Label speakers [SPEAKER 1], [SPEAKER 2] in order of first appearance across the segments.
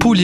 [SPEAKER 1] Pool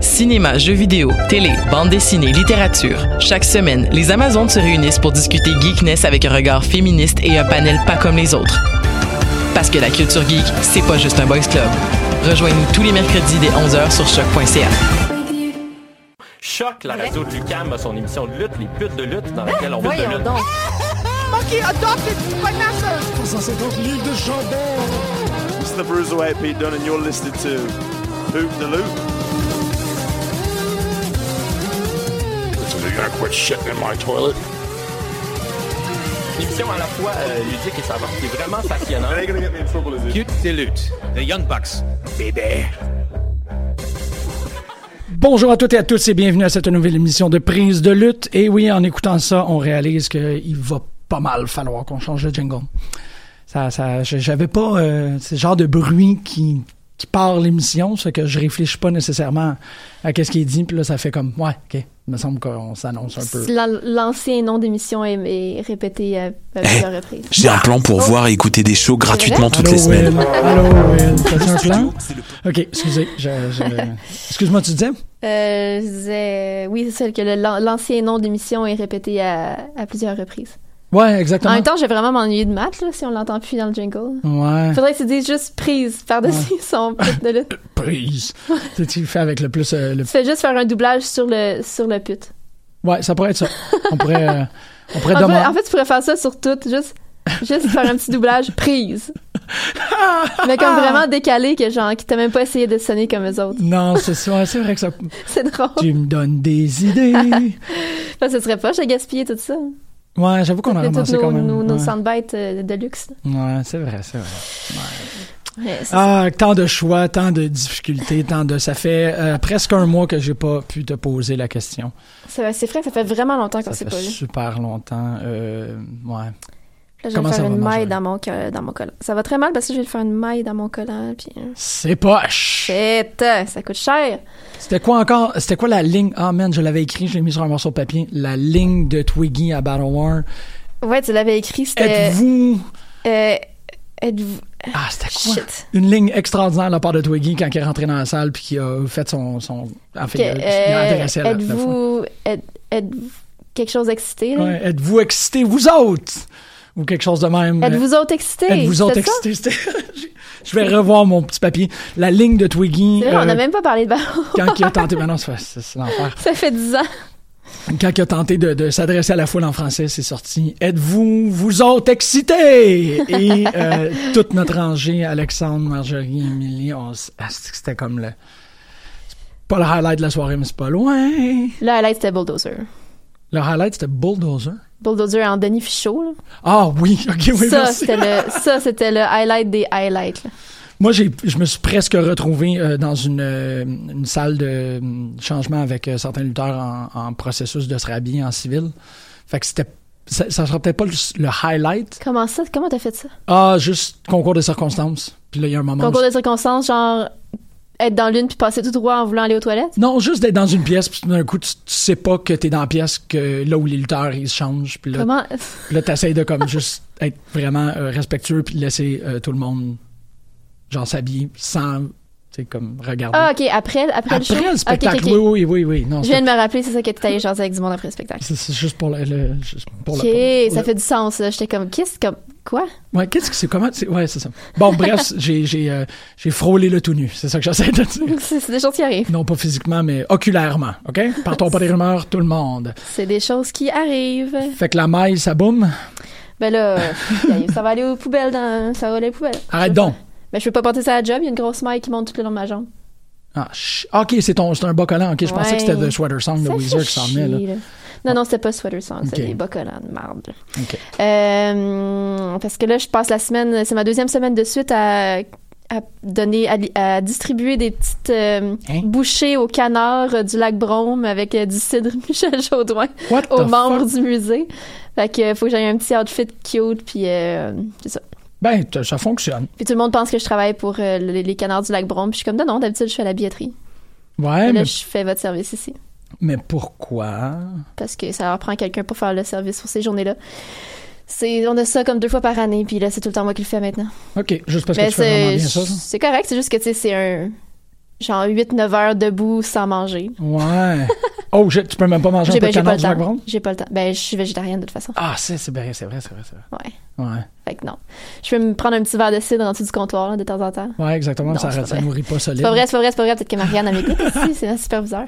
[SPEAKER 2] Cinéma, jeux vidéo, télé, bande dessinée, littérature. Chaque semaine, les Amazones se réunissent pour discuter geekness avec un regard féministe et un panel pas comme les autres. Parce que la culture geek, c'est pas juste un boys club. Rejoignez-nous tous les mercredis dès 11h sur choc.ca.
[SPEAKER 3] Choc, la radio de Lucam a son émission de lutte, les putes de lutte, dans laquelle on parle de
[SPEAKER 4] Voyons
[SPEAKER 3] lutte.
[SPEAKER 4] donc.
[SPEAKER 5] It's the Bruiser AP Dunn and you're listening to Hoop the Loop.
[SPEAKER 3] Une émission à la fois euh, ludique et savante, qui est vraiment passionnante.
[SPEAKER 5] They're gonna get me in trouble, is it?
[SPEAKER 6] Bonjour à toutes et à tous et bienvenue à cette nouvelle émission de Prise de lutte. Et oui, en écoutant ça, on réalise qu'il va pas mal falloir qu'on change de jingle. Ça, ça, je- j'avais pas euh, ce genre de bruit qui, qui part l'émission, ce que je réfléchis pas nécessairement à qu'est-ce qui est dit, puis là, ça fait comme, ouais, ok, il me semble qu'on s'annonce un peu.
[SPEAKER 4] La- L'ancien nom d'émission est, est répété à, à plusieurs reprises.
[SPEAKER 7] J'ai un plan pour voir et écouter des shows gratuitement toutes
[SPEAKER 6] Allô,
[SPEAKER 7] les semaines.
[SPEAKER 6] Will. Allô, Will. T'as-tu un plan?
[SPEAKER 7] c'est le-
[SPEAKER 6] Ok, excusez. je- je- Excuse-moi, tu
[SPEAKER 4] Euh,
[SPEAKER 6] disais?
[SPEAKER 4] je disais, oui, c'est celle que le- l'an- l'ancien nom d'émission est répété à, à plusieurs reprises.
[SPEAKER 6] Ouais, exactement.
[SPEAKER 4] En même temps, j'ai vraiment m'ennuyé de match là, si on l'entend plus dans le jingle.
[SPEAKER 6] Ouais.
[SPEAKER 4] Faudrait que tu dises juste prise par-dessus son pute de lutte.
[SPEAKER 6] Prise. Tu tu fais avec le plus. euh, le-
[SPEAKER 4] Tu fais juste faire un doublage sur le, sur le pute.
[SPEAKER 6] Ouais, ça pourrait être ça. On pourrait. euh, On pourrait
[SPEAKER 4] En
[SPEAKER 6] demander.
[SPEAKER 4] fait, en fait, tu pourrais faire ça sur tout, juste, juste faire un petit doublage prise. Mais comme vraiment décalé, que genre, qui t'a même pas essayé de sonner comme eux autres.
[SPEAKER 6] Non, c'est ça. ouais, c'est vrai que ça.
[SPEAKER 4] C'est drôle.
[SPEAKER 6] Tu me donnes des idées.
[SPEAKER 4] Parce que ce serait pas, j'ai gaspillé tout ça.
[SPEAKER 6] Ouais, j'avoue qu'on a
[SPEAKER 4] Et toutes
[SPEAKER 6] ramassé
[SPEAKER 4] nos,
[SPEAKER 6] quand même.
[SPEAKER 4] nos, nos
[SPEAKER 6] ouais,
[SPEAKER 4] soundbites euh, de luxe.
[SPEAKER 6] Ouais, c'est vrai, c'est vrai.
[SPEAKER 4] Ouais, c'est ça.
[SPEAKER 6] Ah, tant de choix, tant de difficultés, tant de. Ça fait euh, presque un mois que j'ai pas pu te poser la question.
[SPEAKER 4] C'est c'est vrai que ça fait vraiment longtemps qu'on
[SPEAKER 6] Ça
[SPEAKER 4] s'est
[SPEAKER 6] fait
[SPEAKER 4] pas vu.
[SPEAKER 6] super longtemps. euh, ouais.
[SPEAKER 4] Là, je vais
[SPEAKER 6] Comment
[SPEAKER 4] me
[SPEAKER 6] ça
[SPEAKER 4] faire
[SPEAKER 6] va,
[SPEAKER 4] une
[SPEAKER 6] Marjorie?
[SPEAKER 4] maille dans mon, co- dans mon collant. Ça va très mal parce que je vais faire une maille dans mon collant. Puis... euh,
[SPEAKER 6] C'est poche.
[SPEAKER 4] Shit! euh, Ça coûte cher!
[SPEAKER 6] C'était quoi encore? C'était quoi la ligne? Ah, man, je l'avais écrit, je l'ai mis sur un morceau de papier. La ligne de Twiggy à Battle War.
[SPEAKER 4] Ouais, tu l'avais écrit, c'était.
[SPEAKER 6] Êtes-vous.
[SPEAKER 4] euh, êtes-vous-
[SPEAKER 6] Ah, c'était quoi?
[SPEAKER 4] Shit!
[SPEAKER 6] Une ligne extraordinaire de la part de Twiggy quand il est rentré dans la salle puis qu'il a fait son. son... En fait,
[SPEAKER 4] Que,
[SPEAKER 6] il a, il a
[SPEAKER 4] euh,
[SPEAKER 6] adressé la- la foule.
[SPEAKER 4] êtes-vous êtes- êtes- quelque chose excité. là.
[SPEAKER 6] Ouais, Êtes-vous excités, vous autres? Ou quelque chose de même. euh,
[SPEAKER 4] Êtes-vous autres excités?
[SPEAKER 6] Êtes-vous autres
[SPEAKER 4] C'est ça?
[SPEAKER 6] excités? C'était- Je vais revoir mon petit papier. La ligne de Twiggy.
[SPEAKER 4] C'est vrai, on
[SPEAKER 6] euh,
[SPEAKER 4] n'a même pas parlé de ballon.
[SPEAKER 6] Quand il a tenté, ben non, c'est c'est- c'est l'enfer.
[SPEAKER 4] Ça fait 10 ans.
[SPEAKER 6] Quand il a tenté de, de s'adresser à la foule en français, c'est sorti. Êtes-vous, vous autres, excités? Et euh, toute notre rangée, Alexandre, Marjorie, Émilie, on s- ah, c'est- c'était comme le. c'est Pas le highlight de la soirée, mais c'est pas loin.
[SPEAKER 4] Le highlight, c'était Bulldozer.
[SPEAKER 6] Le highlight, c'était Bulldozer.
[SPEAKER 4] Bulldozer en Denis Fichot. là.
[SPEAKER 6] Ah oui, ok, oui,
[SPEAKER 4] ça,
[SPEAKER 6] merci.
[SPEAKER 4] c'était le, ça, c'était le highlight des highlights. là.
[SPEAKER 6] Moi, j'ai, je me suis presque retrouvé euh, dans une, euh, une salle de euh, changement avec euh, certains lutteurs en, en processus de se rhabiller en civil. Fait que c'était, ça, ça sera peut-être pas le, le highlight.
[SPEAKER 4] Comment ça? Comment t'as fait ça?
[SPEAKER 6] Ah, juste concours de circonstances. Puis là, il y a un moment. où
[SPEAKER 4] Concours de circonstances, genre être dans l'une puis passer tout droit en voulant aller aux toilettes?
[SPEAKER 6] je- Non, juste d'être dans une pièce, puis d'un coup, tu, tu sais pas que t'es dans la pièce, que là où les lutteurs, ils se changent. Puis là,
[SPEAKER 4] Comment?
[SPEAKER 6] puis là t'essayes de comme juste être vraiment euh, respectueux, puis laisser euh, tout le monde, genre, s'habiller sans, tu sais, comme regarder.
[SPEAKER 4] Ah, ok, après, après, le show.
[SPEAKER 6] Après le
[SPEAKER 4] Ok,
[SPEAKER 6] spectacle,
[SPEAKER 4] ok, ok.
[SPEAKER 6] oui, oui, oui, oui.
[SPEAKER 4] Je
[SPEAKER 6] Non, c'est-
[SPEAKER 4] viens de me rappeler, c'est ça qui était allé chanter avec du monde après le spectacle.
[SPEAKER 6] C'est c'est juste pour le. le- juste pour le-
[SPEAKER 4] Ok,
[SPEAKER 6] pour le-
[SPEAKER 4] ça fait du sens. là. J'étais comme, qu'est-ce comme quoi?
[SPEAKER 6] Ouais, qu'est-ce que c'est? Comment? c'est- Ouais, c'est ça. Bon, bref, j'ai j'ai, euh, j'ai frôlé le tout nu. C'est ça que j'essaie de dire.
[SPEAKER 4] C'est c'est des choses qui arrivent.
[SPEAKER 6] Non, pas physiquement, mais oculairement. OK? Partons pas des rumeurs, tout le monde.
[SPEAKER 4] C'est des choses qui arrivent.
[SPEAKER 6] Fait que la maille, ça boum.
[SPEAKER 4] Ben là, euh, ça va aller aux poubelles. Dans, ça va aller aux poubelles.
[SPEAKER 6] Arrête donc.
[SPEAKER 4] Mais je peux pas porter ça à la job. Il y a une grosse maille qui monte tout le long de ma jambe.
[SPEAKER 6] Ah, ch- OK, c'est ton- c'est un bas collant. OK, je pensais que c'était
[SPEAKER 4] Ouais.
[SPEAKER 6] The Sweater Song de
[SPEAKER 4] Ça
[SPEAKER 6] Weezer
[SPEAKER 4] fait
[SPEAKER 6] qui s'en venait, là. Ah.
[SPEAKER 4] chier, là. Non, non, c'était pas Sweater Song, c'était
[SPEAKER 6] Ok.
[SPEAKER 4] des bas collants de marde. là.
[SPEAKER 6] OK.
[SPEAKER 4] Euh, parce que là, je passe la semaine, c'est ma deuxième semaine de suite à, à donner, à, li- à distribuer des petites euh,
[SPEAKER 6] Hein?
[SPEAKER 4] bouchées aux canards euh, du lac Brome avec euh, du cidre Michel Chaudouin
[SPEAKER 6] What the
[SPEAKER 4] aux membres
[SPEAKER 6] fuck?
[SPEAKER 4] du musée. Fait que euh, faut que j'aille un petit outfit cute, puis euh, c'est ça.
[SPEAKER 6] Ben, t- ça fonctionne.
[SPEAKER 4] Puis tout le monde pense que je travaille pour euh, les, les canards du lac Brome, puis je suis comme, non, non, d'habitude, je fais la billetterie.
[SPEAKER 6] Ouais,
[SPEAKER 4] là,
[SPEAKER 6] mais,
[SPEAKER 4] je fais votre service ici.
[SPEAKER 6] mais pourquoi?
[SPEAKER 4] parce que ça leur prend quelqu'un pour faire le service pour ces journées-là. C'est, on a ça comme deux fois par année, puis là, c'est tout le temps moi qui le fais maintenant.
[SPEAKER 6] OK, juste parce que
[SPEAKER 4] Mais
[SPEAKER 6] tu fais vraiment
[SPEAKER 4] c'est,
[SPEAKER 6] bien ça, ça.
[SPEAKER 4] c'est correct, c'est juste que, tu sais, c'est un genre 8-9 heures debout sans manger.
[SPEAKER 6] Ouais. oh, je- tu peux même pas manger un
[SPEAKER 4] J'ai,
[SPEAKER 6] peu
[SPEAKER 4] ben,
[SPEAKER 6] de
[SPEAKER 4] j'ai
[SPEAKER 6] canard
[SPEAKER 4] pas
[SPEAKER 6] du
[SPEAKER 4] le
[SPEAKER 6] Jack
[SPEAKER 4] temps.
[SPEAKER 6] Brown?
[SPEAKER 4] J'ai pas le temps. Ben, je suis végétarienne de toute façon.
[SPEAKER 6] Ah, c'est c'est vrai, c'est vrai, c'est vrai, c'est vrai.
[SPEAKER 4] Ouais.
[SPEAKER 6] Ouais.
[SPEAKER 4] Fait que non. Je peux me prendre un petit verre de cidre en dessous du comptoir, là, de temps en temps.
[SPEAKER 6] Ouais, exactement.
[SPEAKER 4] Non,
[SPEAKER 6] ça,
[SPEAKER 4] c'est pas
[SPEAKER 6] ça
[SPEAKER 4] vrai.
[SPEAKER 6] nourrit pas solide.
[SPEAKER 4] C'est pas vrai, c'est pas vrai, c'est pas vrai. Peut-être que Marianne, elle m'écoute ici, c'est un superviseur.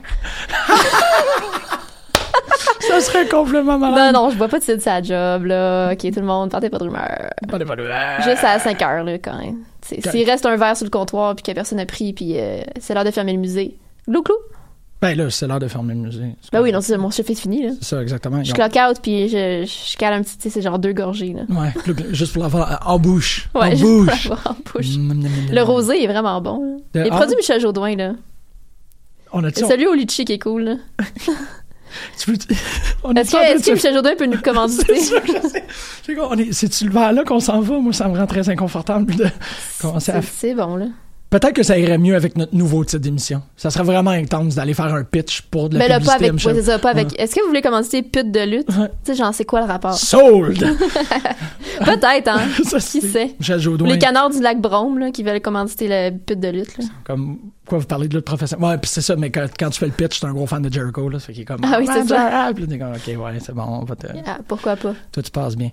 [SPEAKER 6] Ça serait complètement
[SPEAKER 4] Non,
[SPEAKER 6] malade.
[SPEAKER 4] non, je bois pas de cidre, c'est la job, là. Ok, tout le monde, partez pas de rumeurs.
[SPEAKER 6] Pas de- pas de-
[SPEAKER 4] Juste à 5 heures, là, quand même. T'sais,
[SPEAKER 6] Correct.
[SPEAKER 4] S'il reste un verre sur le comptoir puis que personne n'a pris, puis euh, c'est l'heure de fermer le musée. Glou, glou.
[SPEAKER 6] Ben là, c'est l'heure de fermer le musée. C'est
[SPEAKER 4] Ben oui,
[SPEAKER 6] correct.
[SPEAKER 4] non, c'est- mon chiffre est fini, là.
[SPEAKER 6] C'est ça, exactement.
[SPEAKER 4] Je
[SPEAKER 6] Ils ont-
[SPEAKER 4] clock out, puis je, je cale un petit, tu sais, c'est genre deux gorgées, là.
[SPEAKER 6] Ouais, le- juste pour l'avoir en bouche. en
[SPEAKER 4] juste pour
[SPEAKER 6] bouche.
[SPEAKER 4] l'avoir en bouche.
[SPEAKER 6] Mm, mm, mm, mm.
[SPEAKER 4] Le rosé est vraiment bon. là.
[SPEAKER 6] De-
[SPEAKER 4] Les
[SPEAKER 6] ah,
[SPEAKER 4] produits Michel Jourdain, là.
[SPEAKER 6] On a
[SPEAKER 4] Et celui au litchi qui est cool, là.
[SPEAKER 6] tu veux- on
[SPEAKER 4] Est-ce
[SPEAKER 6] a-tu
[SPEAKER 4] que,
[SPEAKER 6] en train
[SPEAKER 4] est-ce que
[SPEAKER 6] de-
[SPEAKER 4] Michel Jourdain peut nous
[SPEAKER 6] C'est
[SPEAKER 4] commander?
[SPEAKER 6] ça que je sais. C'est quoi, on est- C'est-tu le vers là qu'on s'en va? Moi, ça me rend très inconfortable de commencer à.
[SPEAKER 4] C'est c'est bon, là.
[SPEAKER 6] Peut-être que ça irait mieux avec notre nouveau titre d'émission. Ça serait vraiment intense d'aller faire un pitch pour de la
[SPEAKER 4] Mais là, pas
[SPEAKER 6] publicité,
[SPEAKER 4] avec.
[SPEAKER 6] M. Chab-
[SPEAKER 4] ouais, c'est ça, pas avec. Est-ce que vous voulez commencer pute de lutte?
[SPEAKER 6] Ouais.
[SPEAKER 4] Tu sais, genre, c'est quoi le rapport?
[SPEAKER 6] Sold!
[SPEAKER 4] Peut-être, hein.
[SPEAKER 6] Ça,
[SPEAKER 4] Qui
[SPEAKER 6] c'est-
[SPEAKER 4] sait?
[SPEAKER 6] Michel
[SPEAKER 4] Ou
[SPEAKER 6] Jodoin.
[SPEAKER 4] les canards du lac Brome, là, qui veulent commanditer la pute de lutte, là.
[SPEAKER 6] Comme quoi vous parlez de l'autre professeur. Ouais, puis c'est ça, mais quand, quand tu fais le pitch, t'es un gros fan de Jericho, là. Ça fait qu'il est comme.
[SPEAKER 4] Ah oui, c'est ça.
[SPEAKER 6] Ah, puis là, t'es comme, ok, ouais, c'est bon, on va te.
[SPEAKER 4] Ah, pourquoi pas.
[SPEAKER 6] Toi, tu passes bien.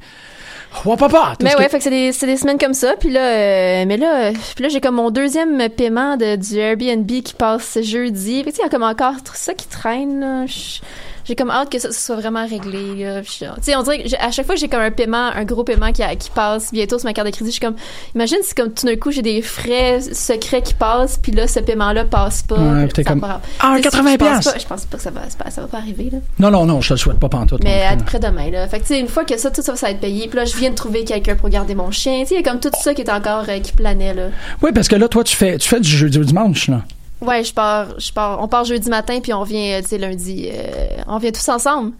[SPEAKER 6] Ouais, papa! Ah, tout
[SPEAKER 4] Mais
[SPEAKER 6] ce que-
[SPEAKER 4] ouais, fait que c'est des, c'est des semaines comme ça. Puis là, euh, mais là, euh, puis là j'ai comme mon deuxième paiement de, du Airbnb qui passe jeudi. Fait que tu sais, il y a comme encore tout ça qui traîne. là. Je- J'ai comme hâte que ça, ça soit vraiment réglé. là. Puis je- Tu sais, on dirait que j'ai- à chaque fois que j'ai comme un paiement, un gros paiement qui, a- qui passe bientôt sur ma carte de crédit, je suis comme, imagine si comme tout d'un coup j'ai des frais secrets qui passent, puis là ce paiement-là passe pas.
[SPEAKER 6] Ouais, puis t'es
[SPEAKER 4] Ça
[SPEAKER 6] comme,
[SPEAKER 4] va pas grave.
[SPEAKER 6] Ah,
[SPEAKER 4] Tu sais,
[SPEAKER 6] 80
[SPEAKER 4] je pense
[SPEAKER 6] piastres.
[SPEAKER 4] pas- Je pense pas que ça va, c'est pas- ça va pas arriver là.
[SPEAKER 6] Non, non, non, je te le souhaite pas pantoute.
[SPEAKER 4] Mais
[SPEAKER 6] non plus.
[SPEAKER 4] après-demain, là. Fait que, tu sais, une fois que ça, tout ça, ça va être payé. Puis là, je viens de trouver quelqu'un pour garder mon chien. Tu sais, il y a comme tout ça qui est encore, euh, qui planait, là.
[SPEAKER 6] Oui, parce que là, toi, tu fais, tu fais du jeudi au dimanche, là.
[SPEAKER 4] Ouais, je pars, je pars. On part jeudi matin, puis on revient, euh, tu sais, lundi. euh, on vient tous ensemble,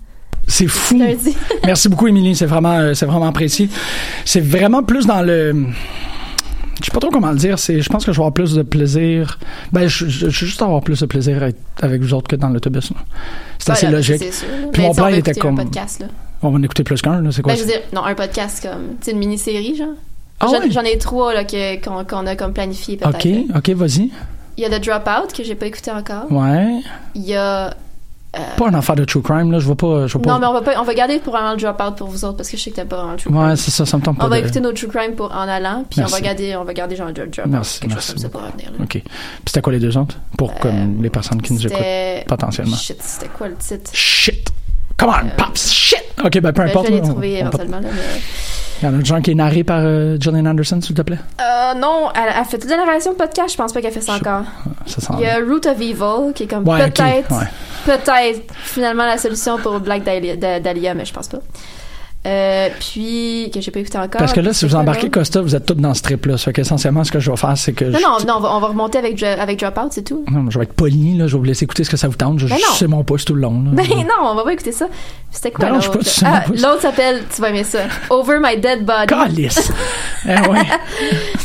[SPEAKER 6] C'est fou.
[SPEAKER 4] lundi.
[SPEAKER 6] Merci beaucoup, Émilie. C'est vraiment, euh, c'est vraiment apprécié. C'est vraiment plus dans le. Je sais pas trop comment le dire. C'est, je pense que je vais avoir plus de plaisir. Ben, je, je, je vais juste avoir plus de plaisir à être avec vous autres que dans l'autobus. là. C'est assez
[SPEAKER 4] Voilà,
[SPEAKER 6] logique.
[SPEAKER 4] C'est sûr. là.
[SPEAKER 6] Puis
[SPEAKER 4] Mais
[SPEAKER 6] mon
[SPEAKER 4] tu sais, on
[SPEAKER 6] plan,
[SPEAKER 4] va
[SPEAKER 6] il était
[SPEAKER 4] écouter
[SPEAKER 6] comme-
[SPEAKER 4] Un podcast, là.
[SPEAKER 6] On va en écouter plus qu'un, là. C'est quoi
[SPEAKER 4] Ben, je
[SPEAKER 6] ça?
[SPEAKER 4] veux dire, non, un podcast comme, tu sais, une mini-série, genre.
[SPEAKER 6] Ah
[SPEAKER 4] J'en
[SPEAKER 6] ouais?
[SPEAKER 4] j'en ai trois, là, que- qu'on qu'on a comme planifié, peut-être.
[SPEAKER 6] Ok,
[SPEAKER 4] là.
[SPEAKER 6] ok, vas-y.
[SPEAKER 4] Il y a le Dropout, que j'ai pas écouté encore.
[SPEAKER 6] Ouais.
[SPEAKER 4] Il y a
[SPEAKER 6] Pas un affaire de true crime, là. Je vois pas. Je vois
[SPEAKER 4] Non,
[SPEAKER 6] pas...
[SPEAKER 4] mais on va, pas, on va garder pour avant le drop-out pour vous autres parce que je sais que t'as pas un true crime.
[SPEAKER 6] Ouais, c'est ça, ça me tombe pas.
[SPEAKER 4] on va
[SPEAKER 6] de-
[SPEAKER 4] écouter nos true crime pour, en allant, puis on
[SPEAKER 6] Merci.
[SPEAKER 4] va garder, on va garder genre le drop-out.
[SPEAKER 6] Merci,
[SPEAKER 4] quelque
[SPEAKER 6] merci
[SPEAKER 4] chose comme ça pour revenir. là.
[SPEAKER 6] OK. Puis c'était quoi les deux autres? Pour comme les personnes qui nous
[SPEAKER 4] Euh, C'était-
[SPEAKER 6] écoutent, potentiellement.
[SPEAKER 4] Shit, c'était quoi le titre?
[SPEAKER 6] Shit! Come on, Pops! Shit! OK, ben peu
[SPEAKER 4] Euh, Ben,
[SPEAKER 6] importe.
[SPEAKER 4] je vais les
[SPEAKER 6] on-
[SPEAKER 4] trouver
[SPEAKER 6] on-
[SPEAKER 4] éventuellement. Là, mais...
[SPEAKER 6] Il y en a un genre qui est narré par euh, Gillian Anderson, s'il te plaît.
[SPEAKER 4] Euh, non, elle a fait toute la narration de podcast, je pense pas qu'elle fait ça encore.
[SPEAKER 6] Ça sent.
[SPEAKER 4] Il y a Root of Evil qui est comme
[SPEAKER 6] Ouais, ok,
[SPEAKER 4] peut-être,
[SPEAKER 6] ouais.
[SPEAKER 4] peut-être finalement la solution pour Black Dahlia, Da- Dahlia, mais je pense pas. Euh, puis que j'ai pas écouté encore.
[SPEAKER 6] Parce que là, si
[SPEAKER 4] C'est
[SPEAKER 6] vous
[SPEAKER 4] quoi,
[SPEAKER 6] embarquez
[SPEAKER 4] là?
[SPEAKER 6] Costa, vous êtes tous dans ce trip-là. Ça fait qu'essentiellement, ce que je vais faire, c'est que.
[SPEAKER 4] Non,
[SPEAKER 6] je...
[SPEAKER 4] non, non, on va, on va remonter avec, Dra- avec Dropout, c'est tout.
[SPEAKER 6] Non, je vais être poli, là. Je vais vous laisser écouter ce que ça vous tente. Je,
[SPEAKER 4] Ben
[SPEAKER 6] je
[SPEAKER 4] non.
[SPEAKER 6] sais mon pouce tout le long, là.
[SPEAKER 4] Ben non, on va pas écouter ça. C'était quoi
[SPEAKER 6] Mm. Ben non, je
[SPEAKER 4] l'autre?
[SPEAKER 6] sais pas, c'est
[SPEAKER 4] Ah,
[SPEAKER 6] mon pouce.
[SPEAKER 4] l'autre s'appelle, tu vas aimer ça, Over My Dead Body.
[SPEAKER 6] Calisse! Eh ouais.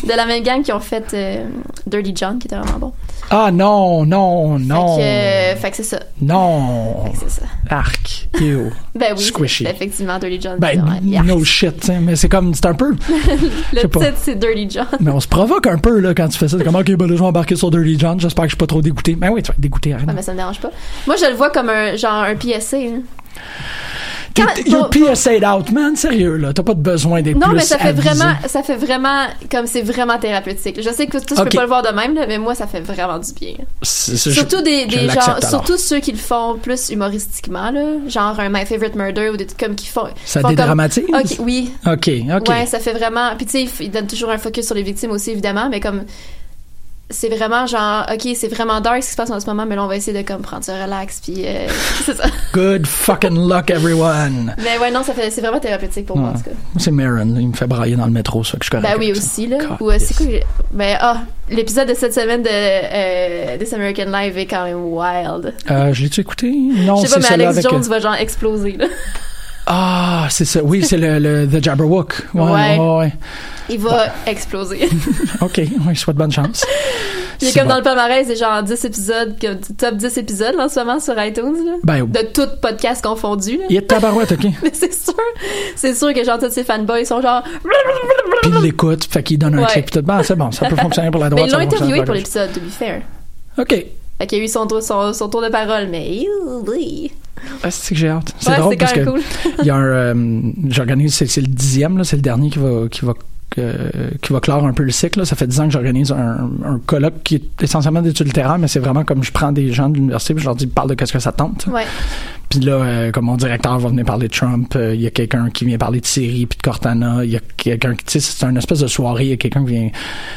[SPEAKER 4] De la même gang qui ont fait euh, Dirty John, qui était vraiment bon.
[SPEAKER 6] Ah non, non, non.
[SPEAKER 4] Fait que, euh, fait que c'est ça.
[SPEAKER 6] Non.
[SPEAKER 4] Fait que c'est ça.
[SPEAKER 6] Arc. Ew.
[SPEAKER 4] Ben oui,
[SPEAKER 6] Squishy.
[SPEAKER 4] c'est effectivement Dirty John.
[SPEAKER 6] Ben,
[SPEAKER 4] c'est vraiment- Yeah.
[SPEAKER 6] no shit, tu sais, mais c'est comme, c'est un peu,
[SPEAKER 4] Le
[SPEAKER 6] sais pas.
[SPEAKER 4] titre, c'est Dirty John.
[SPEAKER 6] mais on se provoque un peu, là, quand tu fais ça. C'est comme, ok, ben là, je vais embarquer sur Dirty John, j'espère que je suis pas trop dégoûté. Ben oui, tu vas être dégoûté, arrête.
[SPEAKER 4] Ouais, mais ça me dérange pas. Moi, je le vois comme un genre un PSC. hein.
[SPEAKER 6] T'es-
[SPEAKER 4] quand-
[SPEAKER 6] t'es- You're
[SPEAKER 4] faut-
[SPEAKER 6] PSA'd out, man, sérieux, là. T'as pas de besoin des
[SPEAKER 4] Non,
[SPEAKER 6] plus
[SPEAKER 4] mais ça fait
[SPEAKER 6] avisés.
[SPEAKER 4] vraiment, ça fait vraiment comme c'est vraiment thérapeutique. Je sais que ça, je
[SPEAKER 6] Ok.
[SPEAKER 4] peux pas le voir de même, là, mais moi, ça fait vraiment du bien.
[SPEAKER 6] C'est- c'est- je-
[SPEAKER 4] surtout des,
[SPEAKER 6] je
[SPEAKER 4] des
[SPEAKER 6] l'accepte
[SPEAKER 4] gens,
[SPEAKER 6] alors.
[SPEAKER 4] surtout ceux qui le font plus humoristiquement là, genre un My Favorite Murder ou des trucs comme qui font.
[SPEAKER 6] Ça
[SPEAKER 4] font comme-
[SPEAKER 6] dédramatise?
[SPEAKER 4] Ok, oui.
[SPEAKER 6] Ok, ok.
[SPEAKER 4] Ouais, ça fait vraiment. Puis tu sais, ils- ils donnent toujours un focus sur les victimes aussi évidemment, mais comme c'est vraiment genre ok, c'est vraiment dark ce qui se passe en ce moment, mais là on va essayer de comme prendre ça relax puis euh, c'est ça.
[SPEAKER 6] Good fucking luck, everyone.
[SPEAKER 4] Mais ouais, non, ça fait, c'est vraiment thérapeutique pour moi, en
[SPEAKER 6] Ouais.
[SPEAKER 4] tout cas.
[SPEAKER 6] Moi, C'est Maren, là, il me fait brailler dans le métro, ça fait que je suis correct
[SPEAKER 4] Ben oui,
[SPEAKER 6] avec ça.
[SPEAKER 4] aussi, là.
[SPEAKER 6] God,
[SPEAKER 4] Ou euh, c'est
[SPEAKER 6] yes.
[SPEAKER 4] quoi que j'ai- Ben, ah, l'épisode de cette semaine de euh, This American Life est quand même wild.
[SPEAKER 6] Euh, je l'ai-tu écouté? Non,
[SPEAKER 4] Je sais pas,
[SPEAKER 6] c'est
[SPEAKER 4] mais
[SPEAKER 6] celui
[SPEAKER 4] Alex
[SPEAKER 6] avec... euh,
[SPEAKER 4] Jones va genre exploser, là.
[SPEAKER 6] Ah, c'est ça. Oui, c'est le, le The Jabberwock. Ouais, ouais,
[SPEAKER 4] Ouais.
[SPEAKER 6] ouais.
[SPEAKER 4] Il va
[SPEAKER 6] Bah.
[SPEAKER 4] exploser.
[SPEAKER 6] OK, ouais, je souhaite bonne chance.
[SPEAKER 4] Il est
[SPEAKER 6] C'est
[SPEAKER 4] comme
[SPEAKER 6] bon.
[SPEAKER 4] dans le palmarès, c'est genre 10 épisodes, comme du top 10 épisodes, là, en ce moment, sur iTunes, là.
[SPEAKER 6] Ben,
[SPEAKER 4] De tout podcast confondu, là.
[SPEAKER 6] il est de tabarouette, OK?
[SPEAKER 4] Mais c'est sûr, c'est sûr que genre tous ces fanboys ils sont genre.
[SPEAKER 6] Puis il l'écoute, fait qu'il donne un
[SPEAKER 4] Ouais.
[SPEAKER 6] clip. Puis tout. Bon, c'est bon, ça peut fonctionner pour la
[SPEAKER 4] Mais
[SPEAKER 6] droite.
[SPEAKER 4] ils
[SPEAKER 6] ça
[SPEAKER 4] l'ont
[SPEAKER 6] va fonctionner
[SPEAKER 4] interviewé pour
[SPEAKER 6] la
[SPEAKER 4] l'épisode, to be fair.
[SPEAKER 6] gauche. OK.
[SPEAKER 4] Fait qu'il y a eu son, tour- son, son tour de parole, mais. Oui.
[SPEAKER 6] Ah, c'est que j'ai hâte. C'est
[SPEAKER 4] Ouais,
[SPEAKER 6] drôle
[SPEAKER 4] c'est
[SPEAKER 6] parce
[SPEAKER 4] quand
[SPEAKER 6] que
[SPEAKER 4] même cool.
[SPEAKER 6] il y a un... euh, j'organise... C'est, c'est le dixième, là. C'est le dernier qui va... Qui va euh, qui va clore un peu le cycle. là. Ça fait dix ans que j'organise un, un colloque qui est essentiellement d'études littéraires, mais c'est vraiment comme je prends des gens de l'université et je leur dis parle de qu'est-ce que ça tente.
[SPEAKER 4] Ouais.
[SPEAKER 6] Puis là, euh, comme mon directeur va venir parler de Trump, euh, il y a quelqu'un qui vient parler de Syrie puis de Cortana, il y a quelqu'un qui, tu sais, c'est une espèce de soirée, il y a quelqu'un qui vient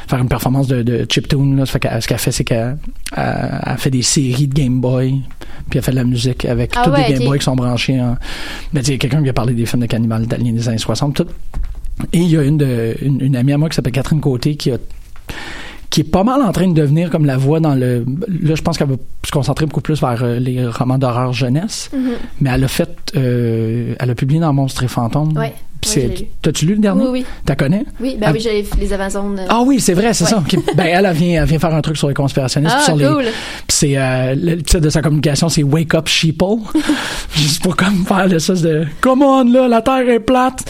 [SPEAKER 6] faire une performance de, de chiptune, là. Ça fait qu'elle- ce qu'elle fait, c'est qu'elle elle- elle fait des séries de Game Boy, puis elle fait de la musique avec
[SPEAKER 4] Ah
[SPEAKER 6] tous
[SPEAKER 4] ouais,
[SPEAKER 6] les Game
[SPEAKER 4] ok.
[SPEAKER 6] Boy qui sont branchés en... Mais tu sais, il y a quelqu'un qui vient parler des films de cannibales italiens des années 60, tout. Et il y a une, de, une, une amie à moi qui s'appelle Catherine Côté qui a qui est pas mal en train de devenir comme la voix dans le... Là, je pense qu'elle va se concentrer beaucoup plus vers euh, les romans d'horreur jeunesse.
[SPEAKER 4] mhm,
[SPEAKER 6] Mais elle a fait... euh, elle a publié dans Monstres et fantômes.
[SPEAKER 4] Ouais.
[SPEAKER 6] Puis
[SPEAKER 4] Ouais,
[SPEAKER 6] c'est-
[SPEAKER 4] je l'ai lu.
[SPEAKER 6] T'as-tu lu le dernier?
[SPEAKER 4] Oui, oui.
[SPEAKER 6] T'as connais?
[SPEAKER 4] Oui, ben
[SPEAKER 6] Ah.
[SPEAKER 4] oui, j'ai les- les Amazones. euh,
[SPEAKER 6] Ah oui, c'est vrai, c'est
[SPEAKER 4] Ouais.
[SPEAKER 6] ça. Ok. Ben, elle, elle vient, elle vient faire un truc sur les conspirationnistes.
[SPEAKER 4] Ah,
[SPEAKER 6] puis sur
[SPEAKER 4] cool.
[SPEAKER 6] les, puis c'est, euh, le titre de sa communication, c'est Wake Up Sheeple. Juste pour comme faire le sens de Come on, là, la Terre est plate.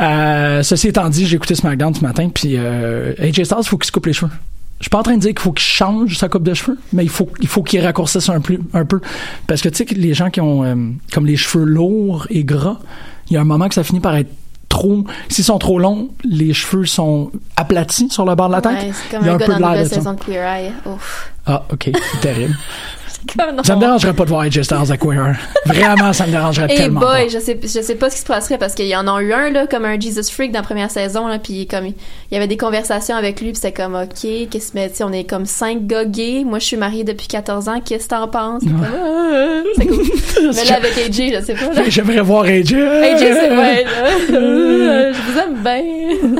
[SPEAKER 6] Euh, ceci étant dit, j'ai écouté SmackDown ce matin, puis euh, AJ Styles, faut qu'il se coupe les cheveux. Je suis pas en train de dire qu'il faut qu'il change sa coupe de cheveux, mais il faut il faut qu'il raccourcisse un, plus, un peu. Parce que tu sais, que les gens qui ont euh, comme les cheveux lourds et gras, il y a un moment que ça finit par être trop. S'ils sont trop longs, les cheveux sont aplatis sur le bord de la tête.
[SPEAKER 4] Ouais, c'est comme
[SPEAKER 6] il y a
[SPEAKER 4] un,
[SPEAKER 6] un
[SPEAKER 4] gars
[SPEAKER 6] peu
[SPEAKER 4] dans
[SPEAKER 6] de
[SPEAKER 4] la
[SPEAKER 6] l'air
[SPEAKER 4] nouvelle
[SPEAKER 6] de ça.
[SPEAKER 4] saison de Queer Eye. Ouf.
[SPEAKER 6] Ah, ok, terrible.
[SPEAKER 4] Comme non.
[SPEAKER 6] Ça me dérangerait pas de voir AJ Styles à Queer. Vraiment, ça me dérangerait
[SPEAKER 4] Hey
[SPEAKER 6] Ah, tellement.
[SPEAKER 4] boy,
[SPEAKER 6] pas.
[SPEAKER 4] je sais, je sais pas ce qui se passerait parce qu'il y en a eu un là, comme un Jesus Freak dans la première saison là, puis comme il y avait des conversations avec lui, puis c'était comme ok, qu'est-ce que tu sais, on est comme cinq gars gays, moi je suis mariée depuis 14 ans, qu'est-ce que t'en penses C'est comme, Ah, C'est cool. Mais là avec AJ, je sais pas. Là.
[SPEAKER 6] J'aimerais voir AJ.
[SPEAKER 4] AJ, c'est vrai. là. Euh, je vous aime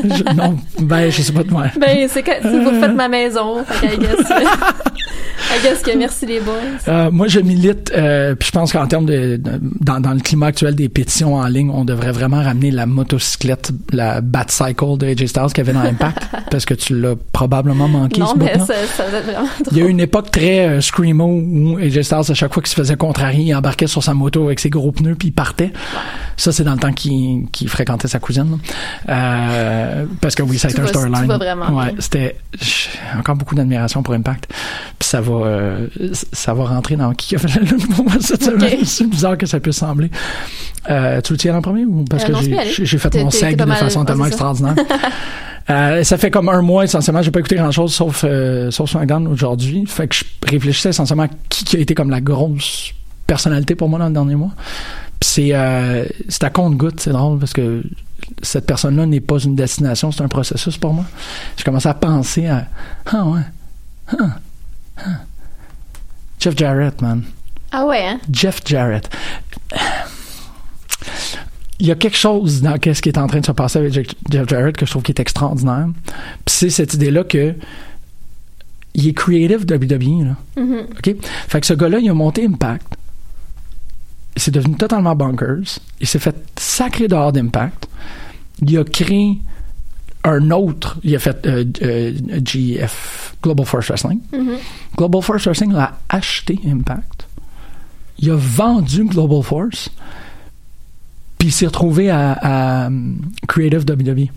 [SPEAKER 4] bien.
[SPEAKER 6] Je- non, ben, je sais pas de moi.
[SPEAKER 4] Ben c'est quand si vous faites ma maison, fait que I guess, I guess que merci les boys.
[SPEAKER 6] Euh, moi, je milite, euh, puis je pense qu'en termes de, de- dans, dans le climat actuel des pétitions en ligne, on devrait vraiment ramener la motocyclette, la Batcycle de AJ Styles qu'il y avait dans Impact, parce que tu l'as probablement manqué
[SPEAKER 4] Non
[SPEAKER 6] ce
[SPEAKER 4] mais
[SPEAKER 6] bout-là.
[SPEAKER 4] ça, ça va être vraiment
[SPEAKER 6] Il y a eu une époque très euh, screamo où AJ Styles, à chaque fois qu'il se faisait contrarier, il embarquait sur sa moto avec ses gros pneus puis il partait. Ça, c'est dans le temps qu'il qu'il fréquentait sa cousine. là. Euh, parce que oui, ça a
[SPEAKER 4] Tout
[SPEAKER 6] été un
[SPEAKER 4] va- tout
[SPEAKER 6] storyline.
[SPEAKER 4] va vraiment
[SPEAKER 6] Ouais,
[SPEAKER 4] bien.
[SPEAKER 6] c'était j'ai encore beaucoup d'admiration pour Impact. Puis ça va, euh, ça va rentrer dans qui a fait la lune pour moi cette semaine. C'est bizarre que ça puisse sembler. Euh, tu le tiens en premier ou parce
[SPEAKER 4] Euh,
[SPEAKER 6] que
[SPEAKER 4] non, je peux y aller.
[SPEAKER 6] j'ai- j'ai fait
[SPEAKER 4] T'es-
[SPEAKER 6] mon
[SPEAKER 4] t'es-
[SPEAKER 6] seg
[SPEAKER 4] t'es pas
[SPEAKER 6] de
[SPEAKER 4] mal-
[SPEAKER 6] façon
[SPEAKER 4] ouais,
[SPEAKER 6] tellement
[SPEAKER 4] c'est ça.
[SPEAKER 6] extraordinaire. Euh, ça fait comme un mois essentiellement, j'ai pas écouté grand chose sauf euh, sauf Smackdown aujourd'hui. Fait que je réfléchissais essentiellement à qui qui a été comme la grosse personnalité pour moi dans le dernier mois. Puis c'est euh, c'est à compte goutte, c'est drôle parce que cette personne-là n'est pas une destination, c'est un processus pour moi. Je commençais à penser à ah ouais, ah, ah. Jeff Jarrett man.
[SPEAKER 4] Ah ouais, hein?
[SPEAKER 6] Jeff Jarrett. Il y a quelque chose dans ce qui est en train de se passer avec Jeff- Jeff Jarrett que je trouve qui est extraordinaire. Puis c'est cette idée-là que il est creative WWE. E, Là.
[SPEAKER 4] Mhm.
[SPEAKER 6] OK? Fait que ce gars-là, il a monté Impact. Il s'est devenu totalement bonkers. Il s'est fait sacré dehors d'Impact. Il a créé un autre. Il a fait euh, euh, GF, Global Force Wrestling.
[SPEAKER 4] Mhm.
[SPEAKER 6] Global Force Wrestling a acheté Impact. Il a vendu Global Force. Puis il s'est retrouvé à, à, hum, Creative WWE.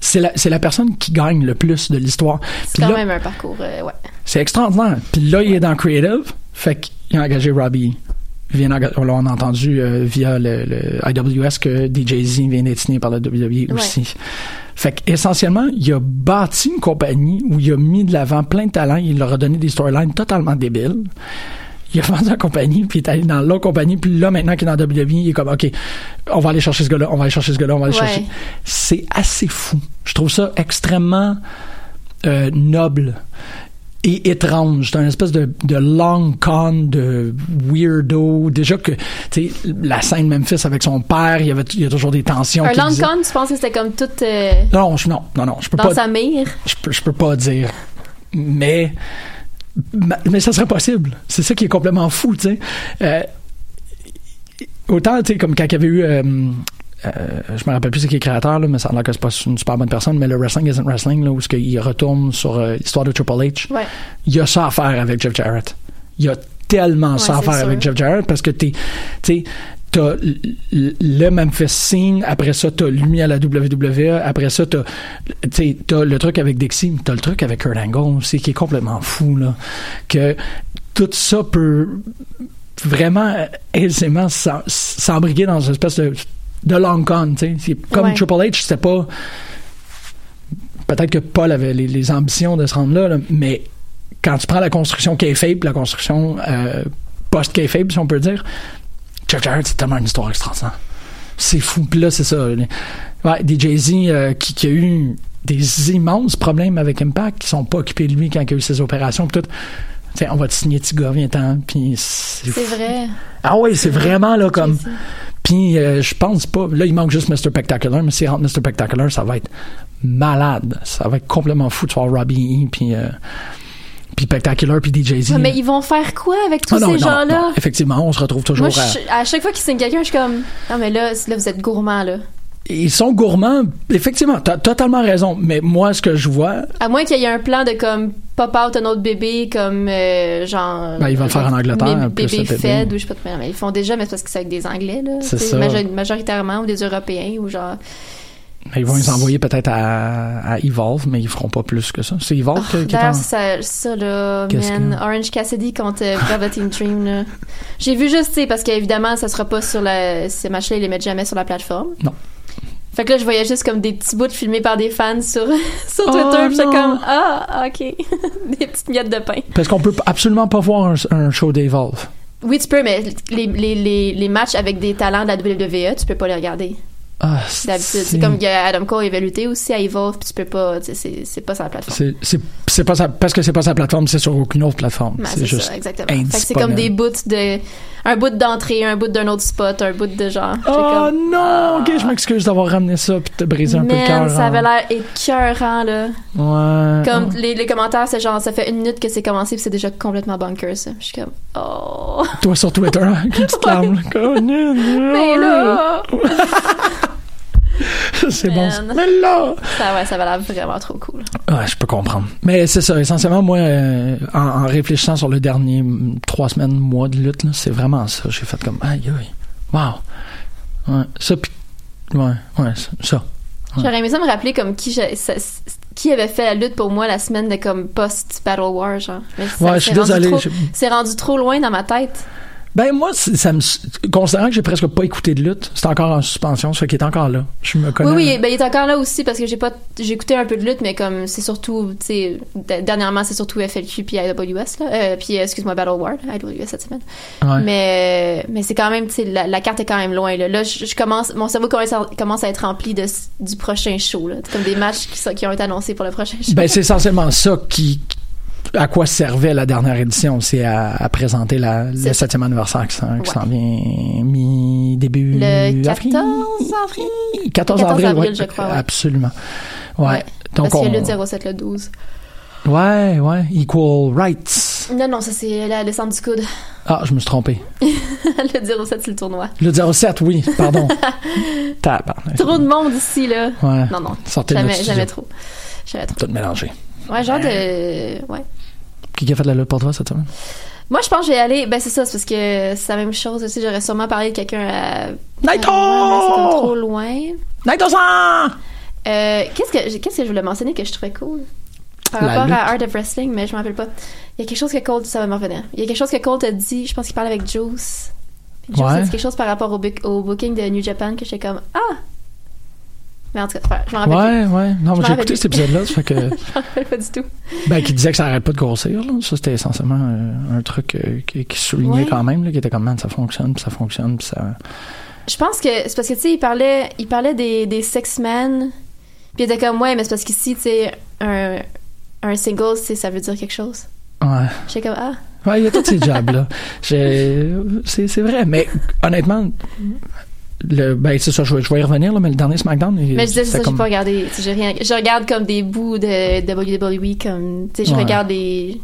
[SPEAKER 6] C'est la, c'est la personne qui gagne le plus de l'histoire.
[SPEAKER 4] C'est
[SPEAKER 6] Puis
[SPEAKER 4] quand
[SPEAKER 6] là,
[SPEAKER 4] même un parcours, euh, ouais.
[SPEAKER 6] c'est extraordinaire. Puis là, il est dans Creative. Fait qu'il a engagé Robbie. Il vient d'enga- on l'a entendu euh, via le, le IWS que DJZ vient d'être signé par la WWE E aussi. Fait qu'essentiellement, il a bâti une compagnie où il a mis de l'avant plein de talents. Il leur a donné des storylines totalement débiles. Il a vendu la compagnie, puis il est allé dans l'autre compagnie, puis là, maintenant qu'il est dans WWE, il est comme, OK, on va aller chercher ce gars-là, on va aller chercher ce gars-là, on va aller
[SPEAKER 4] Ouais.
[SPEAKER 6] chercher. C'est assez fou. Je trouve ça extrêmement euh, noble et étrange. C'est un espèce de, de long con de weirdo. Déjà que, tu sais, la scène Memphis avec son père, il y avait il y a toujours des tensions.
[SPEAKER 4] un
[SPEAKER 6] qui
[SPEAKER 4] long
[SPEAKER 6] disaient-
[SPEAKER 4] con, tu penses que c'était comme tout euh,
[SPEAKER 6] Non, je, non, non, non, je peux
[SPEAKER 4] dans
[SPEAKER 6] pas.
[SPEAKER 4] sa mire?
[SPEAKER 6] Je peux, je peux pas dire. Mais, ma- mais ça serait possible. C'est ça qui est complètement fou, tu sais. Euh, autant, tu sais, comme quand il y avait eu. euh, euh, je me rappelle plus c'est qui est créateur, là, mais ça a l'air que c'est pas une super bonne personne, mais le Wrestling Isn't Wrestling, là, où ce qu'il retourne sur euh, l'histoire de Triple H,
[SPEAKER 4] Ouais.
[SPEAKER 6] il y a ça à faire avec Jeff Jarrett. Il y a tellement ça à
[SPEAKER 4] c'est
[SPEAKER 6] faire
[SPEAKER 4] sûr.
[SPEAKER 6] avec Jeff Jarrett parce que t'es, t'sais, t'as l- l- le Memphis Scene, après ça, t'as lui à la WWE, après ça, t'as, t'sais, t'as le truc avec Dixie, mais t'as le truc avec Kurt Angle aussi qui est complètement fou, là. Que tout ça peut vraiment euh, aisément s'em- s'embriquer dans une espèce de, de long con, t'sais. C'est Comme
[SPEAKER 4] Ouais.
[SPEAKER 6] Triple H, c'était pas peut-être que Paul avait les, les ambitions de se rendre là, là, mais quand tu prends la construction kayfabe, la construction euh, post-kayfabe, si on peut dire, Jeff Jarrett, c'est tellement une histoire extraordinaire. C'est fou. Puis là, c'est ça. les- Ouais, DJZ euh, qui, qui a eu des immenses problèmes avec Impact, qui sont pas occupés de lui quand il a eu ses opérations. Puis tout. Tiens, on va te signer Tiga, viens-t'en. Puis c'est
[SPEAKER 4] C'est
[SPEAKER 6] fou.
[SPEAKER 4] vrai.
[SPEAKER 6] Ah oui, c'est vraiment là comme.
[SPEAKER 4] Jay-Z.
[SPEAKER 6] Puis euh, je pense pas. Là, il manque juste Mr. Spectacular, mais si rentre Mr. Spectacular, ça va être malade. Ça va être complètement fou de voir Robbie E. Puis, euh, puis Spectacular, puis DJZ.
[SPEAKER 4] Ouais, mais ils vont faire quoi avec tous
[SPEAKER 6] Ah non,
[SPEAKER 4] ces
[SPEAKER 6] non,
[SPEAKER 4] gens-là?
[SPEAKER 6] non. Effectivement, on se retrouve toujours
[SPEAKER 4] Moi,
[SPEAKER 6] à.
[SPEAKER 4] je- à chaque fois qu'ils signent quelqu'un, je suis comme, non, mais là, là vous êtes gourmand, là.
[SPEAKER 6] Ils sont gourmands. Effectivement, t'as totalement raison. Mais moi, ce que je vois,
[SPEAKER 4] À moins qu'il y ait un plan de comme pop out un autre bébé, comme euh, genre. euh,
[SPEAKER 6] Ben, ils vont le faire en Angleterre,
[SPEAKER 4] bébé- Bébé,
[SPEAKER 6] plus le bébé.
[SPEAKER 4] Fed, ou je sais pas. Mais ils font déjà, mais c'est parce que c'est avec des Anglais, là.
[SPEAKER 6] C'est
[SPEAKER 4] tu sais,
[SPEAKER 6] ça.
[SPEAKER 4] majo- Majoritairement, ou des Européens, ou genre.
[SPEAKER 6] ils vont les envoyer peut-être à, à Evolve, mais ils feront pas plus que ça. C'est Evolve que- qui est en-
[SPEAKER 4] Ah, D'ailleurs, ça, ça, là,
[SPEAKER 6] Qu'est-ce
[SPEAKER 4] man,
[SPEAKER 6] que-
[SPEAKER 4] Orange Cassidy contre euh, Velveteen Dream, là. J'ai vu juste, tu sais, parce qu'évidemment, ça sera pas sur la. Ces matchs-là, ils les mettent jamais sur la plateforme.
[SPEAKER 6] Non.
[SPEAKER 4] Fait que là, je voyais juste comme des petits bouts filmés par des fans sur, sur
[SPEAKER 6] Oh,
[SPEAKER 4] Twitter, puis j'étais
[SPEAKER 6] non.
[SPEAKER 4] comme, ah, ok. des petites miettes de pain.
[SPEAKER 6] Parce qu'on peut absolument pas voir un, un show d'Evolve.
[SPEAKER 4] Oui, tu peux, mais les, les, les, les matchs avec des talents de la WWE, tu peux pas les regarder.
[SPEAKER 6] Ah,
[SPEAKER 4] D'habitude. C'est comme il y a Adam Cole il avait lutté aussi à Evolve, puis tu peux pas. tu sais, C'est c'est pas sa plateforme.
[SPEAKER 6] C'est- C'est c'est pas sa- parce que c'est pas sa plateforme, c'est sur aucune autre plateforme.
[SPEAKER 4] Ben,
[SPEAKER 6] c'est
[SPEAKER 4] c'est
[SPEAKER 6] juste.
[SPEAKER 4] ça, exactement. Fait que C'est
[SPEAKER 6] indisponible.
[SPEAKER 4] comme des bouts de. Un bout d'entrée, un bout d'un autre spot, un bout de genre. J'ai
[SPEAKER 6] Oh
[SPEAKER 4] comme,
[SPEAKER 6] non! Ok, je m'excuse d'avoir ramené ça puis de te briser un peu le
[SPEAKER 4] Man,
[SPEAKER 6] cœur.
[SPEAKER 4] ça
[SPEAKER 6] hein.
[SPEAKER 4] avait l'air écœurant, là.
[SPEAKER 6] Ouais.
[SPEAKER 4] Comme les, les commentaires, c'est genre, ça fait une minute que c'est commencé, puis c'est déjà complètement bonkers. ça. Je suis comme, oh.
[SPEAKER 6] Toi sur Twitter, hein, avec une petite larme. là, Oh, comme,
[SPEAKER 4] Mais là!
[SPEAKER 6] C'est bon. ça.
[SPEAKER 4] Man.
[SPEAKER 6] Mais là!
[SPEAKER 4] Ça, ouais, ça avait l'air vraiment trop cool.
[SPEAKER 6] Ouais, je peux comprendre. Mais c'est ça, essentiellement, moi, euh, en, en réfléchissant sur le dernier mm, trois semaines, mois de lutte, là, c'est vraiment ça. J'ai fait comme, aïe, aïe, wow. Ouais, ça, puis, ouais, ouais, ça. ça.
[SPEAKER 4] J'aurais aimé ça me rappeler comme qui, j'ai- ça- c- qui avait fait la lutte pour moi la semaine de comme post-Battle War, genre. Mais ça
[SPEAKER 6] Ouais,
[SPEAKER 4] s'est
[SPEAKER 6] je suis
[SPEAKER 4] rendu
[SPEAKER 6] désolé,
[SPEAKER 4] trop-
[SPEAKER 6] je-
[SPEAKER 4] C'est rendu trop loin dans ma tête.
[SPEAKER 6] Ben moi, c'est- ça me considérant que j'ai presque pas écouté de lutte, c'est encore en suspension, ce qui est encore là. Je me connais.
[SPEAKER 4] Oui, oui, ben, il est encore là aussi parce que j'ai pas, j'ai écouté un peu de lutte, mais comme c'est surtout, tu sais, d- dernièrement c'est surtout FLQ puis IWS, là, euh, puis euh, excuse-moi, Battle World, IWS cette semaine.
[SPEAKER 6] Ouais.
[SPEAKER 4] Mais, euh, mais c'est quand même, tu sais, la, la carte est quand même loin, là. Là, je je commence, mon cerveau commence à, commence à être rempli de, s- du prochain show, là. C'est Comme des matchs qui, sont- qui ont été annoncés pour le prochain show.
[SPEAKER 6] Ben c'est essentiellement ça qui à quoi servait la dernière édition, c'est à, à présenter la, le
[SPEAKER 4] C'est-
[SPEAKER 6] septième anniversaire qui s'en qui
[SPEAKER 4] Ouais.
[SPEAKER 6] s'en vient mi début
[SPEAKER 4] le 14
[SPEAKER 6] avril.
[SPEAKER 4] avril.
[SPEAKER 6] 14
[SPEAKER 4] 14
[SPEAKER 6] avril,
[SPEAKER 4] avril,
[SPEAKER 6] ouais,
[SPEAKER 4] je crois, ouais.
[SPEAKER 6] absolument. Ouais.
[SPEAKER 4] Ouais,
[SPEAKER 6] Donc
[SPEAKER 4] parce
[SPEAKER 6] on,
[SPEAKER 4] qu'il y a le 07, le 12.
[SPEAKER 6] ouais, ouais, equal rights.
[SPEAKER 4] Non, non, ça c'est la descente du coude.
[SPEAKER 6] Ah, je me suis trompé.
[SPEAKER 4] le 07, c'est le tournoi.
[SPEAKER 6] Le 07, oui, pardon. Tabarnak.
[SPEAKER 4] Trop de monde ici, là.
[SPEAKER 6] Ouais.
[SPEAKER 4] Non, non.
[SPEAKER 6] Sortez de
[SPEAKER 4] jamais,
[SPEAKER 6] notre studio.
[SPEAKER 4] jamais trop. Jamais trop.
[SPEAKER 6] Tout mélangé.
[SPEAKER 4] Ouais, genre de. Ouais.
[SPEAKER 6] Qui a fait de la lutte pour toi cette semaine?
[SPEAKER 4] Moi, je pense que je vais aller. Ben, c'est ça, c'est parce que c'est la même chose aussi. J'aurais sûrement parlé de quelqu'un à.
[SPEAKER 6] Naito!
[SPEAKER 4] Ah, mais c'est comme trop loin.
[SPEAKER 6] Naito-san!
[SPEAKER 4] Euh, qu'est-ce, que, j'ai- qu'est-ce que je voulais mentionner que je trouvais cool? Par
[SPEAKER 6] La
[SPEAKER 4] rapport
[SPEAKER 6] lutte.
[SPEAKER 4] à Art of Wrestling, mais je m'en rappelle pas. Il y a quelque chose que Cole, ça va m'en revenir. Il y a quelque chose que Cole a dit, je pense qu'il parle avec Juice. Puis Juice a
[SPEAKER 6] Ouais.
[SPEAKER 4] dit quelque chose par rapport au, book- au booking de New Japan que j'étais comme Ah! Mais en tout cas, je m'en rappelle Je
[SPEAKER 6] Ouais, ouais. Non,
[SPEAKER 4] m'en
[SPEAKER 6] mais j'ai
[SPEAKER 4] rappelle
[SPEAKER 6] écouté
[SPEAKER 4] plus.
[SPEAKER 6] cet épisode-là, ça fait que.
[SPEAKER 4] plus. Je m'en rappelle pas du tout.
[SPEAKER 6] Ben, qui disait que ça arrête pas de grossir, là. Ça, c'était essentiellement euh, un truc euh, qui, qui soulignait
[SPEAKER 4] Ouais.
[SPEAKER 6] quand même, là, qui était comme, man, ça fonctionne, puis ça fonctionne, puis ça.
[SPEAKER 4] Je pense que c'est parce que, tu sais, il parlait, il parlait des, des Six Men. Puis il était comme, ouais, mais c'est parce qu'ici, tu sais, un, un single, tu sais, ça veut dire quelque chose.
[SPEAKER 6] Ouais.
[SPEAKER 4] J'étais comme, ah,
[SPEAKER 6] Ouais, il y a tous ces jobs-là. J'ai- C'est c'est vrai, mais honnêtement, le, ben, c'est ça, je vais, je vais y revenir, là, mais le dernier SmackDown. il-
[SPEAKER 4] Mais je disais c'est
[SPEAKER 6] c'était
[SPEAKER 4] ça,
[SPEAKER 6] comme-
[SPEAKER 4] j'ai pas regardé. tu sais, J'ai rien. Je regarde comme des bouts de WWE, comme tu sais, je
[SPEAKER 6] Ouais.
[SPEAKER 4] regarde des.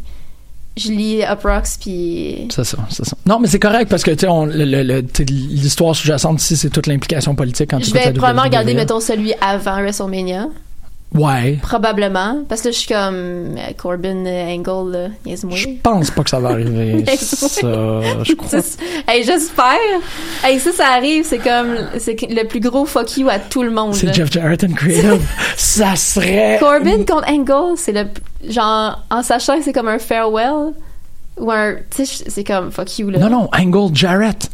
[SPEAKER 4] Je lis Up Rocks puis.
[SPEAKER 6] C'est ça, c'est ça. Non, mais c'est correct parce que, tu sais, on- le- le- le- tu sais, l'histoire sous-jacente ici, c'est toute l'implication politique quand tu
[SPEAKER 4] Je
[SPEAKER 6] écoutes
[SPEAKER 4] vais
[SPEAKER 6] la
[SPEAKER 4] probablement
[SPEAKER 6] WWE.
[SPEAKER 4] regarder, mettons, celui avant WrestleMania.
[SPEAKER 6] Ouais.
[SPEAKER 4] Probablement. Parce que je suis comme euh, Corbin euh, Angle, là, niaise-moi.
[SPEAKER 6] Je pense pas que ça va arriver.
[SPEAKER 4] Mais
[SPEAKER 6] ça, je crois.
[SPEAKER 4] C'est- Hey, j'espère! Hey, ça, ça arrive, c'est comme. C'est le plus gros fuck you à tout le monde. là.
[SPEAKER 6] C'est Jeff Jarrett and Creative. ça serait.
[SPEAKER 4] Corbin contre Angle, c'est le. Genre, en sachant que c'est comme un farewell. Ou un. Tu sais, c'est comme fuck you, là.
[SPEAKER 6] Non, non, Angle Jarrett.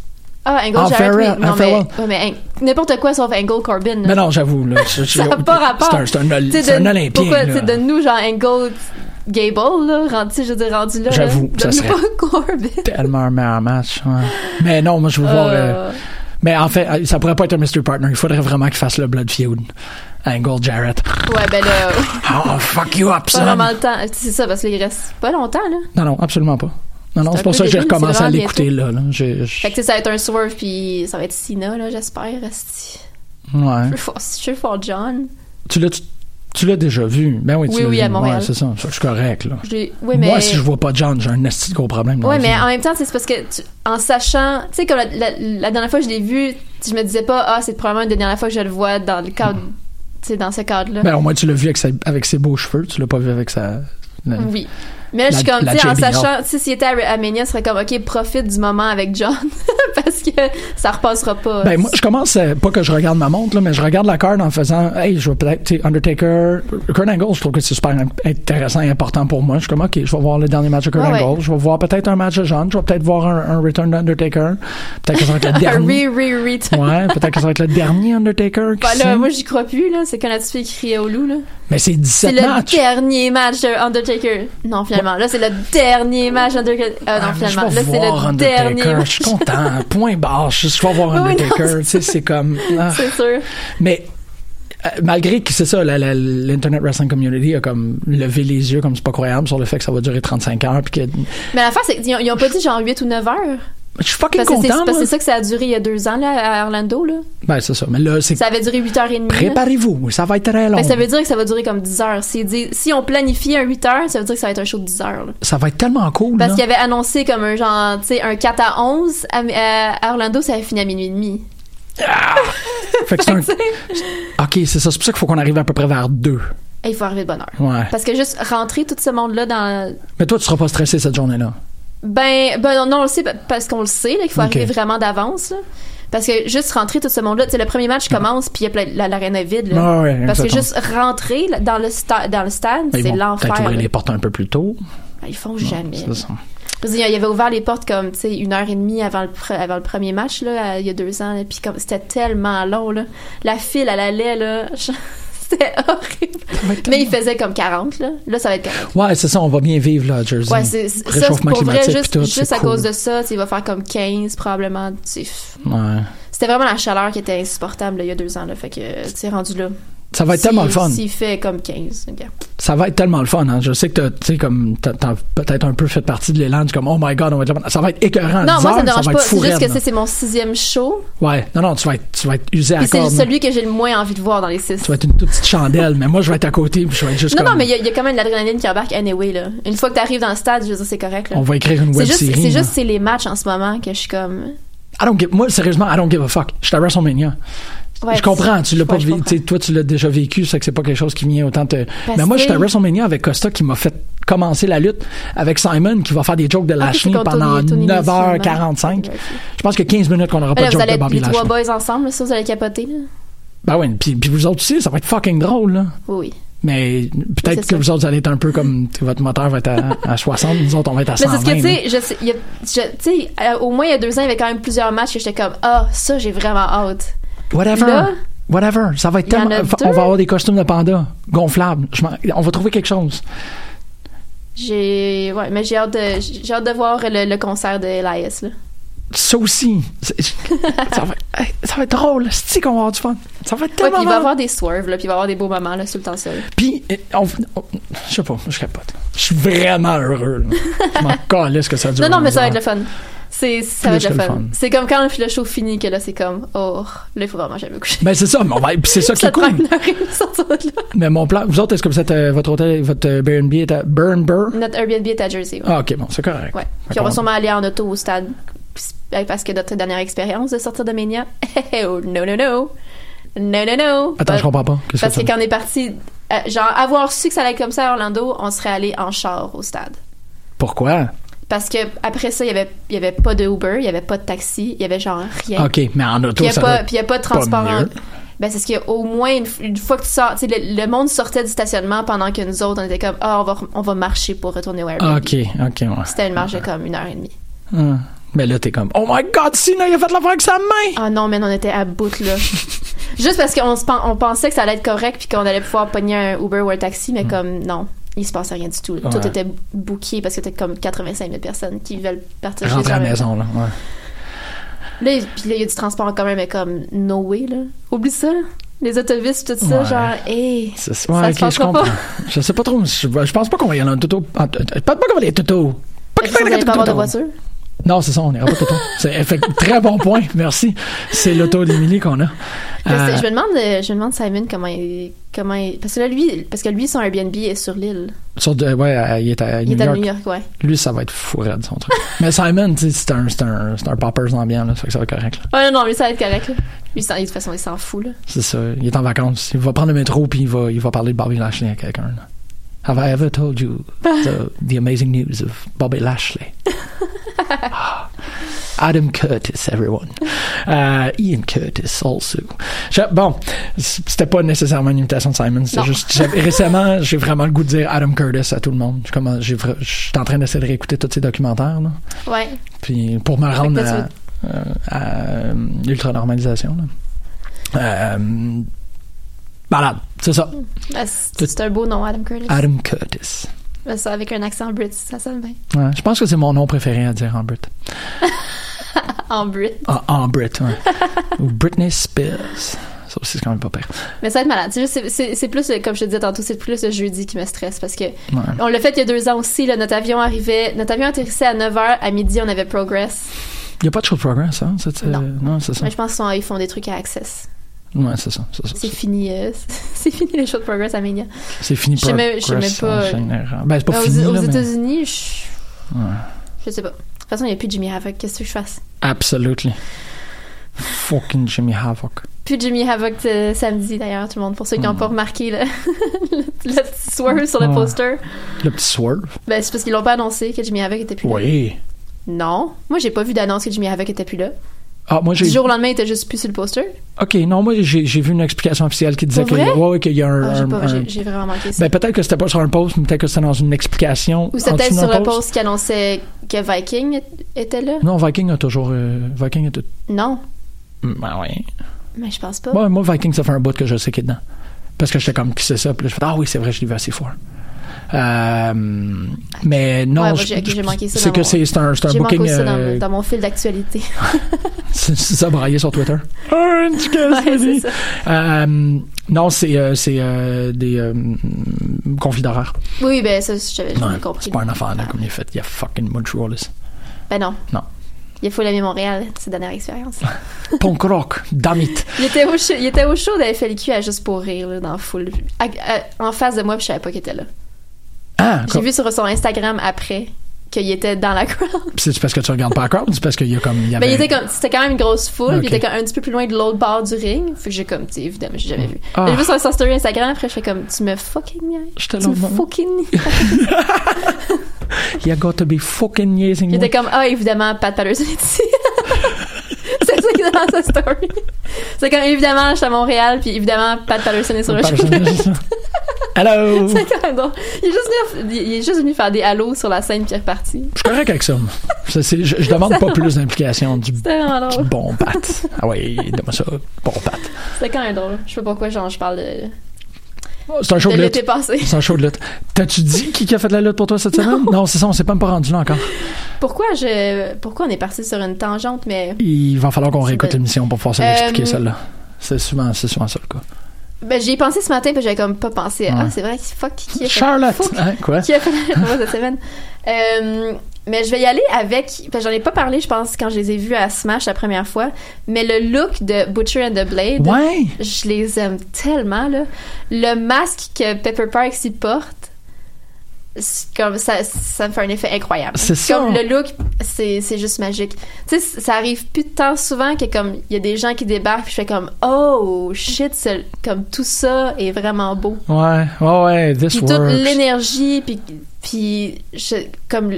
[SPEAKER 4] Ah, Angle,
[SPEAKER 6] En
[SPEAKER 4] Jarrett,
[SPEAKER 6] farewell,
[SPEAKER 4] oui. Non,
[SPEAKER 6] en
[SPEAKER 4] mais,
[SPEAKER 6] farewell.
[SPEAKER 4] ouais, mais Ang- n'importe quoi sauf Angle Corbin. là.
[SPEAKER 6] Mais non, j'avoue, là. je- je-
[SPEAKER 4] ça n'a pas rapport.
[SPEAKER 6] C'est un, c'est un ol-
[SPEAKER 4] T'sais,
[SPEAKER 6] c'est un
[SPEAKER 4] donne-
[SPEAKER 6] Olympien.
[SPEAKER 4] Pourquoi,
[SPEAKER 6] là.
[SPEAKER 4] t'sais, donne-nous genre Angle Gable, là, rendu, tu sais, je veux dire, rendu là.
[SPEAKER 6] J'avoue,
[SPEAKER 4] là.
[SPEAKER 6] ça
[SPEAKER 4] Donne-nous
[SPEAKER 6] serait-
[SPEAKER 4] pas Corbin.
[SPEAKER 6] Tellement un meilleur match. ouais. Mais non, moi, je veux voir. euh,
[SPEAKER 4] Euh,
[SPEAKER 6] Mais en fait, euh, ça pourrait pas être un mystery partner. Il faudrait vraiment qu'il fasse le Blood Feud. Angle Jarrett.
[SPEAKER 4] Ouais, ben là,
[SPEAKER 6] Oh, fuck you up,
[SPEAKER 4] pas
[SPEAKER 6] son.
[SPEAKER 4] vraiment le temps. C'est ça, parce qu'il reste pas longtemps, là.
[SPEAKER 6] Non, non, absolument pas. Non, non,
[SPEAKER 4] C'est
[SPEAKER 6] c'est
[SPEAKER 4] un
[SPEAKER 6] pour
[SPEAKER 4] peu
[SPEAKER 6] ça que j'ai
[SPEAKER 4] débile,
[SPEAKER 6] recommencé
[SPEAKER 4] c'est
[SPEAKER 6] à
[SPEAKER 4] vraiment
[SPEAKER 6] l'écouter, là. là. J'ai- je-
[SPEAKER 4] Fait que, tu sais, ça va être un swerve, puis ça va être Cena, là, j'espère. esti.
[SPEAKER 6] Ouais.
[SPEAKER 4] Je veux for- je veux for John.
[SPEAKER 6] Tu l'as- tu- Tu l'as déjà vu. Ben oui, tu
[SPEAKER 4] Oui,
[SPEAKER 6] l'as
[SPEAKER 4] oui,
[SPEAKER 6] vu.
[SPEAKER 4] à Montréal.
[SPEAKER 6] Ouais, c'est ça. Je suis correct, là.
[SPEAKER 4] Je l'ai- Ouais, mais...
[SPEAKER 6] Moi, si je vois pas John, j'ai un esti de gros problème. dans
[SPEAKER 4] Ouais,
[SPEAKER 6] la
[SPEAKER 4] mais
[SPEAKER 6] vie.
[SPEAKER 4] en même temps, tu sais, c'est parce que tu- en sachant, tu sais, comme la, la- la dernière fois que je l'ai vu, je me disais pas, ah, c'est probablement la dernière fois que je le vois dans le cadre, tu sais, dans ce cadre-là.
[SPEAKER 6] Ben, au moins, tu l'as vu avec, sa- avec ses beaux cheveux. Tu l'as pas vu avec sa. la-
[SPEAKER 4] oui. Mais là, je suis
[SPEAKER 6] La-
[SPEAKER 4] comme,
[SPEAKER 6] la
[SPEAKER 4] tu sais, en
[SPEAKER 6] JBL.
[SPEAKER 4] sachant, tu sais, s'il était à Armenia, ce serait comme, ok, profite du moment avec John, parce que ça repassera pas.
[SPEAKER 6] Ben, moi, je commence, euh, pas que je regarde ma montre, là, mais je regarde la carte en faisant, hey, je vais peut-être, tu sais, Undertaker, Kurt Angle, je trouve que c'est super in- intéressant et important pour moi. Je suis comme, ok, je vais voir le dernier match de Kurt
[SPEAKER 4] Ouais, ouais.
[SPEAKER 6] Angle, je vais voir peut-être un match de John, je vais peut-être voir un, un Return d'Undertaker, peut-être que ça va être le
[SPEAKER 4] Un
[SPEAKER 6] dernier.
[SPEAKER 4] re, re, re.
[SPEAKER 6] ouais, peut-être que ça va être le dernier Undertaker. qui
[SPEAKER 4] Ben là,
[SPEAKER 6] sait.
[SPEAKER 4] moi, j'y crois plus, là. C'est quand la petite fille criait au loup, là.
[SPEAKER 6] mais c'est
[SPEAKER 4] C'est
[SPEAKER 6] 17
[SPEAKER 4] le
[SPEAKER 6] matchs.
[SPEAKER 4] dernier match de Undertaker. Non, finalement. Là, c'est le dernier match Undertaker. Ah, non,
[SPEAKER 6] Ah, mais
[SPEAKER 4] finalement.
[SPEAKER 6] je
[SPEAKER 4] Là,
[SPEAKER 6] vais
[SPEAKER 4] c'est
[SPEAKER 6] voir
[SPEAKER 4] le
[SPEAKER 6] Undertaker.
[SPEAKER 4] dernier
[SPEAKER 6] Je
[SPEAKER 4] match.
[SPEAKER 6] suis content. Point barre. Je je vais voir
[SPEAKER 4] Oui, non,
[SPEAKER 6] Undertaker.
[SPEAKER 4] c'est
[SPEAKER 6] tu sais, c'est comme. ah.
[SPEAKER 4] C'est sûr.
[SPEAKER 6] Mais euh, malgré que c'est ça, la- la- l'Internet Wrestling Community a comme levé les yeux comme c'est pas croyable sur le fait que ça va durer 35 heures. Puis que,
[SPEAKER 4] Mais l'affaire, c'est qu'ils ont- ils ont pas dit genre 8 ou 9 heures.
[SPEAKER 6] je suis fucking
[SPEAKER 4] Parce que c'est parce
[SPEAKER 6] content.
[SPEAKER 4] que
[SPEAKER 6] moi.
[SPEAKER 4] c'est ça que ça a duré il y a deux ans là, à Orlando. Là.
[SPEAKER 6] Ben, c'est ça. Mais là, c'est
[SPEAKER 4] Ça avait duré 8 heures et demie. là.
[SPEAKER 6] préparez-vous. Ça va être très long.
[SPEAKER 4] Fait que ça veut dire que ça va durer comme 10 heures. Si, dit- si on planifie un 8 heures, ça veut dire que ça va être un show de 10 heures. là.
[SPEAKER 6] Ça va être tellement cool.
[SPEAKER 4] Parce
[SPEAKER 6] là.
[SPEAKER 4] qu'il y avait annoncé comme un genre, tu sais, un 4 à 11. À, à Orlando, ça avait fini à minuit et demi.
[SPEAKER 6] Fait que c'est un- Ok, c'est ça. C'est pour ça qu'il faut qu'on arrive à peu près vers deux.
[SPEAKER 4] Et il faut arriver de bonne heure.
[SPEAKER 6] Ouais.
[SPEAKER 4] Parce que juste rentrer tout ce monde-là dans.
[SPEAKER 6] Mais toi, tu seras pas stressé cette journée-là.
[SPEAKER 4] Ben, ben non, non, on le sait pa- parce qu'on le sait, là, qu'il faut
[SPEAKER 6] Ok.
[SPEAKER 4] arriver vraiment d'avance. là. Parce que juste rentrer tout ce monde-là, tu sais, le premier match commence, puis il y a plein- la- l'arena est vide. là.
[SPEAKER 6] Ah ouais,
[SPEAKER 4] Parce
[SPEAKER 6] ça
[SPEAKER 4] que
[SPEAKER 6] tombe.
[SPEAKER 4] juste rentrer là, dans le, sta- dans le stade,
[SPEAKER 6] Ils
[SPEAKER 4] c'est
[SPEAKER 6] vont peut-être
[SPEAKER 4] l'enfer.
[SPEAKER 6] ouvrir
[SPEAKER 4] là. Ah,
[SPEAKER 6] les portes un peu plus tôt.
[SPEAKER 4] Ils font
[SPEAKER 6] Non,
[SPEAKER 4] jamais.
[SPEAKER 6] c'est ça.
[SPEAKER 4] Je veux dire, Il avait ouvert les portes comme, tu sais, une heure et demie avant le, pre- avant le premier match, là, à- il y a deux ans, là, puis comme, c'était tellement long, là. La file, elle allait, là. C'était horrible. Mais il faisait comme 40, là. Là, ça va être 40.
[SPEAKER 6] Ouais, c'est ça, on va bien vivre, là, à Jersey.
[SPEAKER 4] Ouais, c'est, c'est- ça, c'est
[SPEAKER 6] Réchauffement
[SPEAKER 4] pour vrai,
[SPEAKER 6] climatique,
[SPEAKER 4] juste,
[SPEAKER 6] puis tout,
[SPEAKER 4] juste
[SPEAKER 6] c'est
[SPEAKER 4] à cause
[SPEAKER 6] cool.
[SPEAKER 4] de ça, tu sais, il va faire comme 15, probablement. tu sais, pff.
[SPEAKER 6] Ouais.
[SPEAKER 4] C'était vraiment la chaleur qui était insupportable, là, il y a deux ans, là. Fait que, tu sais, rendu là.
[SPEAKER 6] Ça va être tellement le fun.
[SPEAKER 4] S'il fait comme 15, regarde.
[SPEAKER 6] Ça va être tellement le fun, hein. Je sais que t'as, tu sais, comme, t'as, t'as peut-être un peu fait partie de l'élan, du comme, oh my god, on va être là. Ça va être écœurant.
[SPEAKER 4] Non, moi,
[SPEAKER 6] dix
[SPEAKER 4] ça
[SPEAKER 6] heures,
[SPEAKER 4] me dérange
[SPEAKER 6] Ah, va
[SPEAKER 4] pas.
[SPEAKER 6] être fou
[SPEAKER 4] C'est juste
[SPEAKER 6] raide,
[SPEAKER 4] que
[SPEAKER 6] là.
[SPEAKER 4] c'est, c'est mon sixième show.
[SPEAKER 6] Ouais, non, non, tu vas être, tu vas être usé à
[SPEAKER 4] Puis c'est
[SPEAKER 6] cordes. là.
[SPEAKER 4] celui que j'ai le moins envie de voir dans les six.
[SPEAKER 6] Tu vas être une toute petite chandelle, mais moi, je vais être à côté, puis je vais être juste
[SPEAKER 4] Non,
[SPEAKER 6] comme,
[SPEAKER 4] non, mais il y, a- il y a quand même de l'adrénaline qui embarque anyway, là. Une fois que t'arrives dans le stade, je veux dire, c'est correct, là.
[SPEAKER 6] on va écrire une
[SPEAKER 4] c'est
[SPEAKER 6] web
[SPEAKER 4] juste,
[SPEAKER 6] série.
[SPEAKER 4] c'est
[SPEAKER 6] là.
[SPEAKER 4] juste, c'est les matchs en ce moment que je suis comme.
[SPEAKER 6] I don't give- moi, sérieusement, I don't give a fuck. Je suis à WrestleMania.
[SPEAKER 4] Ouais,
[SPEAKER 6] je comprends, tu l'as
[SPEAKER 4] ouais,
[SPEAKER 6] pas
[SPEAKER 4] je
[SPEAKER 6] vécu,
[SPEAKER 4] comprends.
[SPEAKER 6] toi tu l'as déjà vécu, c'est que c'est pas quelque chose qui vient autant te.
[SPEAKER 4] Parce
[SPEAKER 6] Mais moi, j'étais à
[SPEAKER 4] que-
[SPEAKER 6] WrestleMania avec Costa qui m'a fait commencer la lutte avec Simon qui va faire des jokes de
[SPEAKER 4] Ah, puis c'est
[SPEAKER 6] Lashley
[SPEAKER 4] contre
[SPEAKER 6] pendant
[SPEAKER 4] Tony- Tony Nese,
[SPEAKER 6] 9h45.
[SPEAKER 4] sûrement.
[SPEAKER 6] Je pense que 15 minutes qu'on aura
[SPEAKER 4] Mais
[SPEAKER 6] pas
[SPEAKER 4] là,
[SPEAKER 6] de
[SPEAKER 4] vous
[SPEAKER 6] joke
[SPEAKER 4] allez
[SPEAKER 6] de
[SPEAKER 4] être
[SPEAKER 6] Bobby
[SPEAKER 4] les trois
[SPEAKER 6] Lashley.
[SPEAKER 4] boys ensemble, là, ça, vous allez capoter, là.
[SPEAKER 6] Ben ouais, puis, puis vous autres aussi, ça va être fucking drôle là.
[SPEAKER 4] Oui, oui.
[SPEAKER 6] Mais peut-être
[SPEAKER 4] c'est
[SPEAKER 6] que
[SPEAKER 4] ça.
[SPEAKER 6] vous autres allez être un peu comme tu sais, votre moteur va être à, à 60, nous autres on va être à
[SPEAKER 4] Mais
[SPEAKER 6] 120.
[SPEAKER 4] c'est ce que, tu
[SPEAKER 6] là.
[SPEAKER 4] sais, je sais, il y a- je- tu sais, euh, au moins il y a deux ans, il y avait quand même plusieurs matchs que j'étais comme, ah, ça, j'ai vraiment hâte.
[SPEAKER 6] Whatever.
[SPEAKER 4] Là,
[SPEAKER 6] Whatever. Ça va être
[SPEAKER 4] il y en
[SPEAKER 6] tellement.
[SPEAKER 4] a
[SPEAKER 6] On
[SPEAKER 4] deux.
[SPEAKER 6] va avoir des costumes de panda gonflables. Je m'en- on va trouver quelque chose.
[SPEAKER 4] J'ai, ouais, mais j'ai hâte de, j'ai hâte de voir le, le concert de Elias, là.
[SPEAKER 6] ça aussi. c'est- Ça va, hey, ça va être drôle. C'est qu'on va avoir du fun. Ça va être
[SPEAKER 4] Ouais, puis
[SPEAKER 6] tellement
[SPEAKER 4] il va y
[SPEAKER 6] drôle.
[SPEAKER 4] avoir des swerves, là, puis il va y avoir des beaux moments, là, sur le temps seul.
[SPEAKER 6] Puis, eh, on, on- je sais pas, je capote. Je suis vraiment heureux. là. Je m'en calais ce que ça dure.
[SPEAKER 4] Non, non, mais ça va être
[SPEAKER 6] deux
[SPEAKER 4] le fun. C'est, ça va
[SPEAKER 6] Plus
[SPEAKER 4] être le
[SPEAKER 6] que
[SPEAKER 4] fun.
[SPEAKER 6] le fun.
[SPEAKER 4] C'est comme quand le show finit, que là, c'est comme, oh, là, il faut vraiment jamais me coucher.
[SPEAKER 6] heures. Ben, c'est ça, mais on va- puis c'est ça qui
[SPEAKER 4] Ça
[SPEAKER 6] est
[SPEAKER 4] te prend
[SPEAKER 6] cool.
[SPEAKER 4] une heure et demie de sortir de là.
[SPEAKER 6] Mais mon plan, vous autres, est-ce que vous êtes euh, votre hôtel, votre euh, Airbnb est à Burnbur?
[SPEAKER 4] Notre Airbnb est à Jersey, ouais.
[SPEAKER 6] Ah, ok, bon, c'est correct.
[SPEAKER 4] Ouais.
[SPEAKER 6] Fait
[SPEAKER 4] Puis on
[SPEAKER 6] qu'on-
[SPEAKER 4] va sûrement aller en auto au stade. Puis- Parce que notre dernière expérience de sortir de Ménia, oh, no, no, no. No, no, no.
[SPEAKER 6] Attends, je comprends pas. Qu'est-ce
[SPEAKER 4] Parce
[SPEAKER 6] que
[SPEAKER 4] que
[SPEAKER 6] t'as
[SPEAKER 4] quand on est parti, euh, genre, avoir su que ça allait être comme ça à Orlando, on serait allé en char au stade.
[SPEAKER 6] dit? Pourquoi?
[SPEAKER 4] Parce que après ça, il y avait, il y avait pas de Uber, il y avait pas de taxi, il y avait genre rien.
[SPEAKER 6] Ok, mais en
[SPEAKER 4] Puis
[SPEAKER 6] auto,
[SPEAKER 4] il y a
[SPEAKER 6] ça
[SPEAKER 4] pas,
[SPEAKER 6] va
[SPEAKER 4] puis il y a pas de transport en-
[SPEAKER 6] mieux.
[SPEAKER 4] Ben, c'est ce qu'il y a au moins une, f- une fois que tu sors, tu sais, le, le monde sortait du stationnement pendant que nous autres, on était comme, ah, on, va, re- on va marcher pour retourner au Airbnb.
[SPEAKER 6] Ok, ok, ouais.
[SPEAKER 4] C'était une marche de comme une heure et demie.
[SPEAKER 6] Hum. Mais là, t'es comme, oh my god, Sina, il a fait l'affaire avec sa main!
[SPEAKER 4] Ah non, mais on était à bout, là. Juste parce qu'on se pen- on pensait que ça allait être correct puis qu'on allait pouvoir pogner un Uber ou un taxi, mais comme non, il se passait rien du tout.
[SPEAKER 6] Mm. Ouais.
[SPEAKER 4] Tout était booké parce que t'as comme 85 000 personnes qui veulent partager
[SPEAKER 6] Rentre
[SPEAKER 4] ça en
[SPEAKER 6] à la
[SPEAKER 4] même temps.
[SPEAKER 6] maison, là. Ouais.
[SPEAKER 4] Là, il- puis là, il y a du transport en commun, mais comme no way, là. Oublie ça, là. Les autobus, tout ça,
[SPEAKER 6] Ouais.
[SPEAKER 4] genre, eh. hé.
[SPEAKER 6] C'est ça,
[SPEAKER 4] Ça
[SPEAKER 6] ouais,
[SPEAKER 4] se
[SPEAKER 6] ok, je
[SPEAKER 4] passera
[SPEAKER 6] comprends.
[SPEAKER 4] pas.
[SPEAKER 6] Je sais pas trop. Je, je pense pas qu'on va y aller en toto. en- Je pense pas qu'on va y aller toto. Pas
[SPEAKER 4] Vous n'allez pas avoir de voiture?
[SPEAKER 6] Non, c'est ça, on ira pas toto. C'est fait que très bon point, merci. C'est l'auto d'Émilie qu'on a.
[SPEAKER 4] Là, c'est-
[SPEAKER 6] Euh,
[SPEAKER 4] Je me demande, euh, je me demande Simon comment il, comment il- parce que là, lui, parce que lui, son Airbnb est sur l'île.
[SPEAKER 6] sur de- ouais, euh, il est à
[SPEAKER 4] Il
[SPEAKER 6] New
[SPEAKER 4] est à
[SPEAKER 6] York.
[SPEAKER 4] New York, ouais.
[SPEAKER 6] Lui, ça va être fou raide, son truc. Mais Simon, tu sais, c'est un, c'est un, c'est un poppers ambiant, là, ça fait que ça va être correct. là.
[SPEAKER 4] Ouais, non, non, lui, ça va être correct, là. Lui, ça- de toute façon, il s'en fout, là.
[SPEAKER 6] C'est ça, il est en vacances. Il va prendre le métro, puis il va, il va parler de Bobby Lashley à quelqu'un. là. Have I ever told you the, the amazing news of Bobby Lashley? Ah. Adam Curtis, everyone. Euh, Ian Curtis, also. Je- bon, c- c'était pas nécessairement une imitation de Simon. C'était
[SPEAKER 4] Non.
[SPEAKER 6] juste, j'avais- récemment, j'ai vraiment le goût de dire Adam Curtis à tout le monde. Je commence- j'ai vra- Je suis en train d'essayer de réécouter tous ces documentaires, là,
[SPEAKER 4] Ouais.
[SPEAKER 6] puis pour me
[SPEAKER 4] que
[SPEAKER 6] rendre
[SPEAKER 4] tu
[SPEAKER 6] à,
[SPEAKER 4] veux-
[SPEAKER 6] euh, à, euh, l'ultra-normalisation. là. Euh, malade, c'est ça.
[SPEAKER 4] Ah, C'est c'est un beau nom, Adam Curtis.
[SPEAKER 6] Adam Curtis.
[SPEAKER 4] Ben, Ça, avec un accent brit, ça sonne bien.
[SPEAKER 6] Ouais, je pense que c'est mon nom préféré à dire en Brit.
[SPEAKER 4] En brit.
[SPEAKER 6] Ah, en Brit, ouais. Ou Britney Spears. Ça aussi, c'est quand même pas pire.
[SPEAKER 4] Mais ça va être malade. C'est juste- c'est- C'est c'est plus, le- comme je te disais tantôt, c'est plus le jeudi qui me stresse parce que
[SPEAKER 6] Ouais.
[SPEAKER 4] on l'a fait il y a deux ans aussi. Là, notre avion arrivait, notre avion atterrissait à 9h, à midi, on avait Progress.
[SPEAKER 6] Il n'y a pas de show progress, hein? c'est- c'est-
[SPEAKER 4] Non.
[SPEAKER 6] c'est ça.
[SPEAKER 4] Mais je pense qu'ils sont- ils font des trucs à Access.
[SPEAKER 6] Ouais, c'est ça. c'est ça,
[SPEAKER 4] C'est
[SPEAKER 6] c'est-
[SPEAKER 4] fini, euh, c'est fini les shows de Progress à Ménia.
[SPEAKER 6] C'est fini
[SPEAKER 4] je sais même- je sais
[SPEAKER 6] progress
[SPEAKER 4] même pas,
[SPEAKER 6] en
[SPEAKER 4] euh,
[SPEAKER 6] général. Ben, c'est pas
[SPEAKER 4] aux
[SPEAKER 6] fini,
[SPEAKER 4] aux
[SPEAKER 6] là, mais-
[SPEAKER 4] États-Unis, je.
[SPEAKER 6] Ouais.
[SPEAKER 4] Je sais pas. De toute façon, il n'y a plus de Jimmy Havoc. Qu'est-ce que je fasse?
[SPEAKER 6] Absolutely. Fucking Jimmy Havoc.
[SPEAKER 4] Plus de Jimmy Havoc de samedi, d'ailleurs, tout le monde. Pour ceux qui n'ont pas remarqué le, le, le petit swerve sur le
[SPEAKER 6] Mm. Ouais.
[SPEAKER 4] poster.
[SPEAKER 6] Le petit swerve.
[SPEAKER 4] Ben, c'est parce qu'ils l'ont pas annoncé que Jimmy Havoc était plus là.
[SPEAKER 6] Oui.
[SPEAKER 4] Non. Moi, j'ai pas vu d'annonce que Jimmy Havoc était plus là.
[SPEAKER 6] Ah, moi, j'ai.
[SPEAKER 4] Du jour au lendemain, il était juste plus sur le poster.
[SPEAKER 6] OK, non, moi, j'ai j'ai vu une explication officielle qui disait
[SPEAKER 4] Pour
[SPEAKER 6] que-
[SPEAKER 4] vrai?
[SPEAKER 6] ouais, ouais, qu'il y a un.
[SPEAKER 4] Ah, j'ai
[SPEAKER 6] un-
[SPEAKER 4] pas-
[SPEAKER 6] un-
[SPEAKER 4] j'ai- j'ai vraiment manqué ça.
[SPEAKER 6] Euh, Ben, peut-être que c'était pas sur un post, mais peut-être que c'était dans une explication.
[SPEAKER 4] Ou
[SPEAKER 6] en
[SPEAKER 4] c'était peut-être
[SPEAKER 6] dessous
[SPEAKER 4] sur
[SPEAKER 6] d'un
[SPEAKER 4] le post qui annonçait que Viking était là?
[SPEAKER 6] Non, Viking a toujours. euh, Viking a tout.
[SPEAKER 4] Non,
[SPEAKER 6] Ben, ouais.
[SPEAKER 4] mais je pense pas.
[SPEAKER 6] Moi, moi, Viking, ça fait un bout que je sais qu'il est dedans. Parce que j'étais comme, qui c'est ça? Puis là, je fais, ah oui, c'est vrai, je l'ai vu assez fort. Euh, mais non,
[SPEAKER 4] Ouais, moi,
[SPEAKER 6] je-
[SPEAKER 4] j'ai- ok, j'ai manqué ça
[SPEAKER 6] c'est
[SPEAKER 4] dans
[SPEAKER 6] que
[SPEAKER 4] mon-
[SPEAKER 6] c'est c'est un, c'est un
[SPEAKER 4] J'ai manqué
[SPEAKER 6] booking.
[SPEAKER 4] ça dans,
[SPEAKER 6] euh,
[SPEAKER 4] mon- dans mon fil d'actualité.
[SPEAKER 6] c'est c'est ça braillé sur Twitter. Orange Cassidy. Euh, non, c'est euh, c'est, euh, des euh, conflits d'horreur.
[SPEAKER 4] oui, oui, ben ça, j'avais
[SPEAKER 6] Non,
[SPEAKER 4] j'avais compris. Ah,
[SPEAKER 6] C'est pas un affaire là, comme il est fait. Il y a fucking Montreal.
[SPEAKER 4] Ben non.
[SPEAKER 6] Non.
[SPEAKER 4] Il faut l'aimer Montréal, cette dernière expérience.
[SPEAKER 6] Punk rock, damn it.
[SPEAKER 4] il, était au show, il était au show de FLQ à Juste pour rire, là, dans la foule. À- à- en face de moi, puis je savais pas qu'il était là.
[SPEAKER 6] Ah,
[SPEAKER 4] J'ai vu sur son Instagram après qu'il était dans la crowd.
[SPEAKER 6] c'est parce que tu regardes pas la crowd, c'est parce qu'il y a comme. il Y
[SPEAKER 4] Ben,
[SPEAKER 6] avait...
[SPEAKER 4] il était comme, c'était quand même une grosse foule, puis
[SPEAKER 6] Ok.
[SPEAKER 4] il était comme un petit peu plus loin de l'autre bord du ring. Fait que j'ai comme, tu sais, évidemment, j'ai jamais vu.
[SPEAKER 6] Ah.
[SPEAKER 4] J'ai vu sur son story Instagram, après, je fais comme, tu me fucking niaises.
[SPEAKER 6] J'étais
[SPEAKER 4] Tu
[SPEAKER 6] là,
[SPEAKER 4] me
[SPEAKER 6] non.
[SPEAKER 4] fucking niaises.
[SPEAKER 6] You got to be fucking using
[SPEAKER 4] Il
[SPEAKER 6] me.
[SPEAKER 4] était comme, ah, évidemment, Pat Patterson est ici. c'est ça qui est dans sa story. C'est comme, évidemment, je suis à Montréal, puis évidemment, Pat Patterson est sur le show.
[SPEAKER 6] Hello!
[SPEAKER 4] C'est quand même drôle. Il est, juste venu, il est juste venu faire des halos sur la scène, puis il est reparti.
[SPEAKER 6] Je suis correct avec ça. moi. Ça, c'est- je, je demande pas plus d'implication du
[SPEAKER 4] C'était vraiment drôle.
[SPEAKER 6] bon pat. Ah ouais, donne-moi ça. Bon pat.
[SPEAKER 4] C'était quand même drôle. Je sais pas pourquoi, genre, je parle de,
[SPEAKER 6] C'est un show
[SPEAKER 4] de
[SPEAKER 6] de
[SPEAKER 4] l'été
[SPEAKER 6] lutte.
[SPEAKER 4] passé.
[SPEAKER 6] C'est un show de lutte. T'as-tu dit qui qui a fait de la lutte pour toi cette semaine? Non, c'est ça, on s'est pas même pas rendu là encore.
[SPEAKER 4] Pourquoi je, pourquoi on est parti sur une tangente, mais,
[SPEAKER 6] Il va falloir qu'on réécoute
[SPEAKER 4] pas-
[SPEAKER 6] l'émission pour pouvoir se
[SPEAKER 4] Euh,
[SPEAKER 6] l'expliquer, celle-là. C'est souvent, c'est souvent ça le cas.
[SPEAKER 4] ben, j'y ai pensé ce matin, puis j'avais comme pas pensé,
[SPEAKER 6] Ouais.
[SPEAKER 4] ah, c'est vrai, fuck, qui est
[SPEAKER 6] Charlotte! Hein, quoi?
[SPEAKER 4] qui a fait la promo cette semaine. Euh, mais je vais y aller avec. parce que J'en ai pas parlé, je pense, quand je les ai vus à Smash la première fois. Mais le look de Butcher and the Blade,
[SPEAKER 6] Ouais!
[SPEAKER 4] je les aime tellement. Là. Le masque que Pepper Parks y porte, c'est comme ça, ça me fait un effet incroyable.
[SPEAKER 6] C'est ça.
[SPEAKER 4] Comme le look, c'est c'est juste magique. Tu sais, ça arrive plus de temps souvent que comme il y a des gens qui débarquent, puis je fais comme oh shit, ce- comme tout ça est vraiment beau
[SPEAKER 6] Ouais, ouais, ouais, this
[SPEAKER 4] puis toute
[SPEAKER 6] works.
[SPEAKER 4] l'énergie puis puis je- comme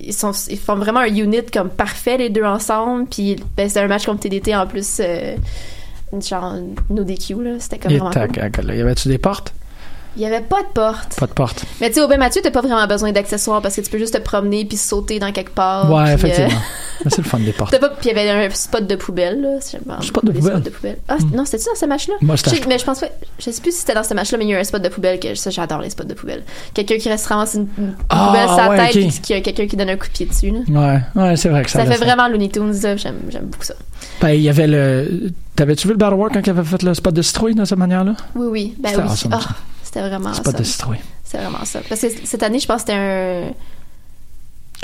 [SPEAKER 4] ils sont ils font vraiment un unit comme parfait les deux ensemble puis ben, c'était un match contre TDT en plus euh, genre no DQ là c'était comme
[SPEAKER 6] Et
[SPEAKER 4] vraiment
[SPEAKER 6] tac,
[SPEAKER 4] cool.
[SPEAKER 6] tac, là. Y avait-tu des portes?
[SPEAKER 4] il y avait pas de porte
[SPEAKER 6] Pas de portes.
[SPEAKER 4] mais tu sais au bain Mathieu t'as pas vraiment besoin d'accessoires parce que tu peux juste te promener puis sauter dans quelque part puis,
[SPEAKER 6] ouais,
[SPEAKER 4] euh,
[SPEAKER 6] effectivement. Mais c'est le fun des portes.
[SPEAKER 4] t'as pas- puis il y avait un spot de poubelle là si j'aime pas
[SPEAKER 6] Spot de
[SPEAKER 4] les
[SPEAKER 6] poubelle. Hmm.
[SPEAKER 4] spots de poubelle ah c'est- non c'était tu dans ce match là
[SPEAKER 6] Moi, c'était-
[SPEAKER 4] mais je pense pas je sais plus si c'était dans ce match là mais il y a eu un spot de poubelle que ça j'adore les spots de poubelle quelqu'un qui reste ramasse une, une
[SPEAKER 6] Ah,
[SPEAKER 4] poubelle sur la
[SPEAKER 6] ouais,
[SPEAKER 4] tête
[SPEAKER 6] ok.
[SPEAKER 4] puis qu'il y a quelqu'un qui donne un coup de pied dessus là.
[SPEAKER 6] Ouais, ouais, c'est vrai que ça
[SPEAKER 4] ça fait
[SPEAKER 6] laisse-
[SPEAKER 4] vraiment Looney Tunes là j'aime j'aime beaucoup ça
[SPEAKER 6] Ben, il y avait le. T'avais-tu vu le Battle War quand il avait fait le spot de citrouille de cette manière-là?
[SPEAKER 4] oui oui ben
[SPEAKER 6] C'était
[SPEAKER 4] oui
[SPEAKER 6] awesome,
[SPEAKER 4] Ah,
[SPEAKER 6] ça.
[SPEAKER 4] c'était vraiment
[SPEAKER 6] spot de
[SPEAKER 4] awesome.
[SPEAKER 6] citrouille.
[SPEAKER 4] c'était vraiment ça parce que c- cette année je pense que c'était un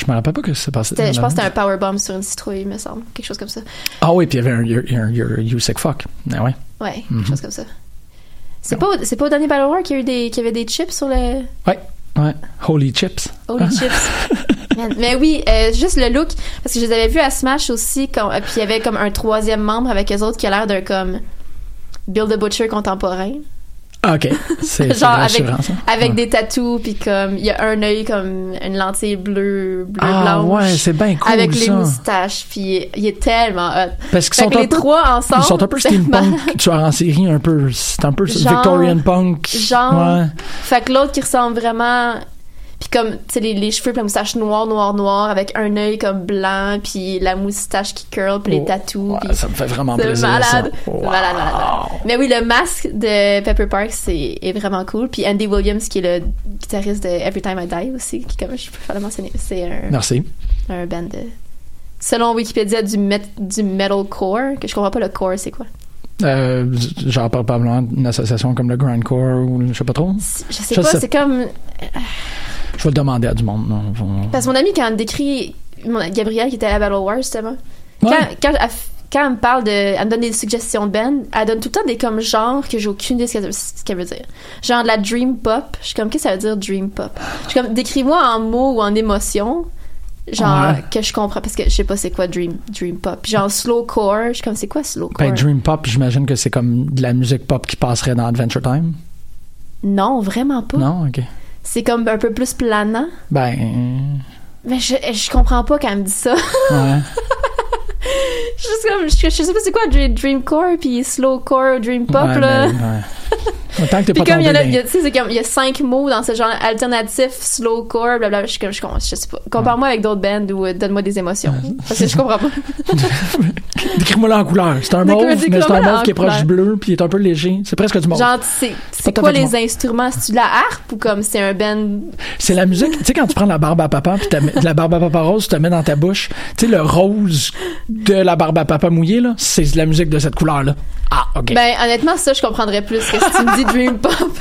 [SPEAKER 6] Je me rappelle pas que ça passé.
[SPEAKER 4] c'était- je pense que c'était un powerbomb sur une citrouille il me semble quelque chose comme ça
[SPEAKER 6] Ah oui, puis il y avait un You're, you're, you're- you sick fuck. Ah ouais.
[SPEAKER 4] ouais quelque chose comme ça c'est pas au- c'est pas au dernier Battle War qu'il y a eu des qu'il y avait des chips sur le
[SPEAKER 6] Ouais, ouais. Holy chips.
[SPEAKER 4] Holy chips. Man. Mais oui, euh, juste le look, parce que je les avais vus à Smash aussi, quand, euh, puis il y avait comme un troisième membre avec les autres qui a l'air d'un comme Bill the Butcher contemporain.
[SPEAKER 6] Ah, ok. C'est c'est
[SPEAKER 4] Genre avec,
[SPEAKER 6] rassurant, ça.
[SPEAKER 4] avec
[SPEAKER 6] Ouais.
[SPEAKER 4] des tatous, puis comme il y a un œil comme une lentille bleue, bleu
[SPEAKER 6] Ah
[SPEAKER 4] blanche.
[SPEAKER 6] ouais, c'est bien cool.
[SPEAKER 4] avec les
[SPEAKER 6] ça.
[SPEAKER 4] moustaches, puis il est tellement hot.
[SPEAKER 6] Parce qu'ils
[SPEAKER 4] Fait
[SPEAKER 6] sont
[SPEAKER 4] que
[SPEAKER 6] un
[SPEAKER 4] les
[SPEAKER 6] peu.
[SPEAKER 4] trois ensemble.
[SPEAKER 6] Ils sont un peu
[SPEAKER 4] c'est
[SPEAKER 6] steampunk, tu vois, en série, un peu. C'est un peu ça,
[SPEAKER 4] Genre-
[SPEAKER 6] Victorian punk.
[SPEAKER 4] genre.
[SPEAKER 6] Ouais.
[SPEAKER 4] Fait que l'autre qui ressemble vraiment. Puis comme, tu sais, les, les cheveux, puis la moustache noire, noire, noire, avec un œil comme blanc, puis la moustache qui curl, puis
[SPEAKER 6] Oh,
[SPEAKER 4] les tatous.
[SPEAKER 6] ouais,
[SPEAKER 4] puis
[SPEAKER 6] ça me fait vraiment
[SPEAKER 4] c'est
[SPEAKER 6] plaisir. ça.
[SPEAKER 4] malade.
[SPEAKER 6] Wow.
[SPEAKER 4] C'est malade, malade, malade. Mais oui, le masque de Pepper Parks est, est vraiment cool. Puis Andy Williams, qui est le guitariste de Every Time I Die aussi, qui, comme je préfère le mentionner, c'est un,
[SPEAKER 6] Merci.
[SPEAKER 4] un band de. Selon Wikipédia, du, met, du metalcore, que je comprends pas le core, c'est quoi?
[SPEAKER 6] Euh, genre, probablement une association comme le Grindcore ou je sais pas trop.
[SPEAKER 4] Je sais
[SPEAKER 6] Je
[SPEAKER 4] pas,
[SPEAKER 6] sais-
[SPEAKER 4] c'est comme.
[SPEAKER 6] Je vais le demander à du monde. non, on-
[SPEAKER 4] Parce que mon ami, quand elle me décrit mon, Gabrielle qui était à Battle Wars, justement,
[SPEAKER 6] Ouais.
[SPEAKER 4] quand, quand, elle, f- quand elle me parle de. Elle me donne des suggestions de band, elle donne tout le temps des comme genres que j'ai aucune idée ce qu'elle ce qu'elle veut dire. Genre de la dream pop. Je suis comme, qu'est-ce que ça veut dire dream pop? Je suis comme, décris-moi en mots ou en émotions. Genre,
[SPEAKER 6] Ouais.
[SPEAKER 4] que je comprends, parce que je sais pas c'est quoi dream, dream pop. Puis Genre, slowcore, je suis comme, c'est quoi slowcore?
[SPEAKER 6] Ben, Dream Pop, j'imagine que c'est comme de la musique pop qui passerait dans Adventure Time.
[SPEAKER 4] Non, vraiment pas.
[SPEAKER 6] Non, ok.
[SPEAKER 4] C'est comme un peu plus planant.
[SPEAKER 6] Ben,
[SPEAKER 4] Mais je, je comprends pas quand elle me dit ça.
[SPEAKER 6] ouais.
[SPEAKER 4] Je Je suis comme, je, je sais pas c'est quoi Dream, Dreamcore puis Slowcore, Dream Pop
[SPEAKER 6] Ouais,
[SPEAKER 4] là.
[SPEAKER 6] mais, ouais. Autant que t'es
[SPEAKER 4] Puis
[SPEAKER 6] pas
[SPEAKER 4] comme il y en
[SPEAKER 6] tombé
[SPEAKER 4] a,
[SPEAKER 6] dans-
[SPEAKER 4] il y a- tu sais, c'est comme il y a cinq mots dans ce genre alternatif, slowcore, blablabla. Je suis comme, je, comprends- je sais pas. Compare-moi avec d'autres bands ou euh, donne-moi des émotions. Parce que je comprends pas.
[SPEAKER 6] Décris-moi-le en couleur. C'est un
[SPEAKER 4] Décris-
[SPEAKER 6] mauve, mais c'est un
[SPEAKER 4] décris-moi-le
[SPEAKER 6] mauve qui est
[SPEAKER 4] en
[SPEAKER 6] proche du
[SPEAKER 4] couleur.
[SPEAKER 6] bleu, puis il est un peu léger. C'est presque du mauve.
[SPEAKER 4] Genre, c'est c'est
[SPEAKER 6] pas
[SPEAKER 4] quoi
[SPEAKER 6] totalement.
[SPEAKER 4] les instruments? C'est-tu de la harpe ou comme c'est un band?
[SPEAKER 6] C'est la musique. Tu sais, quand tu prends la barbe à papa, puis t'as- de la barbe à papa rose, tu te mets dans ta bouche. Tu sais, le rose de la barbe à papa mouillée, là, c'est de la musique de cette couleur-là. Ah, OK.
[SPEAKER 4] Ben, honnêtement, ça, je comprendrais plus que si tu me dis Dream Pop.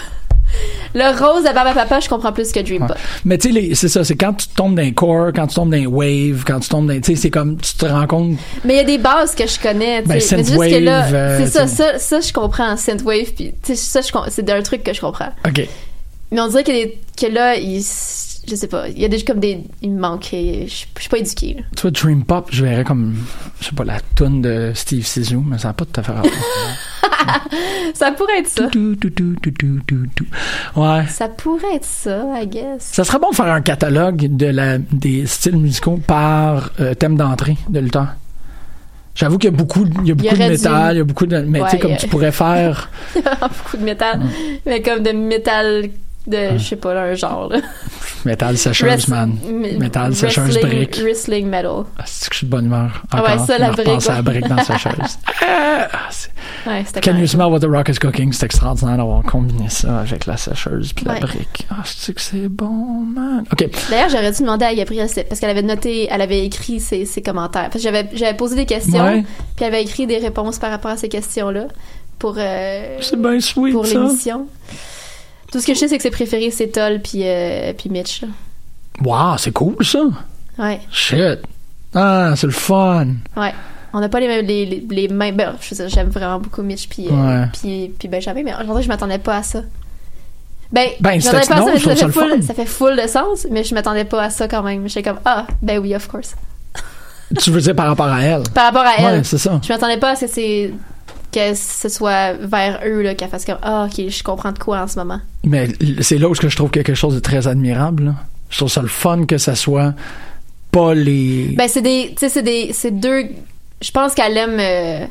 [SPEAKER 4] Le rose à Baba Papa, je comprends plus que Dream
[SPEAKER 6] Ouais.
[SPEAKER 4] Pop.
[SPEAKER 6] Mais tu sais, les- c'est ça, c'est quand tu tombes dans les core, quand tu tombes dans les waves, quand tu tombes dans. Tu sais, c'est comme tu te rends compte.
[SPEAKER 4] Mais il y a des bases que je connais. tu
[SPEAKER 6] Ben,
[SPEAKER 4] sais. mais juste que
[SPEAKER 6] Synthwave,
[SPEAKER 4] là,
[SPEAKER 6] euh,
[SPEAKER 4] c'est ça,
[SPEAKER 6] t'sais.
[SPEAKER 4] ça, ça, je comprends. Synthwave, puis tu sais, ça, je com- c'est un truc que je comprends.
[SPEAKER 6] OK.
[SPEAKER 4] Mais on dirait que, les- que là, il, je sais pas, il y a déjà comme des. Il me manque. Je suis je suis pas éduquée. là.
[SPEAKER 6] Tu vois, Dream Pop, je verrais comme. Je sais pas, la toune de Steve Sizou, mais ça n'a pas tout à fait rapport.
[SPEAKER 4] Ça pourrait être ça.
[SPEAKER 6] Tout, tout, tout, tout, tout, tout, tout. Ouais.
[SPEAKER 4] Ça pourrait être ça, I guess.
[SPEAKER 6] Ça serait bon de faire un catalogue de la, des styles musicaux par euh, thème d'entrée de lutteur. J'avoue qu'il y a beaucoup, il y a beaucoup
[SPEAKER 4] aurait
[SPEAKER 6] de
[SPEAKER 4] du-
[SPEAKER 6] métal, il y a beaucoup de. Mais tu sais,
[SPEAKER 4] Ouais,
[SPEAKER 6] comme
[SPEAKER 4] il y a-
[SPEAKER 6] tu pourrais faire.
[SPEAKER 4] Il y a beaucoup de métal.
[SPEAKER 6] Mm.
[SPEAKER 4] Mais comme de métal de, je sais pas, là, un genre. Là.
[SPEAKER 6] métal sécheuse,
[SPEAKER 4] Wrestling-
[SPEAKER 6] man.
[SPEAKER 4] m-
[SPEAKER 6] Métal sécheuse,
[SPEAKER 4] wrestling-
[SPEAKER 6] brique.
[SPEAKER 4] Wrestling metal.
[SPEAKER 6] Ah, C'est que je suis de bonne humeur.
[SPEAKER 4] Ah
[SPEAKER 6] Encore,
[SPEAKER 4] ouais, ça, la
[SPEAKER 6] de repenser
[SPEAKER 4] brique,
[SPEAKER 6] à la
[SPEAKER 4] ouais.
[SPEAKER 6] brique dans sécheuse. Ah, c'est-
[SPEAKER 4] Ouais, c'était
[SPEAKER 6] Can
[SPEAKER 4] quand
[SPEAKER 6] you
[SPEAKER 4] même-
[SPEAKER 6] smell what the rock is cooking? C'est extraordinaire d'avoir combiné ça avec la sécheuse puis la
[SPEAKER 4] Ouais.
[SPEAKER 6] brique. Ah, c'est que c'est bon, man. OK.
[SPEAKER 4] D'ailleurs, j'aurais dû demander à Gabrielle c'est- parce qu'elle avait noté, elle avait écrit ses, ses commentaires. Parce que j'avais, j'avais posé des questions,
[SPEAKER 6] Ouais.
[SPEAKER 4] puis elle avait écrit des réponses par rapport à ces questions-là pour, euh,
[SPEAKER 6] C'est bien sweet,
[SPEAKER 4] pour
[SPEAKER 6] ça.
[SPEAKER 4] l'émission. Tout ce que je sais, c'est que ses préférés, c'est Toll puis, euh, puis Mitch. là.
[SPEAKER 6] Wow, c'est cool, ça.
[SPEAKER 4] Ouais,
[SPEAKER 6] Shit. Ah, c'est le fun.
[SPEAKER 4] ouais. On n'a pas les mêmes. Les, les, les mêmes ben, je veux dire, j'aime vraiment beaucoup Mitch puis, euh,
[SPEAKER 6] Ouais.
[SPEAKER 4] puis, puis Benjamin, mais en vrai, je m'attendais pas à ça. Ben,
[SPEAKER 6] Ben,
[SPEAKER 4] je m'attendais
[SPEAKER 6] c'était-
[SPEAKER 4] pas
[SPEAKER 6] non,
[SPEAKER 4] à
[SPEAKER 6] je
[SPEAKER 4] ça, mais
[SPEAKER 6] trouve
[SPEAKER 4] ça
[SPEAKER 6] ça
[SPEAKER 4] fait,
[SPEAKER 6] le
[SPEAKER 4] full,
[SPEAKER 6] fun.
[SPEAKER 4] ça fait full de sens, mais je m'attendais pas à ça quand même. J'étais comme, ah, ben oui, of course.
[SPEAKER 6] Tu veux dire par rapport à elle?
[SPEAKER 4] Par rapport à elle.
[SPEAKER 6] Ouais, c'est ça.
[SPEAKER 4] Je m'attendais pas à ce que c'est que ce soit vers eux là qu'elle fasse comme ah ok je comprends de quoi en ce moment.
[SPEAKER 6] Mais l- c'est là où est-ce que je trouve quelque chose de très admirable. là. Je trouve ça le fun que ça soit pas les.
[SPEAKER 4] Ben c'est des tu sais c'est des c'est deux je pense qu'elle aime euh,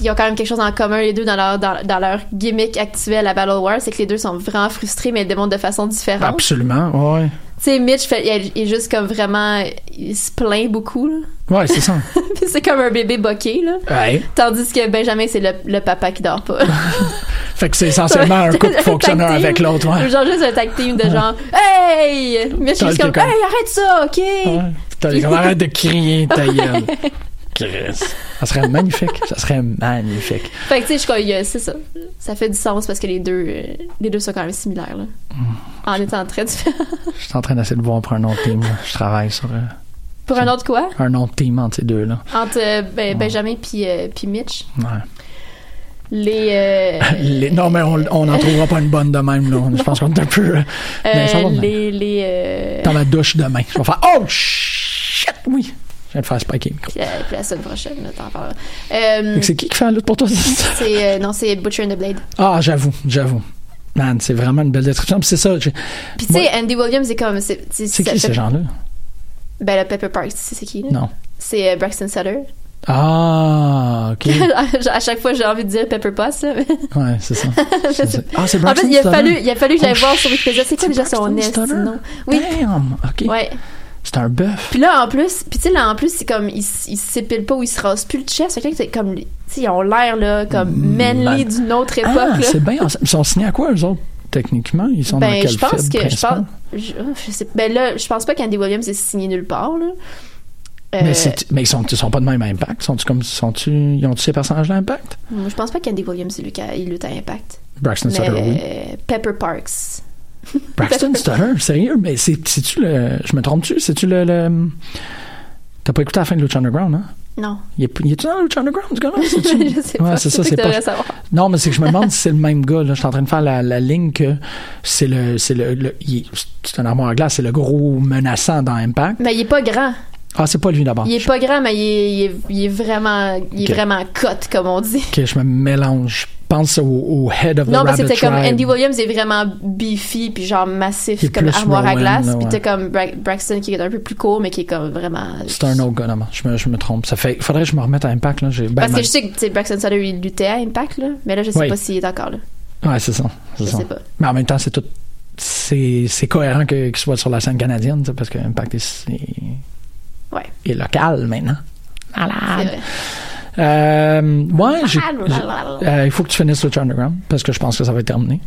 [SPEAKER 4] ils ont quand même quelque chose en commun les deux dans leur dans, dans leur gimmick actuel à Battle War c'est que les deux sont vraiment frustrés mais ils le démontrent de façon
[SPEAKER 6] Bah,
[SPEAKER 4] différente. Tu
[SPEAKER 6] Absolument, ouais.
[SPEAKER 4] sais Mitch fait, il, il est juste comme vraiment il se plaint beaucoup là.
[SPEAKER 6] Ouais, c'est ça.
[SPEAKER 4] Puis c'est comme un bébé boqué là.
[SPEAKER 6] ouais.
[SPEAKER 4] Tandis que Benjamin c'est le, le papa qui dort pas.
[SPEAKER 6] Fait que Ah, c'est essentiellement un couple qui fonctionne
[SPEAKER 4] tag
[SPEAKER 6] un
[SPEAKER 4] team.
[SPEAKER 6] avec l'autre, ouais.
[SPEAKER 4] Ou genre juste un tag team de genre Hey! Mais je suis
[SPEAKER 6] T'as le
[SPEAKER 4] juste comme
[SPEAKER 6] quelqu'un.
[SPEAKER 4] Hey, arrête ça, ok?
[SPEAKER 6] Ouais. Putain, les gars, arrête de crier, ta gueule. Chris. Ça serait magnifique. Ça serait magnifique.
[SPEAKER 4] Fait que tu sais, je crois que c'est ça. Ça fait du sens parce que les deux, euh, les deux sont quand même similaires, là.
[SPEAKER 6] Mm.
[SPEAKER 4] En étant très différents.
[SPEAKER 6] Je suis en train d'essayer de voir pour un autre team. là. Je travaille sur euh,
[SPEAKER 4] Pour un autre quoi?
[SPEAKER 6] un autre team entre ces deux-là.
[SPEAKER 4] Entre euh, ben, Benjamin puis euh, puis Mitch.
[SPEAKER 6] Ouais.
[SPEAKER 4] Les. euh,
[SPEAKER 6] Les- Non, mais on on n'en trouvera pas une bonne de même. Là. Je pense qu'on est un peu. euh, mais ça
[SPEAKER 4] euh,
[SPEAKER 6] va bien.
[SPEAKER 4] les. les euh,
[SPEAKER 6] dans ma douche demain. Je vais faire Oh shit! Oui! Je viens de faire spiker le micro.
[SPEAKER 4] puis la, puis la semaine prochaine, là, t'en parleras. Euh,
[SPEAKER 6] Fait que C'est qui qui fait la lutte pour toi?
[SPEAKER 4] c'est. euh, non, c'est Butcher and the Blade.
[SPEAKER 6] ah, j'avoue, j'avoue. Man, c'est vraiment une belle description. Puis c'est ça. j'ai-
[SPEAKER 4] Puis tu sais, Andy Williams, c'est comme. C'est
[SPEAKER 6] C'est qui ces gens-là?
[SPEAKER 4] Ben, le Pepper Park, tu sais, c'est qui, là?
[SPEAKER 6] Non.
[SPEAKER 4] C'est euh, Braxton Sutter.
[SPEAKER 6] Ah, ok.
[SPEAKER 4] à chaque fois, j'ai envie de dire Pepper Potts. là, mais-
[SPEAKER 6] Ouais, c'est ça.
[SPEAKER 4] Je sais-
[SPEAKER 6] Ah, c'est
[SPEAKER 4] en
[SPEAKER 6] Braxton
[SPEAKER 4] fait, il a
[SPEAKER 6] Stunner?
[SPEAKER 4] fallu, il a fallu que j'aille
[SPEAKER 6] Oh,
[SPEAKER 4] voir sur Wikipédia. C'est
[SPEAKER 6] shit,
[SPEAKER 4] quoi déjà son
[SPEAKER 6] Braxton
[SPEAKER 4] est,
[SPEAKER 6] Stunner?
[SPEAKER 4] sinon? Oui.
[SPEAKER 6] Damn, ok.
[SPEAKER 4] Ouais.
[SPEAKER 6] C'est un bœuf.
[SPEAKER 4] Puis là, en plus, puis tu sais, là, en plus, c'est comme, il, s- il s'épile pas ou il se rase plus le chest. Fait que là, c'est comme, tu sais, ils ont l'air, là, comme manly
[SPEAKER 6] man.
[SPEAKER 4] d'une autre époque,
[SPEAKER 6] Mm, Ah,
[SPEAKER 4] là.
[SPEAKER 6] c'est bien. Ils sont signés à quoi, eux autres? Techniquement, ils sont dans
[SPEAKER 4] Ben,
[SPEAKER 6] quel
[SPEAKER 4] je pense
[SPEAKER 6] fed
[SPEAKER 4] que, je
[SPEAKER 6] principal?
[SPEAKER 4] pense, je, je sais, ben là, je pense pas qu'Andy Williams est signé nulle part, là. Euh,
[SPEAKER 6] Mais, c'est- mais ils sont, ils sont pas de même impact. Sont-tu comme, sont-tu, ils ont-tu ces personnages-là impact?
[SPEAKER 4] moi, je pense pas qu'Andy Williams est lui qui a- il lutte à Impact.
[SPEAKER 6] Braxton
[SPEAKER 4] Mais
[SPEAKER 6] Sutter, oui.
[SPEAKER 4] euh, Pepper Parks.
[SPEAKER 6] Braxton Stunner, sérieux, mais c'est- c'est-tu le. Je me trompe-tu? C'est-tu le. le- T'as pas écouté la fin de Lucha Underground, hein?
[SPEAKER 4] Non.
[SPEAKER 6] Il est, il est-tu dans Lucha Underground, ce gars-là? C'est-tu-
[SPEAKER 4] je sais
[SPEAKER 6] Ouais,
[SPEAKER 4] pas.
[SPEAKER 6] c'est ça,
[SPEAKER 4] que
[SPEAKER 6] c'est
[SPEAKER 4] t'aurais
[SPEAKER 6] pas-
[SPEAKER 4] à savoir.
[SPEAKER 6] Non, mais c'est que je me demande si c'est le même gars, là. Je suis en train de faire la, la ligne que c'est le. C'est le. le- il est- c'est un armoire à glace, c'est le gros menaçant dans Impact.
[SPEAKER 4] Mais il est pas grand.
[SPEAKER 6] Ah, c'est pas lui d'abord.
[SPEAKER 4] Il est pas grand, mais il est, il est, il est vraiment, il est
[SPEAKER 6] Ok.
[SPEAKER 4] vraiment cut, comme on dit.
[SPEAKER 6] Ok, je me mélange pense au, au head of the
[SPEAKER 4] Non, mais
[SPEAKER 6] Rabbit
[SPEAKER 4] c'était comme
[SPEAKER 6] Tribe.
[SPEAKER 4] Andy Williams est vraiment beefy, puis genre
[SPEAKER 6] Il est
[SPEAKER 4] massif, comme
[SPEAKER 6] plus
[SPEAKER 4] armoire à
[SPEAKER 6] Rowan, là,
[SPEAKER 4] glace. Puis t'as
[SPEAKER 6] ouais.
[SPEAKER 4] comme Bra- Braxton qui est un peu plus court, mais qui est comme vraiment.
[SPEAKER 6] C'est un no-go, non, non, je me, je me trompe. Ça fait, faudrait que je me remette à Impact, là. J'ai, ben,
[SPEAKER 4] Parce
[SPEAKER 6] mal-
[SPEAKER 4] que je sais que tu sais, Braxton Sutter, il luttait à Impact, là. Mais là, je sais
[SPEAKER 6] Oui.
[SPEAKER 4] pas s'il est encore là.
[SPEAKER 6] Ouais, c'est ça. c'est
[SPEAKER 4] Je
[SPEAKER 6] ça.
[SPEAKER 4] sais pas.
[SPEAKER 6] Mais en même temps, c'est tout. C'est, c'est cohérent que, qu'il soit sur la scène canadienne, tu sais, parce que Impact est, est,
[SPEAKER 4] Ouais.
[SPEAKER 6] est local maintenant.
[SPEAKER 4] C'est vrai.
[SPEAKER 6] Euh, ouais, j'ai-
[SPEAKER 4] Ah,
[SPEAKER 6] j'ai-
[SPEAKER 4] blablabla.
[SPEAKER 6] euh, il faut que tu finisses Lucha Underground parce que je pense que ça va être terminé.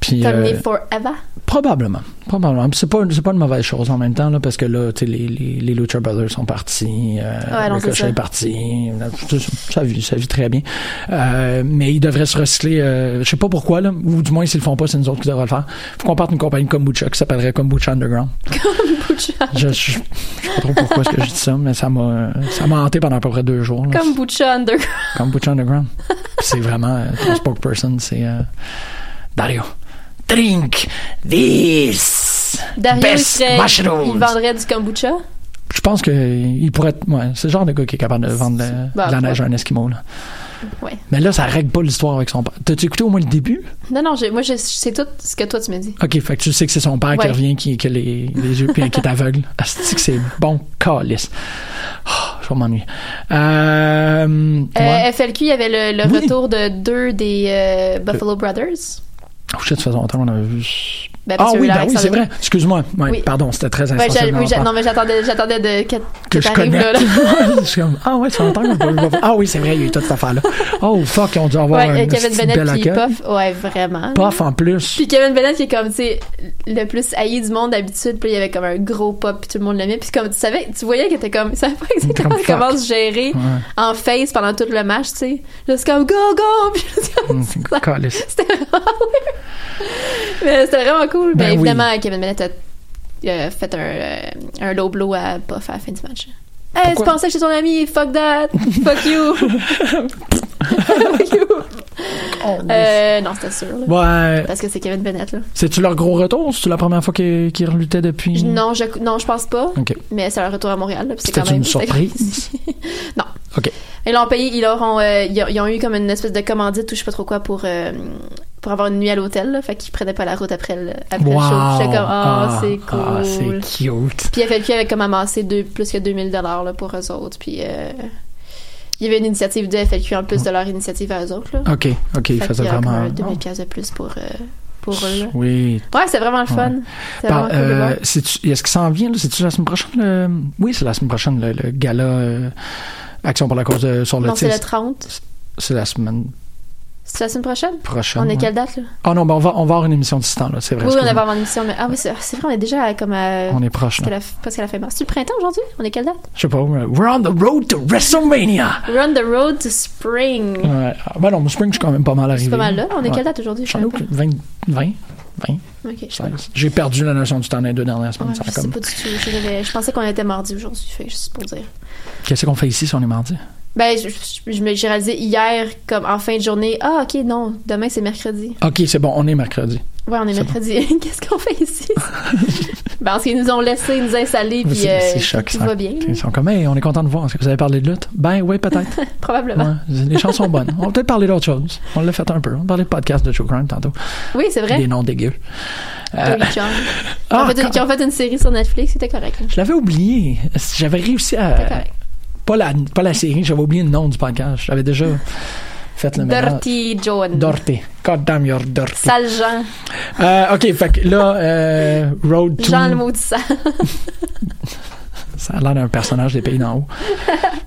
[SPEAKER 6] Puis,
[SPEAKER 4] Terminé
[SPEAKER 6] euh,
[SPEAKER 4] forever.
[SPEAKER 6] probablement, probablement. Puis C'est pas, c'est pas une mauvaise chose en même temps là, parce que là, tu sais, les, les, les Lucha Brothers sont partis, euh,
[SPEAKER 4] Ouais, non, c'est
[SPEAKER 6] Ricochet
[SPEAKER 4] ça.
[SPEAKER 6] est parti, euh, ça, ça vit, ça vit très bien. Euh, mais ils devraient se recycler. euh, je sais pas pourquoi là, ou du moins s'ils le font pas, c'est nous autres qui devraient le faire. Faut qu'on parte une compagnie comme Kombucha qui s'appellerait Kombucha Underground. Je, je, je sais pas trop pourquoi est-ce que je dis ça, mais ça m'a, ça m'a hanté pendant à peu près deux jours. là.
[SPEAKER 4] Comme Butcha Underground.
[SPEAKER 6] Kombucha Underground. Puis c'est vraiment euh, ton spokesperson, c'est euh, Dario. Drink this
[SPEAKER 4] Dario, il,
[SPEAKER 6] best
[SPEAKER 4] serait, il
[SPEAKER 6] mushrooms.
[SPEAKER 4] vendrait du kombucha.
[SPEAKER 6] Je pense que il pourrait être. Ouais, c'est le genre de gars qui est capable de vendre le-
[SPEAKER 4] Bah,
[SPEAKER 6] de la neige
[SPEAKER 4] ouais.
[SPEAKER 6] à un Esquimau. Là.
[SPEAKER 4] Ouais.
[SPEAKER 6] Mais là, ça règle pas l'histoire avec son père. T'as-tu écouté au moins le début?
[SPEAKER 4] Non, non, j'ai- moi, je- je sais tout ce que toi, tu me dis.
[SPEAKER 6] Ok, fait que tu sais que c'est son père qui
[SPEAKER 4] Ouais.
[SPEAKER 6] revient, qui, qui a les, les yeux, puis qui est aveugle. Asti que c'est bon, calice. Oh, je vais m'ennuyer. Euh,
[SPEAKER 4] Euh,
[SPEAKER 6] ouais.
[SPEAKER 4] FLQ, il y avait le, le
[SPEAKER 6] Oui.
[SPEAKER 4] retour de deux des euh, Buffalo Brothers.
[SPEAKER 6] Oh shit, ça faisait longtemps qu'on avait vu.
[SPEAKER 4] Ben,
[SPEAKER 6] ah
[SPEAKER 4] parce que
[SPEAKER 6] oui,
[SPEAKER 4] là,
[SPEAKER 6] bah oui,
[SPEAKER 4] Alexandre-
[SPEAKER 6] c'est vrai. Excuse-moi. Ouais,
[SPEAKER 4] Oui.
[SPEAKER 6] Pardon, c'était très
[SPEAKER 4] Ben, j'a-
[SPEAKER 6] insensé.
[SPEAKER 4] oui, j'a- non, mais j'attendais, j'attendais de, que,
[SPEAKER 6] que je
[SPEAKER 4] t'arrives
[SPEAKER 6] connais.
[SPEAKER 4] là. là.
[SPEAKER 6] Je suis comme, ah ouais, ça longtemps qu'on peut pas. Ah oui, c'est vrai, il y a eu toute cette affaire-là. Oh fuck, ils ont dû avoir
[SPEAKER 4] Ouais,
[SPEAKER 6] un
[SPEAKER 4] euh, Kevin
[SPEAKER 6] petit
[SPEAKER 4] Bennett
[SPEAKER 6] bel
[SPEAKER 4] puis
[SPEAKER 6] accueil.
[SPEAKER 4] Puff. Ouais, vraiment.
[SPEAKER 6] Puff en plus.
[SPEAKER 4] Puis Kevin Bennett qui est comme, tu sais, le plus haï du monde d'habitude. Puis il y avait comme un gros pop puis tout le monde l'aimait. Puis comme, tu savais, tu voyais qu'il était comme, il savait pas exactement
[SPEAKER 6] Comme fuck.
[SPEAKER 4] comment se gérer
[SPEAKER 6] Ouais.
[SPEAKER 4] en face pendant tout le match, tu sais. Là, c'est comme, go, go! Puis c'est comme
[SPEAKER 6] Hum,
[SPEAKER 4] ça.
[SPEAKER 6] calice.
[SPEAKER 4] C'était vraiment weird. Mais c'était vraiment cool.
[SPEAKER 6] Ben
[SPEAKER 4] Ben,
[SPEAKER 6] oui.
[SPEAKER 4] évidemment, Kevin Bennett a euh, fait un, euh, un low blow à Puff à la fin du match. Hey, tu
[SPEAKER 6] Pourquoi?
[SPEAKER 4] pensais que j'étais ton ami? Fuck that! Fuck you! Fuck you! Euh, non, c'était sûr. là.
[SPEAKER 6] Ouais.
[SPEAKER 4] Parce que c'est Kevin Bennett, là.
[SPEAKER 6] C'est-tu leur gros retour? C'est-tu la première fois qu'ils qu'ils reluttaient depuis?
[SPEAKER 4] Je- Non, je, non, je pense pas.
[SPEAKER 6] Ok.
[SPEAKER 4] Mais c'est leur retour à Montréal, là, puis c'est
[SPEAKER 6] Mm. C'était
[SPEAKER 4] quand même...
[SPEAKER 6] une surprise?
[SPEAKER 4] non.
[SPEAKER 6] Ok.
[SPEAKER 4] Ils l'ont payé, ils leur ont, euh, ils, ont, ils ont eu comme une espèce de commandite ou je sais pas trop quoi pour, euh, pour avoir une nuit à l'hôtel. là. Fait qu'ils prenaient pas la route après le, après le
[SPEAKER 6] Wow.
[SPEAKER 4] show. J'étais comme, oh,
[SPEAKER 6] Ah,
[SPEAKER 4] c'est
[SPEAKER 6] Ah,
[SPEAKER 4] cool.
[SPEAKER 6] c'est cute.
[SPEAKER 4] puis FLQ avait comme amassé deux, plus que 2000 dollars pour eux autres. Puis euh, il y avait une initiative de FLQ en plus de leur initiative à eux autres. Là.
[SPEAKER 6] Ok, ok, Ah, ils
[SPEAKER 4] Fait
[SPEAKER 6] faisaient
[SPEAKER 4] qu'il y a comme
[SPEAKER 6] vraiment.
[SPEAKER 4] un 2000 pièces de plus pour, euh, pour eux. là.
[SPEAKER 6] Oui,
[SPEAKER 4] Ouais, c'est vraiment le fun. C'est
[SPEAKER 6] Par-
[SPEAKER 4] vraiment cool de voir.
[SPEAKER 6] euh, c'est-tu- Est-ce qu'il s'en vient? là? C'est-tu la semaine prochaine? le- Oui, c'est la semaine prochaine, le, le gala euh, Action pour la cause de- sur
[SPEAKER 4] Non, c'est le
[SPEAKER 6] l'autisme.
[SPEAKER 4] 30.
[SPEAKER 6] C'est la semaine
[SPEAKER 4] C'est la semaine prochaine?
[SPEAKER 6] prochaine.
[SPEAKER 4] On est
[SPEAKER 6] ouais.
[SPEAKER 4] quelle date, là?
[SPEAKER 6] Ah non, ben on, va, on va avoir une émission de ce temps, là, c'est vrai.
[SPEAKER 4] Oui, oui, on
[SPEAKER 6] excuse-moi.
[SPEAKER 4] avait avant l'émission, mais... Ah oui, c'est c'est vrai, on est déjà à, comme à...
[SPEAKER 6] On est proche,
[SPEAKER 4] Parce
[SPEAKER 6] là.
[SPEAKER 4] qu'elle a- parce qu'elle a fait mars. C'est le printemps aujourd'hui? On est quelle date?
[SPEAKER 6] Je sais pas, mais we're on the road to WrestleMania!
[SPEAKER 4] Run the road to spring.
[SPEAKER 6] Ouais. Ah, Ben non, mon spring, je suis quand même pas mal arrivé.
[SPEAKER 4] C'est pas mal là. On est
[SPEAKER 6] Ouais.
[SPEAKER 4] quelle date aujourd'hui? Je
[SPEAKER 6] J'en ai
[SPEAKER 4] sais pas.
[SPEAKER 6] aucune. 20, 20, 20,
[SPEAKER 4] Ok, je sais pas.
[SPEAKER 6] 16. J'ai perdu la notion du temps dans les deux dernières
[SPEAKER 4] Ouais,
[SPEAKER 6] semaines. ça a
[SPEAKER 4] je sais
[SPEAKER 6] comme-
[SPEAKER 4] pas du tout. Je, devais- je pensais qu'on était mardi aujourd'hui, fait que je sais pas dire.
[SPEAKER 6] Qu'est-ce qu'on fait ici si on est mardi?
[SPEAKER 4] Ben, je- je- je me- j'ai réalisé hier, comme en fin de journée, ah, ok, non, demain c'est mercredi.
[SPEAKER 6] Ok, c'est bon, on est mercredi.
[SPEAKER 4] Ouais, on est,
[SPEAKER 6] C'est
[SPEAKER 4] mercredi. Qu'est-ce qu'on fait ici? ben, parce qu'ils nous ont laissé nous installer,
[SPEAKER 6] Mais
[SPEAKER 4] puis
[SPEAKER 6] c'est-
[SPEAKER 4] euh,
[SPEAKER 6] c'est choc,
[SPEAKER 4] tout
[SPEAKER 6] ça.
[SPEAKER 4] va bien, là,
[SPEAKER 6] Ils sont comme, hey, on est content de voir. Est-ce que vous avez parlé de lutte? Ben oui, peut-être.
[SPEAKER 4] probablement.
[SPEAKER 6] Ouais, les chansons sont bonnes. On va peut-être parler d'autre chose. On l'a fait un peu. On parlait de podcast de True Crime tantôt.
[SPEAKER 4] Oui, c'est vrai.
[SPEAKER 6] Des noms dégueux. Euh,
[SPEAKER 4] Tony Chung. Qui
[SPEAKER 6] ah,
[SPEAKER 4] ont fait une-
[SPEAKER 6] quand-
[SPEAKER 4] qui ont fait une série sur Netflix, c'était correct. là.
[SPEAKER 6] je l'avais oublié. J'avais réussi
[SPEAKER 4] C'était
[SPEAKER 6] à.
[SPEAKER 4] correct.
[SPEAKER 6] Pas la, pas la série, j'avais oublié le nom du podcast. J'avais déjà fait le mélange.
[SPEAKER 4] Dirty John.
[SPEAKER 6] Dorty. God damn, you're dirty.
[SPEAKER 4] Sale Jean.
[SPEAKER 6] Euh, ok, fait que là, euh, Road to.
[SPEAKER 4] Jean le maudit sale.
[SPEAKER 6] Ça a l'air d'un personnage des Pays d'en haut.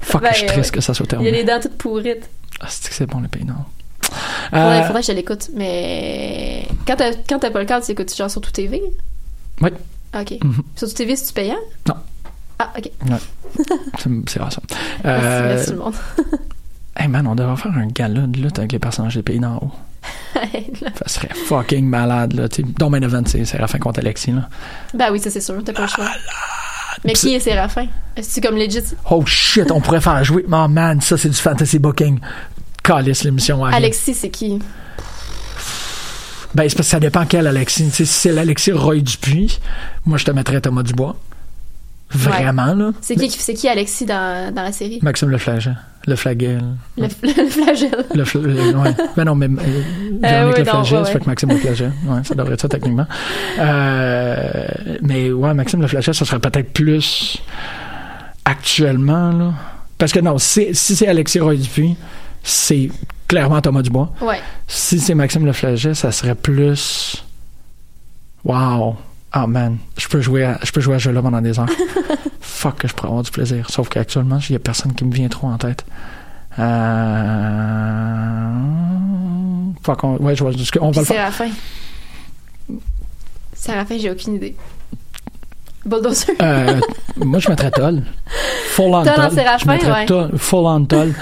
[SPEAKER 6] Fuck,
[SPEAKER 4] Ben,
[SPEAKER 6] je suis triste
[SPEAKER 4] ouais.
[SPEAKER 6] que ça soit
[SPEAKER 4] Il a
[SPEAKER 6] terminé.
[SPEAKER 4] les dents toutes pourrites.
[SPEAKER 6] Ah, c'est que c'est bon, les Pays d'en haut.
[SPEAKER 4] Faudrait,
[SPEAKER 6] Euh,
[SPEAKER 4] faudrait que je l'écoute, mais quand t'as, quand t'as pas le câble, tu l'écoutes genre sur tout TV?
[SPEAKER 6] Oui.
[SPEAKER 4] Ah, OK.
[SPEAKER 6] Mhm.
[SPEAKER 4] Sur tout TV, c'est-tu payant?
[SPEAKER 6] Non.
[SPEAKER 4] Ah, OK.
[SPEAKER 6] c'est- C'est rare ça.
[SPEAKER 4] Merci,
[SPEAKER 6] Euh,
[SPEAKER 4] merci tout le monde.
[SPEAKER 6] Hey man, on devrait faire un gala de lutte avec les personnages des pays d'en haut. Ça serait fucking malade, là. tu sais. Dans Main Event, c'est Séraphin contre Alexis, là.
[SPEAKER 4] ben oui, ça c'est sûr, t'as pas le choix. Mais qui est Séraphin? Est-ce comme legit?
[SPEAKER 6] Oh shit, on pourrait faire jouer. Oh man, ça c'est du fantasy booking. Calisse l'émission. arrive.
[SPEAKER 4] Alexis, c'est qui?
[SPEAKER 6] Ben, c'est parce que ça dépend quel Alexis. Tu sais, si c'est l'Alexis Roy Dupuis, moi je te mettrais Thomas Dubois. Vraiment, là.
[SPEAKER 4] C'est qui, c'est qui Alexis dans, dans la série?
[SPEAKER 6] Maxime Leflage, Le flagelle.
[SPEAKER 4] Le, le flagelle.
[SPEAKER 6] Le fl- le- ouais. Ben non, mais euh, Véronique
[SPEAKER 4] oui,
[SPEAKER 6] le
[SPEAKER 4] non,
[SPEAKER 6] flagelle,
[SPEAKER 4] ouais,
[SPEAKER 6] ça fait
[SPEAKER 4] ouais.
[SPEAKER 6] que Maxime le flagelle. Ouais, ça devrait être ça techniquement. Euh, mais ouais, Maxime le flagelle, ça serait peut-être plus actuellement, là. Parce que non, si, si c'est Alexis Roy Dupuis, c'est clairement Thomas Dubois.
[SPEAKER 4] Ouais.
[SPEAKER 6] Si c'est Maxime le flagelle, ça serait plus. Wow! Ah man, je peux jouer à, je peux jouer à ce jeu-là pendant des heures. Fuck que je pourrais avoir du plaisir. Sauf qu'actuellement, il n'y a personne qui me vient trop en tête. Euh... Fuck, on... ouais, je vois ce que- on va
[SPEAKER 4] Puis
[SPEAKER 6] le faire.
[SPEAKER 4] Séraphin. Séraphin, j'ai aucune idée. Bulldozer.
[SPEAKER 6] Euh, moi, je mettrais Toll. Full on
[SPEAKER 4] Toll
[SPEAKER 6] Toll.
[SPEAKER 4] en
[SPEAKER 6] je
[SPEAKER 4] Séraphin,
[SPEAKER 6] mettrais
[SPEAKER 4] ouais.
[SPEAKER 6] Toll, full on Toll.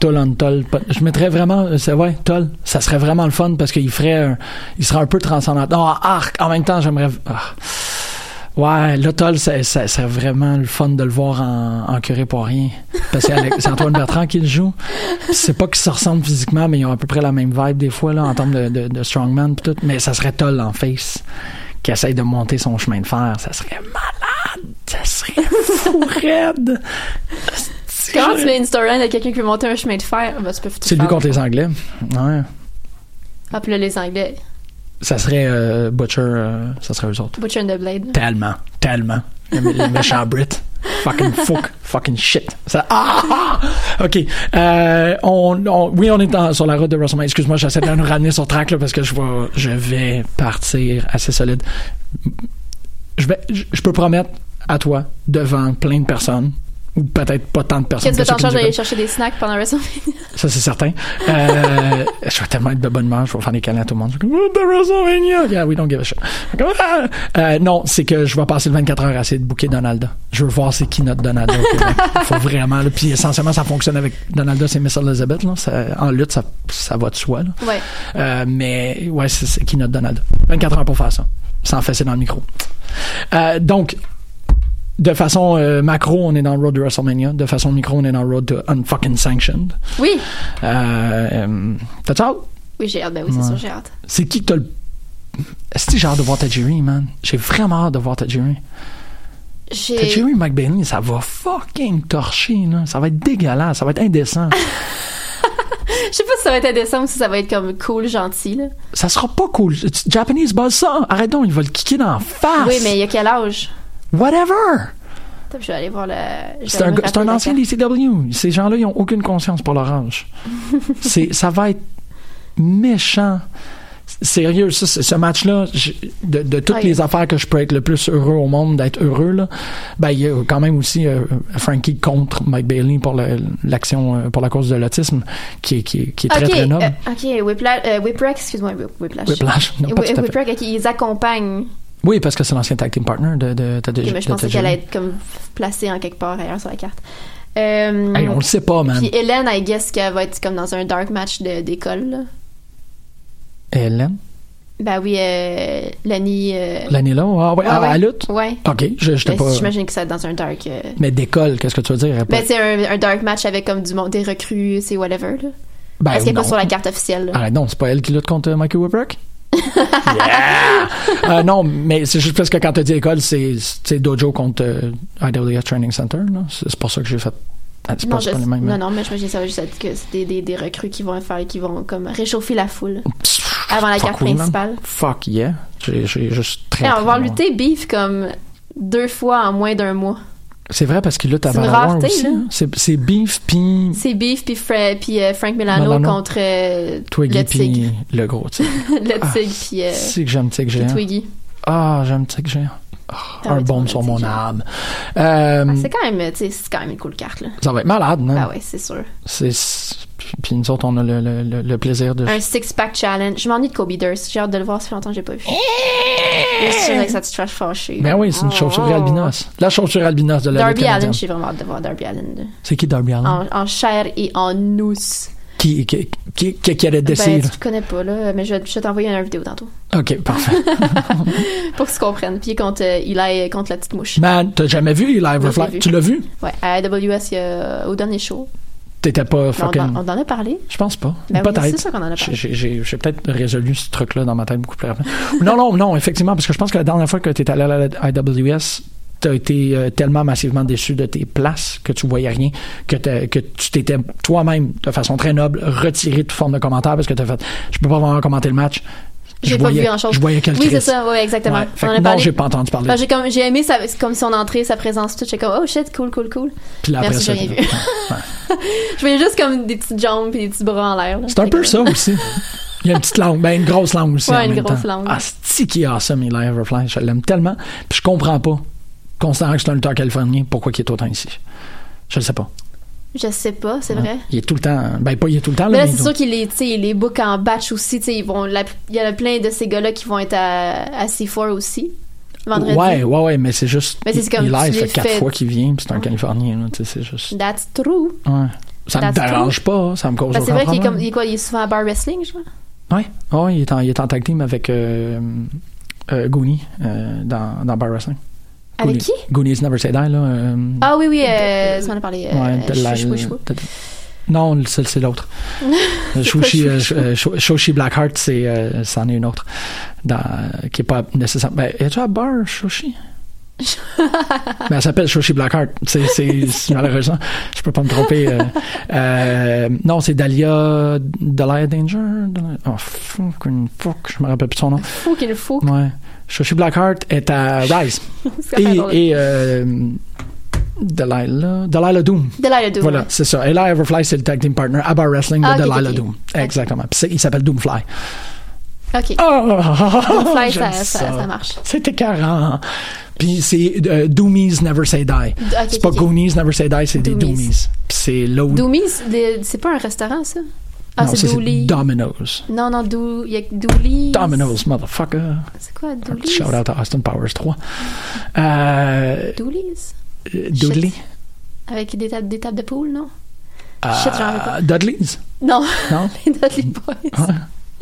[SPEAKER 6] Toll on Toll. Pas- Je mettrais vraiment, euh, c'est ouais, Toll. Ça serait vraiment le fun parce qu'il ferait, un- il serait un peu transcendant. Non, arc. En même temps, j'aimerais. ah. Ouais, là, Toll, ça, ça serait vraiment le fun de le voir en, en curé pour rien. Parce que c'est Alex- c'est Antoine Bertrand qui le joue. Puis C'est pas qu'ils se ressemblent physiquement, mais ils ont à peu près la même vibe des fois, là, en termes de, de- de strongman pis tout. Mais ça serait Toll en face qui essaye de monter son chemin de fer. Ça serait malade! Ça serait fou raide!
[SPEAKER 4] Comment tu mets une storyline de quelqu'un qui veut monter un chemin de fer? Bah, tu peux tout
[SPEAKER 6] C'est lui
[SPEAKER 4] faire.
[SPEAKER 6] contre les Anglais. Ouais.
[SPEAKER 4] Ah, puis là, les Anglais.
[SPEAKER 6] Ça serait euh, Butcher, euh, ça serait eux autres.
[SPEAKER 4] Butcher and the Blade.
[SPEAKER 6] Tellement, tellement. Les, les méchants Brits. Fucking fuck, fucking shit. Ça, ah! ah! Ok. Euh, on, on- oui, on est en- sur la route de WrestleMania. Excuse-moi, j'essaie de nous ramener sur track là, parce que je vais, je vais partir assez solide. Je, vais, je, je peux promettre à toi, devant plein de personnes, ou peut-être pas tant de
[SPEAKER 4] Que
[SPEAKER 6] personnes.
[SPEAKER 4] tu vas
[SPEAKER 6] que ceux
[SPEAKER 4] t'en
[SPEAKER 6] qui nous
[SPEAKER 4] charge d'aller
[SPEAKER 6] écoutent.
[SPEAKER 4] chercher des snacks pendant WrestleMania.
[SPEAKER 6] Ça, c'est certain. Euh, je vais tellement être de bonne humeur, je vais faire des câlins à tout le monde. Je vais comme, Oh, the WrestleMania! Yeah, we don't give a shit. Comme, Ah! Euh, non, c'est que je vais passer le 24 heures à essayer de booker Donalda. Je veux voir c'est qui notre Donalda au Québec. Faut vraiment, là. Puis essentiellement, ça fonctionne avec Donalda, c'est Miss Elizabeth, là. Ça- en lutte, ça, ça va de soi, là.
[SPEAKER 4] Ouais.
[SPEAKER 6] Euh, mais ouais, c'est, c'est qui notre Donald. 24 heures pour faire ça. Sans fesser dans le micro. Euh, donc, de façon euh, macro, on est dans le road to WrestleMania. De façon micro, on est dans le road to unfucking sanctioned.
[SPEAKER 4] Oui.
[SPEAKER 6] Euh, euh, T'as-tu hâte?
[SPEAKER 4] Oui, j'ai hâte. Ben oui, c'est sûr, j'ai hâte.
[SPEAKER 6] C'est qui que t'as le. Est-ce que j'ai hâte de voir Tajiri, man? J'ai vraiment hâte de voir Tajiri.
[SPEAKER 4] J'ai.
[SPEAKER 6] Tajiri McBailey, ça va fucking torcher, là. Ça va être dégueulasse, ça va être indécent.
[SPEAKER 4] Je sais pas si ça va être indécent ou si ça va être comme cool, gentil, là.
[SPEAKER 6] ça sera pas cool. Japanese buzz ça. hein. Arrête donc, il va le kicker dans la face.
[SPEAKER 4] Oui, mais il y a quel âge?
[SPEAKER 6] Whatever!
[SPEAKER 4] Attends, je vais aller voir le. je vais
[SPEAKER 6] C'est un,
[SPEAKER 4] me
[SPEAKER 6] gars- c'est un
[SPEAKER 4] rappeler
[SPEAKER 6] ancien
[SPEAKER 4] la
[SPEAKER 6] DCW. Ces gens-là, ils n'ont aucune conscience pour leur âge. C'est- ça va être méchant. Sérieux, ça, c'est- ce match-là, j'ai- de, de toutes
[SPEAKER 4] Ah,
[SPEAKER 6] les
[SPEAKER 4] il-
[SPEAKER 6] affaires que je peux être le plus heureux au monde d'être heureux, là, ben, il y a quand même aussi euh, Frankie contre Mike Bailey pour le- l'action euh, pour la cause de l'autisme, qui, est- qui est- qui est très
[SPEAKER 4] carte.
[SPEAKER 6] très noble.
[SPEAKER 4] Ok, euh, ok, Whipla- euh, Whipwreck, excuse-moi, Whip- Whiplash.
[SPEAKER 6] Whiplash, non, pas
[SPEAKER 4] Whi-
[SPEAKER 6] tout à fait.
[SPEAKER 4] Whipwreck, ok, ils accompagnent.
[SPEAKER 6] Oui, parce que c'est l'ancien tag team partner de, de, de, de-
[SPEAKER 4] Ok, mais je
[SPEAKER 6] de- de-
[SPEAKER 4] pensais
[SPEAKER 6] de-
[SPEAKER 4] qu'elle allait être comme placée en quelque part ailleurs sur la carte. Euh,
[SPEAKER 6] Hey, on le sait pas, man.
[SPEAKER 4] Puis Hélène, I guess qu'elle va être comme dans un dark match de- d'école. là. euh,
[SPEAKER 6] Hélène?
[SPEAKER 4] Ben oui, euh, Lani. euh,
[SPEAKER 6] L'année là? Ah, ouais,
[SPEAKER 4] Ah
[SPEAKER 6] à la
[SPEAKER 4] ouais.
[SPEAKER 6] lutte?
[SPEAKER 4] Ouais.
[SPEAKER 6] Ok, je, je t'ai
[SPEAKER 4] Ben,
[SPEAKER 6] pas.
[SPEAKER 4] J'imagine que ça va être dans un dark. euh,
[SPEAKER 6] Mais d'école, qu'est-ce que tu veux dire? Elle peut-
[SPEAKER 4] Ben, c'est un, un dark match avec comme du monde, des recrues, c'est whatever. Là.
[SPEAKER 6] Ben,
[SPEAKER 4] Parce qu'elle n'est
[SPEAKER 6] non.
[SPEAKER 4] pas sur la carte officielle. là.
[SPEAKER 6] Arrête, non, c'est pas elle qui lutte contre euh, Michael Whipwreck? yeah! Euh, non, mais c'est juste parce que quand t'as dit école, c'est c'est Dojo contre euh, IWF Training Center. là. C'est c'est pour ça que j'ai fait. Ah, C'est
[SPEAKER 4] Non,
[SPEAKER 6] pas, c'est
[SPEAKER 4] je-
[SPEAKER 6] pas les mêmes.
[SPEAKER 4] non, non, mais j'imagine que ça va juste être que c'est des, des, des recrues qui vont faire, qui vont comme réchauffer la foule.
[SPEAKER 6] Pff,
[SPEAKER 4] Avant la
[SPEAKER 6] fuck
[SPEAKER 4] carte
[SPEAKER 6] oui, man.
[SPEAKER 4] principale.
[SPEAKER 6] Fuck yeah. J'ai j'ai juste très.
[SPEAKER 4] Et Eh, on va
[SPEAKER 6] très
[SPEAKER 4] voir
[SPEAKER 6] loin.
[SPEAKER 4] lutter Beef comme deux fois en moins d'un mois.
[SPEAKER 6] C'est vrai parce qu'il lutte à
[SPEAKER 4] C'est une
[SPEAKER 6] Valor
[SPEAKER 4] rareté,
[SPEAKER 6] aussi.
[SPEAKER 4] là.
[SPEAKER 6] hein. C'est c'est Beef puis
[SPEAKER 4] C'est Beef puis Fra- puis, euh, Frank Milano,
[SPEAKER 6] Milano.
[SPEAKER 4] contre euh,
[SPEAKER 6] Twiggy
[SPEAKER 4] le Tig.
[SPEAKER 6] puis le gros. tu sais.
[SPEAKER 4] le
[SPEAKER 6] Ah,
[SPEAKER 4] Tig puis euh,
[SPEAKER 6] C'est que j'aime Tig
[SPEAKER 4] puis
[SPEAKER 6] Géant.
[SPEAKER 4] Twiggy.
[SPEAKER 6] Ah, j'aime Tig Géant. Ah,
[SPEAKER 4] Ah
[SPEAKER 6] un
[SPEAKER 4] oui, tu
[SPEAKER 6] bombe
[SPEAKER 4] m'as
[SPEAKER 6] sur
[SPEAKER 4] dit
[SPEAKER 6] mon
[SPEAKER 4] que-
[SPEAKER 6] âme. Euh,
[SPEAKER 4] Ah, c'est quand même, euh, tu sais, c'est quand même une cool carte là.
[SPEAKER 6] ça va être malade, non?
[SPEAKER 4] Ah ouais, c'est sûr.
[SPEAKER 6] C'est c'est- puis- puis nous autres on a le, le- le- le plaisir de
[SPEAKER 4] Un six pack challenge. Je m'ennuie de Kobe Durst. J'ai hâte de le voir. Ça fait longtemps que j'ai pas vu. Je suis sûre que ça te fasse fâcher.
[SPEAKER 6] Ben oui, c'est une chauve-souris albinos. La chauve-souris albinos de la lutte
[SPEAKER 4] Oh. Darby
[SPEAKER 6] canadienne.
[SPEAKER 4] Allen, Ah. j'ai vraiment hâte de voir Darby Allen là.
[SPEAKER 6] C'est qui Darby Allen?
[SPEAKER 4] en, en chair et en nous.
[SPEAKER 6] Qui, qui, qui, qui, qui allait
[SPEAKER 4] Ben,
[SPEAKER 6] décider?
[SPEAKER 4] tu le connais pas, là, mais je vais, je vais t'envoyer une vidéo tantôt
[SPEAKER 6] Ok, parfait.
[SPEAKER 4] pour que tu comprennes. Puis contre, euh, Eli, contre la petite mouche.
[SPEAKER 6] Man, t'as jamais vu Eli
[SPEAKER 4] l'ai
[SPEAKER 6] Everfly?
[SPEAKER 4] vu.
[SPEAKER 6] Tu l'as vu?
[SPEAKER 4] Ouais, à AWS, il y a- au dernier show.
[SPEAKER 6] T'étais pas
[SPEAKER 4] On,
[SPEAKER 6] fucking.
[SPEAKER 4] en- on en a parlé.
[SPEAKER 6] Je pense pas.
[SPEAKER 4] Ben oui,
[SPEAKER 6] Peut-être.
[SPEAKER 4] c'est sûr qu'on en a parlé.
[SPEAKER 6] J'ai- j'ai- J'ai j'ai peut-être résolu ce truc-là dans ma tête beaucoup plus rapidement. non, non, non, effectivement, parce que je pense que la dernière fois que t'es allé à la IWS, t'as été euh, tellement massivement déçu de tes places que tu voyais rien, que, t'as- que tu t'étais toi-même, de façon très noble, retiré de toute forme de commentaire parce que t'as fait je peux pas vraiment commenter le match. Je
[SPEAKER 4] J'ai pas
[SPEAKER 6] voyais-
[SPEAKER 4] vu grand chose.
[SPEAKER 6] Je voyais quel
[SPEAKER 4] Oui, c'est
[SPEAKER 6] Christ.
[SPEAKER 4] ça, ouais, exactement.
[SPEAKER 6] Ouais. Fait
[SPEAKER 4] On en
[SPEAKER 6] que
[SPEAKER 4] a
[SPEAKER 6] non,
[SPEAKER 4] parlé.
[SPEAKER 6] j'ai pas entendu parler.
[SPEAKER 4] Enfin, j'ai comme, j'ai aimé sa, comme son entrée, sa présence, tout. J'ai comme, oh shit, cool, cool, cool.
[SPEAKER 6] Puis là, après
[SPEAKER 4] Merci,
[SPEAKER 6] ça,
[SPEAKER 4] j'ai rien
[SPEAKER 6] t'as-
[SPEAKER 4] vu. je voyais juste comme des petites jambes et des petits bras en l'air. là.
[SPEAKER 6] C'est un peu ça aussi. Il y a une petite langue, ben une grosse langue aussi.
[SPEAKER 4] Ouais,
[SPEAKER 6] en
[SPEAKER 4] une
[SPEAKER 6] même
[SPEAKER 4] grosse
[SPEAKER 6] temps.
[SPEAKER 4] langue.
[SPEAKER 6] Ah, c'est qui a ça, mes Everfly. Je l'aime tellement. Puis je comprends pas, considérant que c'est un lutteur californien, pourquoi il est autant ici. Je le sais pas.
[SPEAKER 4] Je sais pas, c'est
[SPEAKER 6] Ouais.
[SPEAKER 4] vrai.
[SPEAKER 6] Il est tout le temps. Ben, pas il est tout le temps, là,
[SPEAKER 4] Mais là,
[SPEAKER 6] mais
[SPEAKER 4] c'est
[SPEAKER 6] il-
[SPEAKER 4] sûr qu'il est, tu sais, il est book en batch aussi. tu sais, Ils vont, la- il y en a plein de ces gars-là qui vont être à, à C4 aussi, vendredi.
[SPEAKER 6] Ouais, ouais, ouais, mais c'est juste.
[SPEAKER 4] Mais c'est
[SPEAKER 6] il-
[SPEAKER 4] comme
[SPEAKER 6] il
[SPEAKER 4] tu
[SPEAKER 6] live, ça fait
[SPEAKER 4] l'as
[SPEAKER 6] quatre
[SPEAKER 4] fait.
[SPEAKER 6] fois qu'il vient, puis c'est un Californien, là, tu sais, c'est juste.
[SPEAKER 4] That's true.
[SPEAKER 6] Ouais. Ça me
[SPEAKER 4] That's true.
[SPEAKER 6] dérange pas, hein, ça me cause
[SPEAKER 4] Parce que c'est vrai
[SPEAKER 6] aucun
[SPEAKER 4] qu'il est,
[SPEAKER 6] problème.
[SPEAKER 4] comme, il est quoi, il est souvent à bar wrestling, je crois.
[SPEAKER 6] Ouais, ouais, il est en, il est en tag team avec euh, euh, Goonie euh, dans, dans Bar Wrestling.
[SPEAKER 4] Avec
[SPEAKER 6] Goonie-
[SPEAKER 4] qui?
[SPEAKER 6] Goonies Never Say Die, là. euh,
[SPEAKER 4] Ah oui, oui, euh, ça, on en a parlé. euh,
[SPEAKER 6] ouais, de la-
[SPEAKER 4] chou, chou, chou.
[SPEAKER 6] de- Non, celle c'est l'autre. Euh,
[SPEAKER 4] C'est quoi,
[SPEAKER 6] Shoshi, euh,
[SPEAKER 4] Shoshi?
[SPEAKER 6] euh, Sho- Shoshi Blackheart, c'est euh, c'en est une autre dans- qui est pas nécessaire. Ben, es-tu à bar Shoshi? Mais elle s'appelle Shoshi Blackheart. C'est, c'est, c'est malheureusement, je peux pas me tromper. euh. Euh, non, c'est Dahlia, Dahlia Danger. Dahlia- oh, fuck, une fuck, je me rappelle plus de son nom.
[SPEAKER 4] Fou qu'il le faut.
[SPEAKER 6] Ouais. Shoshi Blackheart est à Rise.
[SPEAKER 4] C'est
[SPEAKER 6] et
[SPEAKER 4] drôle.
[SPEAKER 6] et euh, Delilah, Delilah Doom.
[SPEAKER 4] Delilah Doom.
[SPEAKER 6] Voilà, c'est ça. Et là, Everfly, c'est le tag team partner à Bar Wrestling de
[SPEAKER 4] Ah, ok,
[SPEAKER 6] Delilah
[SPEAKER 4] ok, ok.
[SPEAKER 6] Doom. Exactement. Puis c'est- il s'appelle Doomfly.
[SPEAKER 4] OK.
[SPEAKER 6] Ah!
[SPEAKER 4] Doomfly,
[SPEAKER 6] J'aime
[SPEAKER 4] ça, ça, ça marche.
[SPEAKER 6] C'était écœurant. Puis c'est euh, Doomies Never Say Die.
[SPEAKER 4] Ah, ok,
[SPEAKER 6] c'est pas
[SPEAKER 4] ok.
[SPEAKER 6] Goonies Never Say Die, c'est des
[SPEAKER 4] Doomies.
[SPEAKER 6] Doomies. Puis c'est là où-
[SPEAKER 4] Doomy, c'est des- c'est pas un restaurant, ça? Ah,
[SPEAKER 6] non, ça,
[SPEAKER 4] c'est Dooley.
[SPEAKER 6] Domino's.
[SPEAKER 4] Non, non, Dou... il y a que Dooley.
[SPEAKER 6] Domino's, motherfucker.
[SPEAKER 4] C'est quoi,
[SPEAKER 6] Un petit
[SPEAKER 4] Dooley's?
[SPEAKER 6] shout out à Austin Powers 3. Euh,
[SPEAKER 4] Dooley's?
[SPEAKER 6] Dudley.
[SPEAKER 4] Shit. Avec des tables, des tables de poule, non? Shit, j'en avais pas.
[SPEAKER 6] Euh, Dudley's.
[SPEAKER 4] Non,
[SPEAKER 6] Non? Ah.
[SPEAKER 4] les Dudley Boys.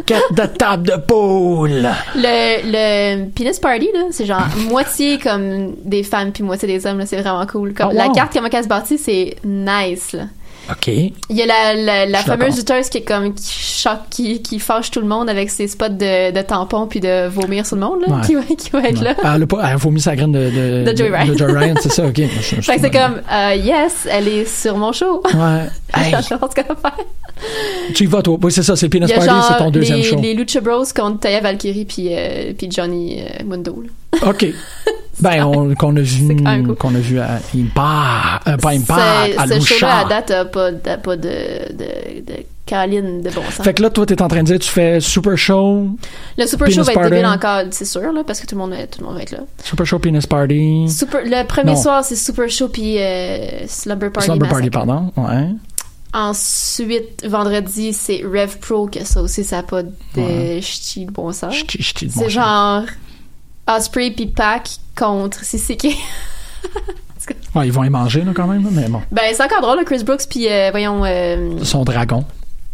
[SPEAKER 6] Quatre de table de poule.
[SPEAKER 4] Le, le Penis Party, là, c'est genre moitié comme des femmes puis moitié des hommes, là, c'est vraiment cool. Comme,
[SPEAKER 6] Oh,
[SPEAKER 4] La
[SPEAKER 6] wow.
[SPEAKER 4] carte comment qu'elle se bâtit, c'est nice, là.
[SPEAKER 6] OK.
[SPEAKER 4] Il y a la, la, la
[SPEAKER 6] Je suis
[SPEAKER 4] fameuse
[SPEAKER 6] d'accord.
[SPEAKER 4] lutteuse qui est comme qui choque, qui, qui fâche tout le monde avec ses spots de, de tampons puis de vomir sur le monde, là,
[SPEAKER 6] Ouais.
[SPEAKER 4] qui, va, qui va être là.
[SPEAKER 6] Ah, elle a pas, elle a vomi sa graine de, de,
[SPEAKER 4] De Joey Ryan.
[SPEAKER 6] de Joey Ryan, c'est ça, ok. Je- je-
[SPEAKER 4] Fait que c'est comme, euh, yes, elle est sur mon show.
[SPEAKER 6] Ouais. Hey,
[SPEAKER 4] Je pense qu'elle va faire.
[SPEAKER 6] tu y vas, toi. Oui, c'est ça, c'est Penis
[SPEAKER 4] Il y a
[SPEAKER 6] Party, c'est ton
[SPEAKER 4] genre
[SPEAKER 6] deuxième
[SPEAKER 4] les,
[SPEAKER 6] show.
[SPEAKER 4] les Lucha Bros contre Taya Valkyrie puis, euh, puis Johnny euh, Mundo. là.
[SPEAKER 6] OK. Ben, on- qu'on a vu,
[SPEAKER 4] quand même cool.
[SPEAKER 6] qu'on a vu à Impact, euh, pas Impact, à
[SPEAKER 4] Ce, ce show-là, à
[SPEAKER 6] Lucha.
[SPEAKER 4] date, a pas, a pas de, de, de câline de bon sens.
[SPEAKER 6] Fait que là, toi, t'es en train de dire, tu fais Super Show,
[SPEAKER 4] le Super
[SPEAKER 6] Penis
[SPEAKER 4] Show va être
[SPEAKER 6] Party.
[SPEAKER 4] débile encore, c'est sûr, là, parce que tout le, monde, va- tout le monde va être là.
[SPEAKER 6] Super Show Penis Party,
[SPEAKER 4] Super, le premier
[SPEAKER 6] Hmm. Non.
[SPEAKER 4] soir, c'est Super Show puis euh, Slumber Party.
[SPEAKER 6] Slumber
[SPEAKER 4] Massacre.
[SPEAKER 6] Party, pardon. Ouais.
[SPEAKER 4] Ensuite, vendredi, c'est Rev Pro, que ça aussi, ça n'a pas de
[SPEAKER 6] Ouais.
[SPEAKER 4] ch'ti de bon sens.
[SPEAKER 6] Ch'ti, ch'ti de mon
[SPEAKER 4] Ah. C'est
[SPEAKER 6] chien.
[SPEAKER 4] genre Osprey puis Pac contre CCK.
[SPEAKER 6] Ouais, ils vont y manger, là, quand même, là, mais bon.
[SPEAKER 4] ben, c'est encore drôle, là, Chris Brooks puis, euh, voyons... euh,
[SPEAKER 6] Son dragon,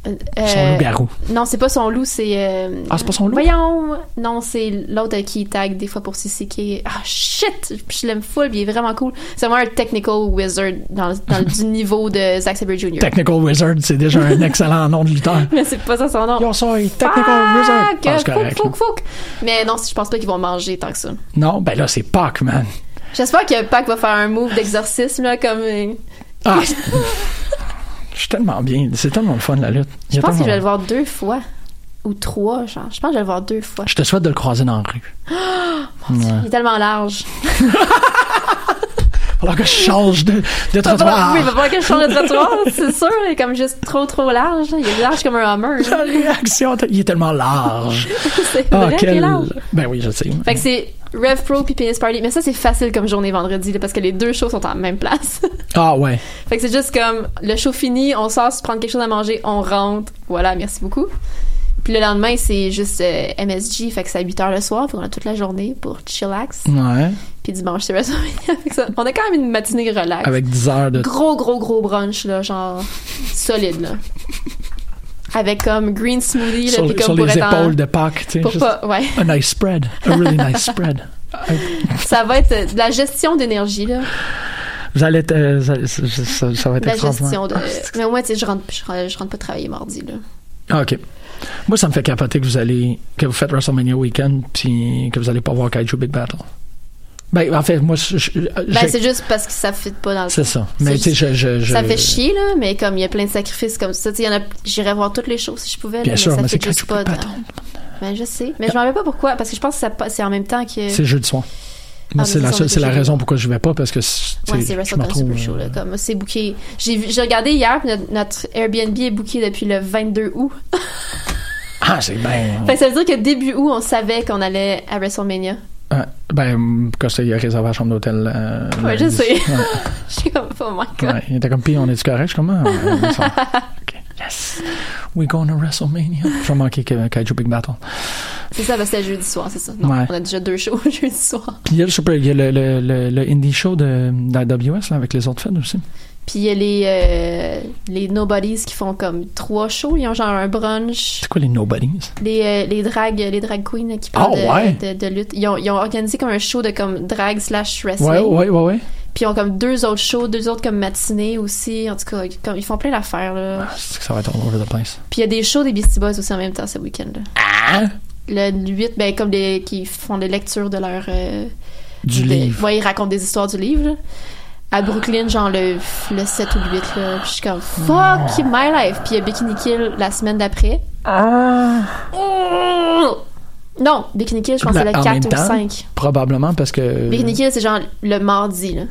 [SPEAKER 6] son
[SPEAKER 4] euh,
[SPEAKER 6] loup-garou.
[SPEAKER 4] Non, c'est pas son loup, c'est. euh,
[SPEAKER 6] Ah, c'est pas son loup?
[SPEAKER 4] Voyons! Non, c'est l'autre qui tag des fois pour CCK. Ah, shit! Je l'aime full, puis il est vraiment cool. C'est vraiment un technical wizard dans, le- dans le- du niveau de Zack Sabre Jr.
[SPEAKER 6] Technical Wizard, c'est déjà un excellent nom de lutteur.
[SPEAKER 4] Mais c'est pas ça son nom.
[SPEAKER 6] Yo, soy Technical Wizard.
[SPEAKER 4] Oh. Fuck!
[SPEAKER 6] Ah, c'est
[SPEAKER 4] Fouk,
[SPEAKER 6] correct, là.
[SPEAKER 4] fouk, fouk. Mais non, je pense pas qu'ils vont manger tant que ça.
[SPEAKER 6] Non, ben là, c'est Pac, man.
[SPEAKER 4] J'espère que Pac va faire un move d'exorcisme, là, comme. euh,
[SPEAKER 6] Ah! c'est- Je suis tellement bien. C'est tellement le fun, la lutte. Il y
[SPEAKER 4] Je
[SPEAKER 6] a
[SPEAKER 4] pense que je
[SPEAKER 6] tellement-
[SPEAKER 4] vais le voir deux fois. Ou trois, genre. Je pense que je vais le voir deux fois.
[SPEAKER 6] Je te souhaite de le croiser dans la rue.
[SPEAKER 4] Il est tellement large.
[SPEAKER 6] Alors que je change de, de
[SPEAKER 4] Il va falloir-
[SPEAKER 6] trottoir.
[SPEAKER 4] Oui, il va falloir que je change de trottoir, c'est sûr. Il est comme juste trop, trop large. là. Il est large comme un Hummer.
[SPEAKER 6] La
[SPEAKER 4] là.
[SPEAKER 6] réaction, t- il est tellement large.
[SPEAKER 4] C'est
[SPEAKER 6] Ah,
[SPEAKER 4] vrai qu'il est
[SPEAKER 6] quel.
[SPEAKER 4] large.
[SPEAKER 6] Ben oui, je sais.
[SPEAKER 4] Fait que c'est Rev Pro puis Penis Party. Mais ça, c'est facile comme journée vendredi, là, parce que les deux shows sont en même place.
[SPEAKER 6] Ah ouais.
[SPEAKER 4] fait que c'est juste comme le show fini, on sort se prendre quelque chose à manger, on rentre. Voilà, merci beaucoup. Puis le lendemain, c'est juste euh, MSG, fait que c'est à 8 h le soir, puis on a toute la journée pour chillax.
[SPEAKER 6] Ouais.
[SPEAKER 4] Puis dimanche, c'est WrestleMania. Fait que ça- on a quand même une matinée relax.
[SPEAKER 6] Avec 10 heures de.
[SPEAKER 4] gros, gros, gros brunch, là, genre solide, là. Avec comme green smoothie, là,
[SPEAKER 6] sur
[SPEAKER 4] puis
[SPEAKER 6] les,
[SPEAKER 4] comme
[SPEAKER 6] sur
[SPEAKER 4] pour
[SPEAKER 6] les
[SPEAKER 4] être en-
[SPEAKER 6] épaules de Pac, tu sais.
[SPEAKER 4] pour
[SPEAKER 6] juste
[SPEAKER 4] pas, ouais.
[SPEAKER 6] A nice spread. A really nice spread.
[SPEAKER 4] Ça va être euh, de la gestion d'énergie, là.
[SPEAKER 6] Vous allez être, euh, ça, ça- ça- ça va être
[SPEAKER 4] De la
[SPEAKER 6] extraordinaire.
[SPEAKER 4] gestion de.
[SPEAKER 6] Ah, c'est-
[SPEAKER 4] Mais au moins, tu sais, je rentre, je, rentre- je rentre pas travailler mardi, là.
[SPEAKER 6] Ah, OK. Moi, ça me fait capoter que vous allez que vous faites WrestleMania Weekend puis que vous allez pas voir Kaiju Big Battle. Ben, en fait, moi, je- je-
[SPEAKER 4] Ben,
[SPEAKER 6] je-
[SPEAKER 4] c'est juste parce que ça fit pas dans le
[SPEAKER 6] c'est ça. Mais
[SPEAKER 4] C'est
[SPEAKER 6] tu sais, je, je- je-
[SPEAKER 4] Ça fait chier, là, mais comme il y a plein de sacrifices comme ça, tu sais, il y en a- j'irais voir toutes les choses si je pouvais. là,
[SPEAKER 6] Bien sûr,
[SPEAKER 4] ça
[SPEAKER 6] mais
[SPEAKER 4] fit
[SPEAKER 6] c'est
[SPEAKER 4] juste
[SPEAKER 6] quand tu peux
[SPEAKER 4] pas
[SPEAKER 6] pas
[SPEAKER 4] dans- Ben, je sais. Mais je m'en rappelle pas pourquoi, parce que je pense que ça pa- c'est en même temps que.
[SPEAKER 6] C'est jeudi soir. Moi,
[SPEAKER 4] Ah,
[SPEAKER 6] c'est
[SPEAKER 4] mais
[SPEAKER 6] la,
[SPEAKER 4] ça, on
[SPEAKER 6] seule-
[SPEAKER 4] était
[SPEAKER 6] c'est la
[SPEAKER 4] jeudi.
[SPEAKER 6] raison pourquoi je vais pas, parce que c'est- tu
[SPEAKER 4] Ouais,
[SPEAKER 6] sais,
[SPEAKER 4] c'est
[SPEAKER 6] je me
[SPEAKER 4] WrestleCon
[SPEAKER 6] trouve. euh,
[SPEAKER 4] Super Show, là. Comme, c'est booké. J'ai vu- j'ai regardé hier, puis notre, notre Airbnb est booké depuis le 22 août.
[SPEAKER 6] Ah, c'est bien.
[SPEAKER 4] Fait que ça veut dire que début août, on savait qu'on allait à WrestleMania.
[SPEAKER 6] Ouais. Ben, Costa, il a réservé la chambre d'hôtel. euh,
[SPEAKER 4] Ouais,
[SPEAKER 6] lundi.
[SPEAKER 4] je sais.
[SPEAKER 6] Ouais.
[SPEAKER 4] J'étais comme, oh my god.
[SPEAKER 6] Ouais. Il était comme, pis on est-tu correct? Je suis comme, ah, ouais, on est ensemble. OK. Yes. We going to WrestleMania. Je vais manquer Ke- Kaiju Big Battle.
[SPEAKER 4] C'est ça, parce que c'est jeudi soir, c'est ça. Non,
[SPEAKER 6] Ouais.
[SPEAKER 4] on a déjà deux shows jeudi soir.
[SPEAKER 6] Puis il y a le Super, il y a le, le, le, le Indie Show de, de la WS, là, avec les autres fêtes aussi.
[SPEAKER 4] Puis il y a les, euh, les Nobodies qui font comme trois shows. Ils ont genre un brunch.
[SPEAKER 6] C'est quoi les Nobodies?
[SPEAKER 4] Les, euh, les drag les drag queens qui parlent
[SPEAKER 6] Ah,
[SPEAKER 4] de-
[SPEAKER 6] ouais.
[SPEAKER 4] de, de lutte. Ils ont, ils ont organisé comme un show de comme drag slash wrestling.
[SPEAKER 6] Ouais, ouais, ouais, ouais.
[SPEAKER 4] Puis ils ont comme deux autres shows, deux autres comme matinées aussi. En tout cas, comme, ils font plein d'affaires là.
[SPEAKER 6] C'est que ça va être all over the place. Hein?
[SPEAKER 4] Puis il y a des shows des Beastie Boys aussi en même temps ce week-end là. Le 8, ben comme des qui font des lectures de leur euh,
[SPEAKER 6] Du
[SPEAKER 4] de-
[SPEAKER 6] livre.
[SPEAKER 4] Ouais, ils racontent des histoires du livre. là. À Brooklyn, genre le, le 7 ou le 8 là. Puis je suis comme
[SPEAKER 6] Ah.
[SPEAKER 4] fuck my life. Puis il y a Bikini Kill la semaine d'après.
[SPEAKER 6] Ah.
[SPEAKER 4] Non, Bikini Kill, je pense que
[SPEAKER 6] Là,
[SPEAKER 4] c'est le
[SPEAKER 6] Bah, en
[SPEAKER 4] 4
[SPEAKER 6] même
[SPEAKER 4] ou le
[SPEAKER 6] temps,
[SPEAKER 4] 5.
[SPEAKER 6] Probablement parce que
[SPEAKER 4] Bikini Kill, c'est genre le mardi là.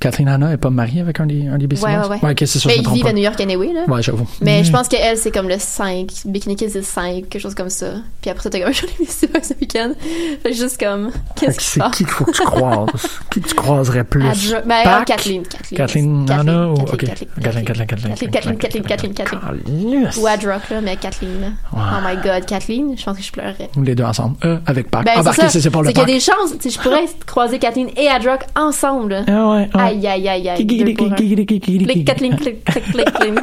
[SPEAKER 6] Catherine Hanna est pas mariée avec un des, un des Beastie
[SPEAKER 4] Ouais,
[SPEAKER 6] Boys.
[SPEAKER 4] ouais, ouais.
[SPEAKER 6] ok, c'est sûr,
[SPEAKER 4] Mais
[SPEAKER 6] je me
[SPEAKER 4] ils
[SPEAKER 6] trompe
[SPEAKER 4] vivent
[SPEAKER 6] pas.
[SPEAKER 4] à New York anyway là.
[SPEAKER 6] Ouais, Mm. j'avoue. Hmm.
[SPEAKER 4] Mais je pense qu'elle, c'est comme le 5. Bikini Kill, c'est le 5, quelque chose comme ça. Puis après, t'as comme j'en ai mis ça ce week-end. Fait que juste comme,
[SPEAKER 6] Fait
[SPEAKER 4] qu'est-ce
[SPEAKER 6] que
[SPEAKER 4] qui se
[SPEAKER 6] c'est
[SPEAKER 4] passe?
[SPEAKER 6] qui qu'il faut que tu croises? qui tu croiserais plus?
[SPEAKER 4] À Dr- ben,
[SPEAKER 6] Pac?
[SPEAKER 4] Kathleen, Kathleen.
[SPEAKER 6] Kathleen,
[SPEAKER 4] Kathleen,
[SPEAKER 6] Anna ou... ok.
[SPEAKER 4] Kathleen, Kathleen,
[SPEAKER 6] Kathleen, Kathleen, Kathleen.
[SPEAKER 4] Kathleen, Kathleen, Kathleen, Kathleen, Kathleen.
[SPEAKER 6] Calus.
[SPEAKER 4] Ou Adrock, là, mais Kathleen. là. Oh
[SPEAKER 6] Ouais.
[SPEAKER 4] my god, Kathleen, je pense que je pleurerais.
[SPEAKER 6] Ou les deux ensemble. Euh, avec Pac.
[SPEAKER 4] Ben,
[SPEAKER 6] Embarqué,
[SPEAKER 4] c'est
[SPEAKER 6] c'est
[SPEAKER 4] ça.
[SPEAKER 6] c'est pour le
[SPEAKER 4] C'est qu'il y a
[SPEAKER 6] Pac.
[SPEAKER 4] des chances. Tu sais, je pourrais croiser Kathleen et Adrock ensemble. là.
[SPEAKER 6] Ah ouais, ouais.
[SPEAKER 4] Aïe, aïe, aïe, aïe.
[SPEAKER 6] Kikiri,
[SPEAKER 4] deux pour un.
[SPEAKER 6] kikiri, kikiri,
[SPEAKER 4] Clic,
[SPEAKER 6] kikiri.
[SPEAKER 4] Kathleen, clic, clic, clic, clic.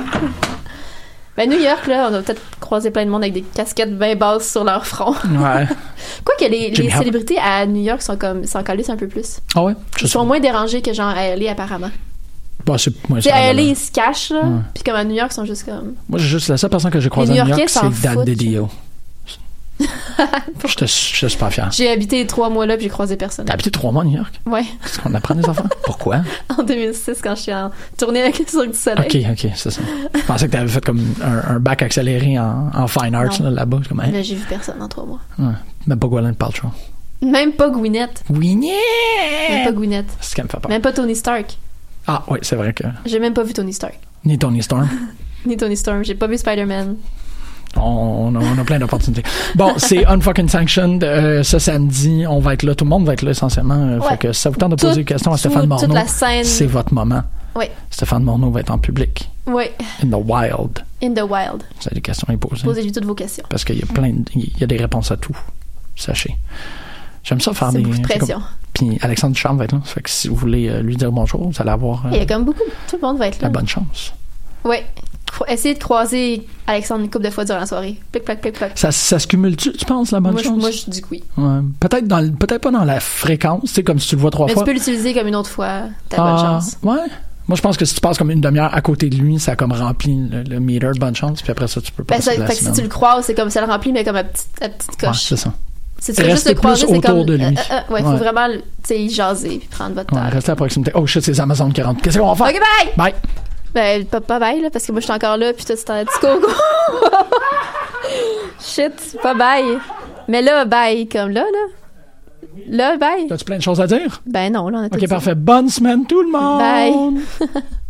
[SPEAKER 4] Ben, New York, là, on a peut-être croisé plein de monde avec des casquettes bien basses sur leur front.
[SPEAKER 6] Ouais.
[SPEAKER 4] Quoique les, les
[SPEAKER 6] Jimmy Hart.
[SPEAKER 4] célébrités à New York sont comme s'en calissent un peu plus.
[SPEAKER 6] Ah ouais? Je
[SPEAKER 4] Ils
[SPEAKER 6] sais.
[SPEAKER 4] sont moins dérangés que genre à LA apparemment.
[SPEAKER 6] Bon, Bah, c'est... moi,
[SPEAKER 4] Tu sais,
[SPEAKER 6] c'est-
[SPEAKER 4] à LA ils se cachent là,
[SPEAKER 6] Ouais.
[SPEAKER 4] puis comme à New York ils sont juste comme
[SPEAKER 6] Moi, j'ai juste la seule personne que j'ai croisée
[SPEAKER 4] Les
[SPEAKER 6] à New York,
[SPEAKER 4] New-Yorkais s'en
[SPEAKER 6] c'est Dan
[SPEAKER 4] foutent.
[SPEAKER 6] DiDio. J'étais j'étais super fier.
[SPEAKER 4] j'ai habité trois mois là puis j'ai croisé personne.
[SPEAKER 6] T'as habité trois mois à New York?
[SPEAKER 4] Ouais,
[SPEAKER 6] Est-ce qu'on apprend des enfants? Pourquoi?
[SPEAKER 4] en 2006 quand je suis en tournée avec le Cirque du Soleil.
[SPEAKER 6] Ok, ok, c'est ça. Je pensais que t'avais fait comme un, un bac accéléré en, en fine arts
[SPEAKER 4] Non.
[SPEAKER 6] là, là-bas. Je suis Comme, hein?
[SPEAKER 4] Là j'ai vu personne en trois mois.
[SPEAKER 6] Ouais. Même pas Gwyneth Paltrow.
[SPEAKER 4] Même pas Gwyneth,
[SPEAKER 6] Oui,
[SPEAKER 4] même
[SPEAKER 6] Eh.
[SPEAKER 4] pas Gwyneth,
[SPEAKER 6] C'est ce qu'elle me fait peur.
[SPEAKER 4] même pas Tony Stark.
[SPEAKER 6] Ah oui, c'est vrai que
[SPEAKER 4] J'ai même pas vu Tony Stark.
[SPEAKER 6] ni Tony Storm.
[SPEAKER 4] Ni Tony Storm, j'ai pas vu Spider-Man.
[SPEAKER 6] On, on a, on a plein d'opportunités. Bon, c'est Unfucking Sanctioned euh, ce samedi. On va être là, tout le monde va être là essentiellement. euh,
[SPEAKER 4] Ouais.
[SPEAKER 6] Fait que si ça vous tente de
[SPEAKER 4] Tout-
[SPEAKER 6] poser des questions à
[SPEAKER 4] tout-
[SPEAKER 6] Stéphane
[SPEAKER 4] toute
[SPEAKER 6] Morneau,
[SPEAKER 4] la scène.
[SPEAKER 6] c'est votre moment.
[SPEAKER 4] Ouais.
[SPEAKER 6] Stéphane Morneau va être en public.
[SPEAKER 4] Ouais,
[SPEAKER 6] In the wild.
[SPEAKER 4] in the wild.
[SPEAKER 6] Vous avez des questions à lui poser.
[SPEAKER 4] Posez-lui toutes vos questions.
[SPEAKER 6] Parce qu'il y a plein de- il y a des réponses à tout. Sachez. J'aime ça faire
[SPEAKER 4] C'est
[SPEAKER 6] des.
[SPEAKER 4] beaucoup de
[SPEAKER 6] c'est comme-
[SPEAKER 4] pression.
[SPEAKER 6] Puis Alexandre Ducharme va être là. Fait que si vous voulez euh, lui dire bonjour, vous allez avoir euh,
[SPEAKER 4] Il y a comme beaucoup, tout le monde va être
[SPEAKER 6] la
[SPEAKER 4] là.
[SPEAKER 6] bonne chance.
[SPEAKER 4] Ouais. Cro- Essayez de croiser Alexandre une couple de fois durant la soirée. Plic, plac, plic, plac.
[SPEAKER 6] Ça, ça se cumule-tu, tu penses, la bonne
[SPEAKER 4] Moi, je,
[SPEAKER 6] chance?
[SPEAKER 4] moi, je dis que oui.
[SPEAKER 6] Ouais. Peut-être dans le- peut-être pas dans la fréquence, c'est comme si tu le vois trois
[SPEAKER 4] Mais
[SPEAKER 6] fois.
[SPEAKER 4] tu peux l'utiliser comme une autre fois, ta
[SPEAKER 6] Ah,
[SPEAKER 4] bonne chance.
[SPEAKER 6] Ouais. Moi, je pense que si tu passes comme une demi-heure à côté de lui, ça comme remplit le, le meter de bonne chance, puis après ça, tu peux
[SPEAKER 4] Ben,
[SPEAKER 6] passer
[SPEAKER 4] ça,
[SPEAKER 6] de la
[SPEAKER 4] fait que si tu
[SPEAKER 6] semaine.
[SPEAKER 4] le croises, c'est comme ça le remplit, mais comme à petite, à petite
[SPEAKER 6] Ouais,
[SPEAKER 4] coche.
[SPEAKER 6] c'est ça.
[SPEAKER 4] si tu veux juste
[SPEAKER 6] Restez
[SPEAKER 4] le croiser,
[SPEAKER 6] plus
[SPEAKER 4] c'est comme.
[SPEAKER 6] autour de lui.
[SPEAKER 4] euh, euh, euh, ouais, faut
[SPEAKER 6] Ouais.
[SPEAKER 4] vraiment tu sais, y jaser puis prendre votre
[SPEAKER 6] Ouais,
[SPEAKER 4] temps.
[SPEAKER 6] restez à proximité. Oh shit, c'est Amazon qui rentre. Qu'est-ce qu'on va faire?
[SPEAKER 4] Ok, bye!
[SPEAKER 6] Bye!
[SPEAKER 4] Ben, pas, pas bye, là, parce que moi, je suis encore là, puis toi, c'est un petit coco. Shit, pas bye. Mais là, bye, comme là, là. Là, bye.
[SPEAKER 6] As-tu plein de choses à dire?
[SPEAKER 4] Ben non, là, on a tout
[SPEAKER 6] Ok,
[SPEAKER 4] dit.
[SPEAKER 6] parfait. Bonne semaine, tout le monde!
[SPEAKER 4] Bye.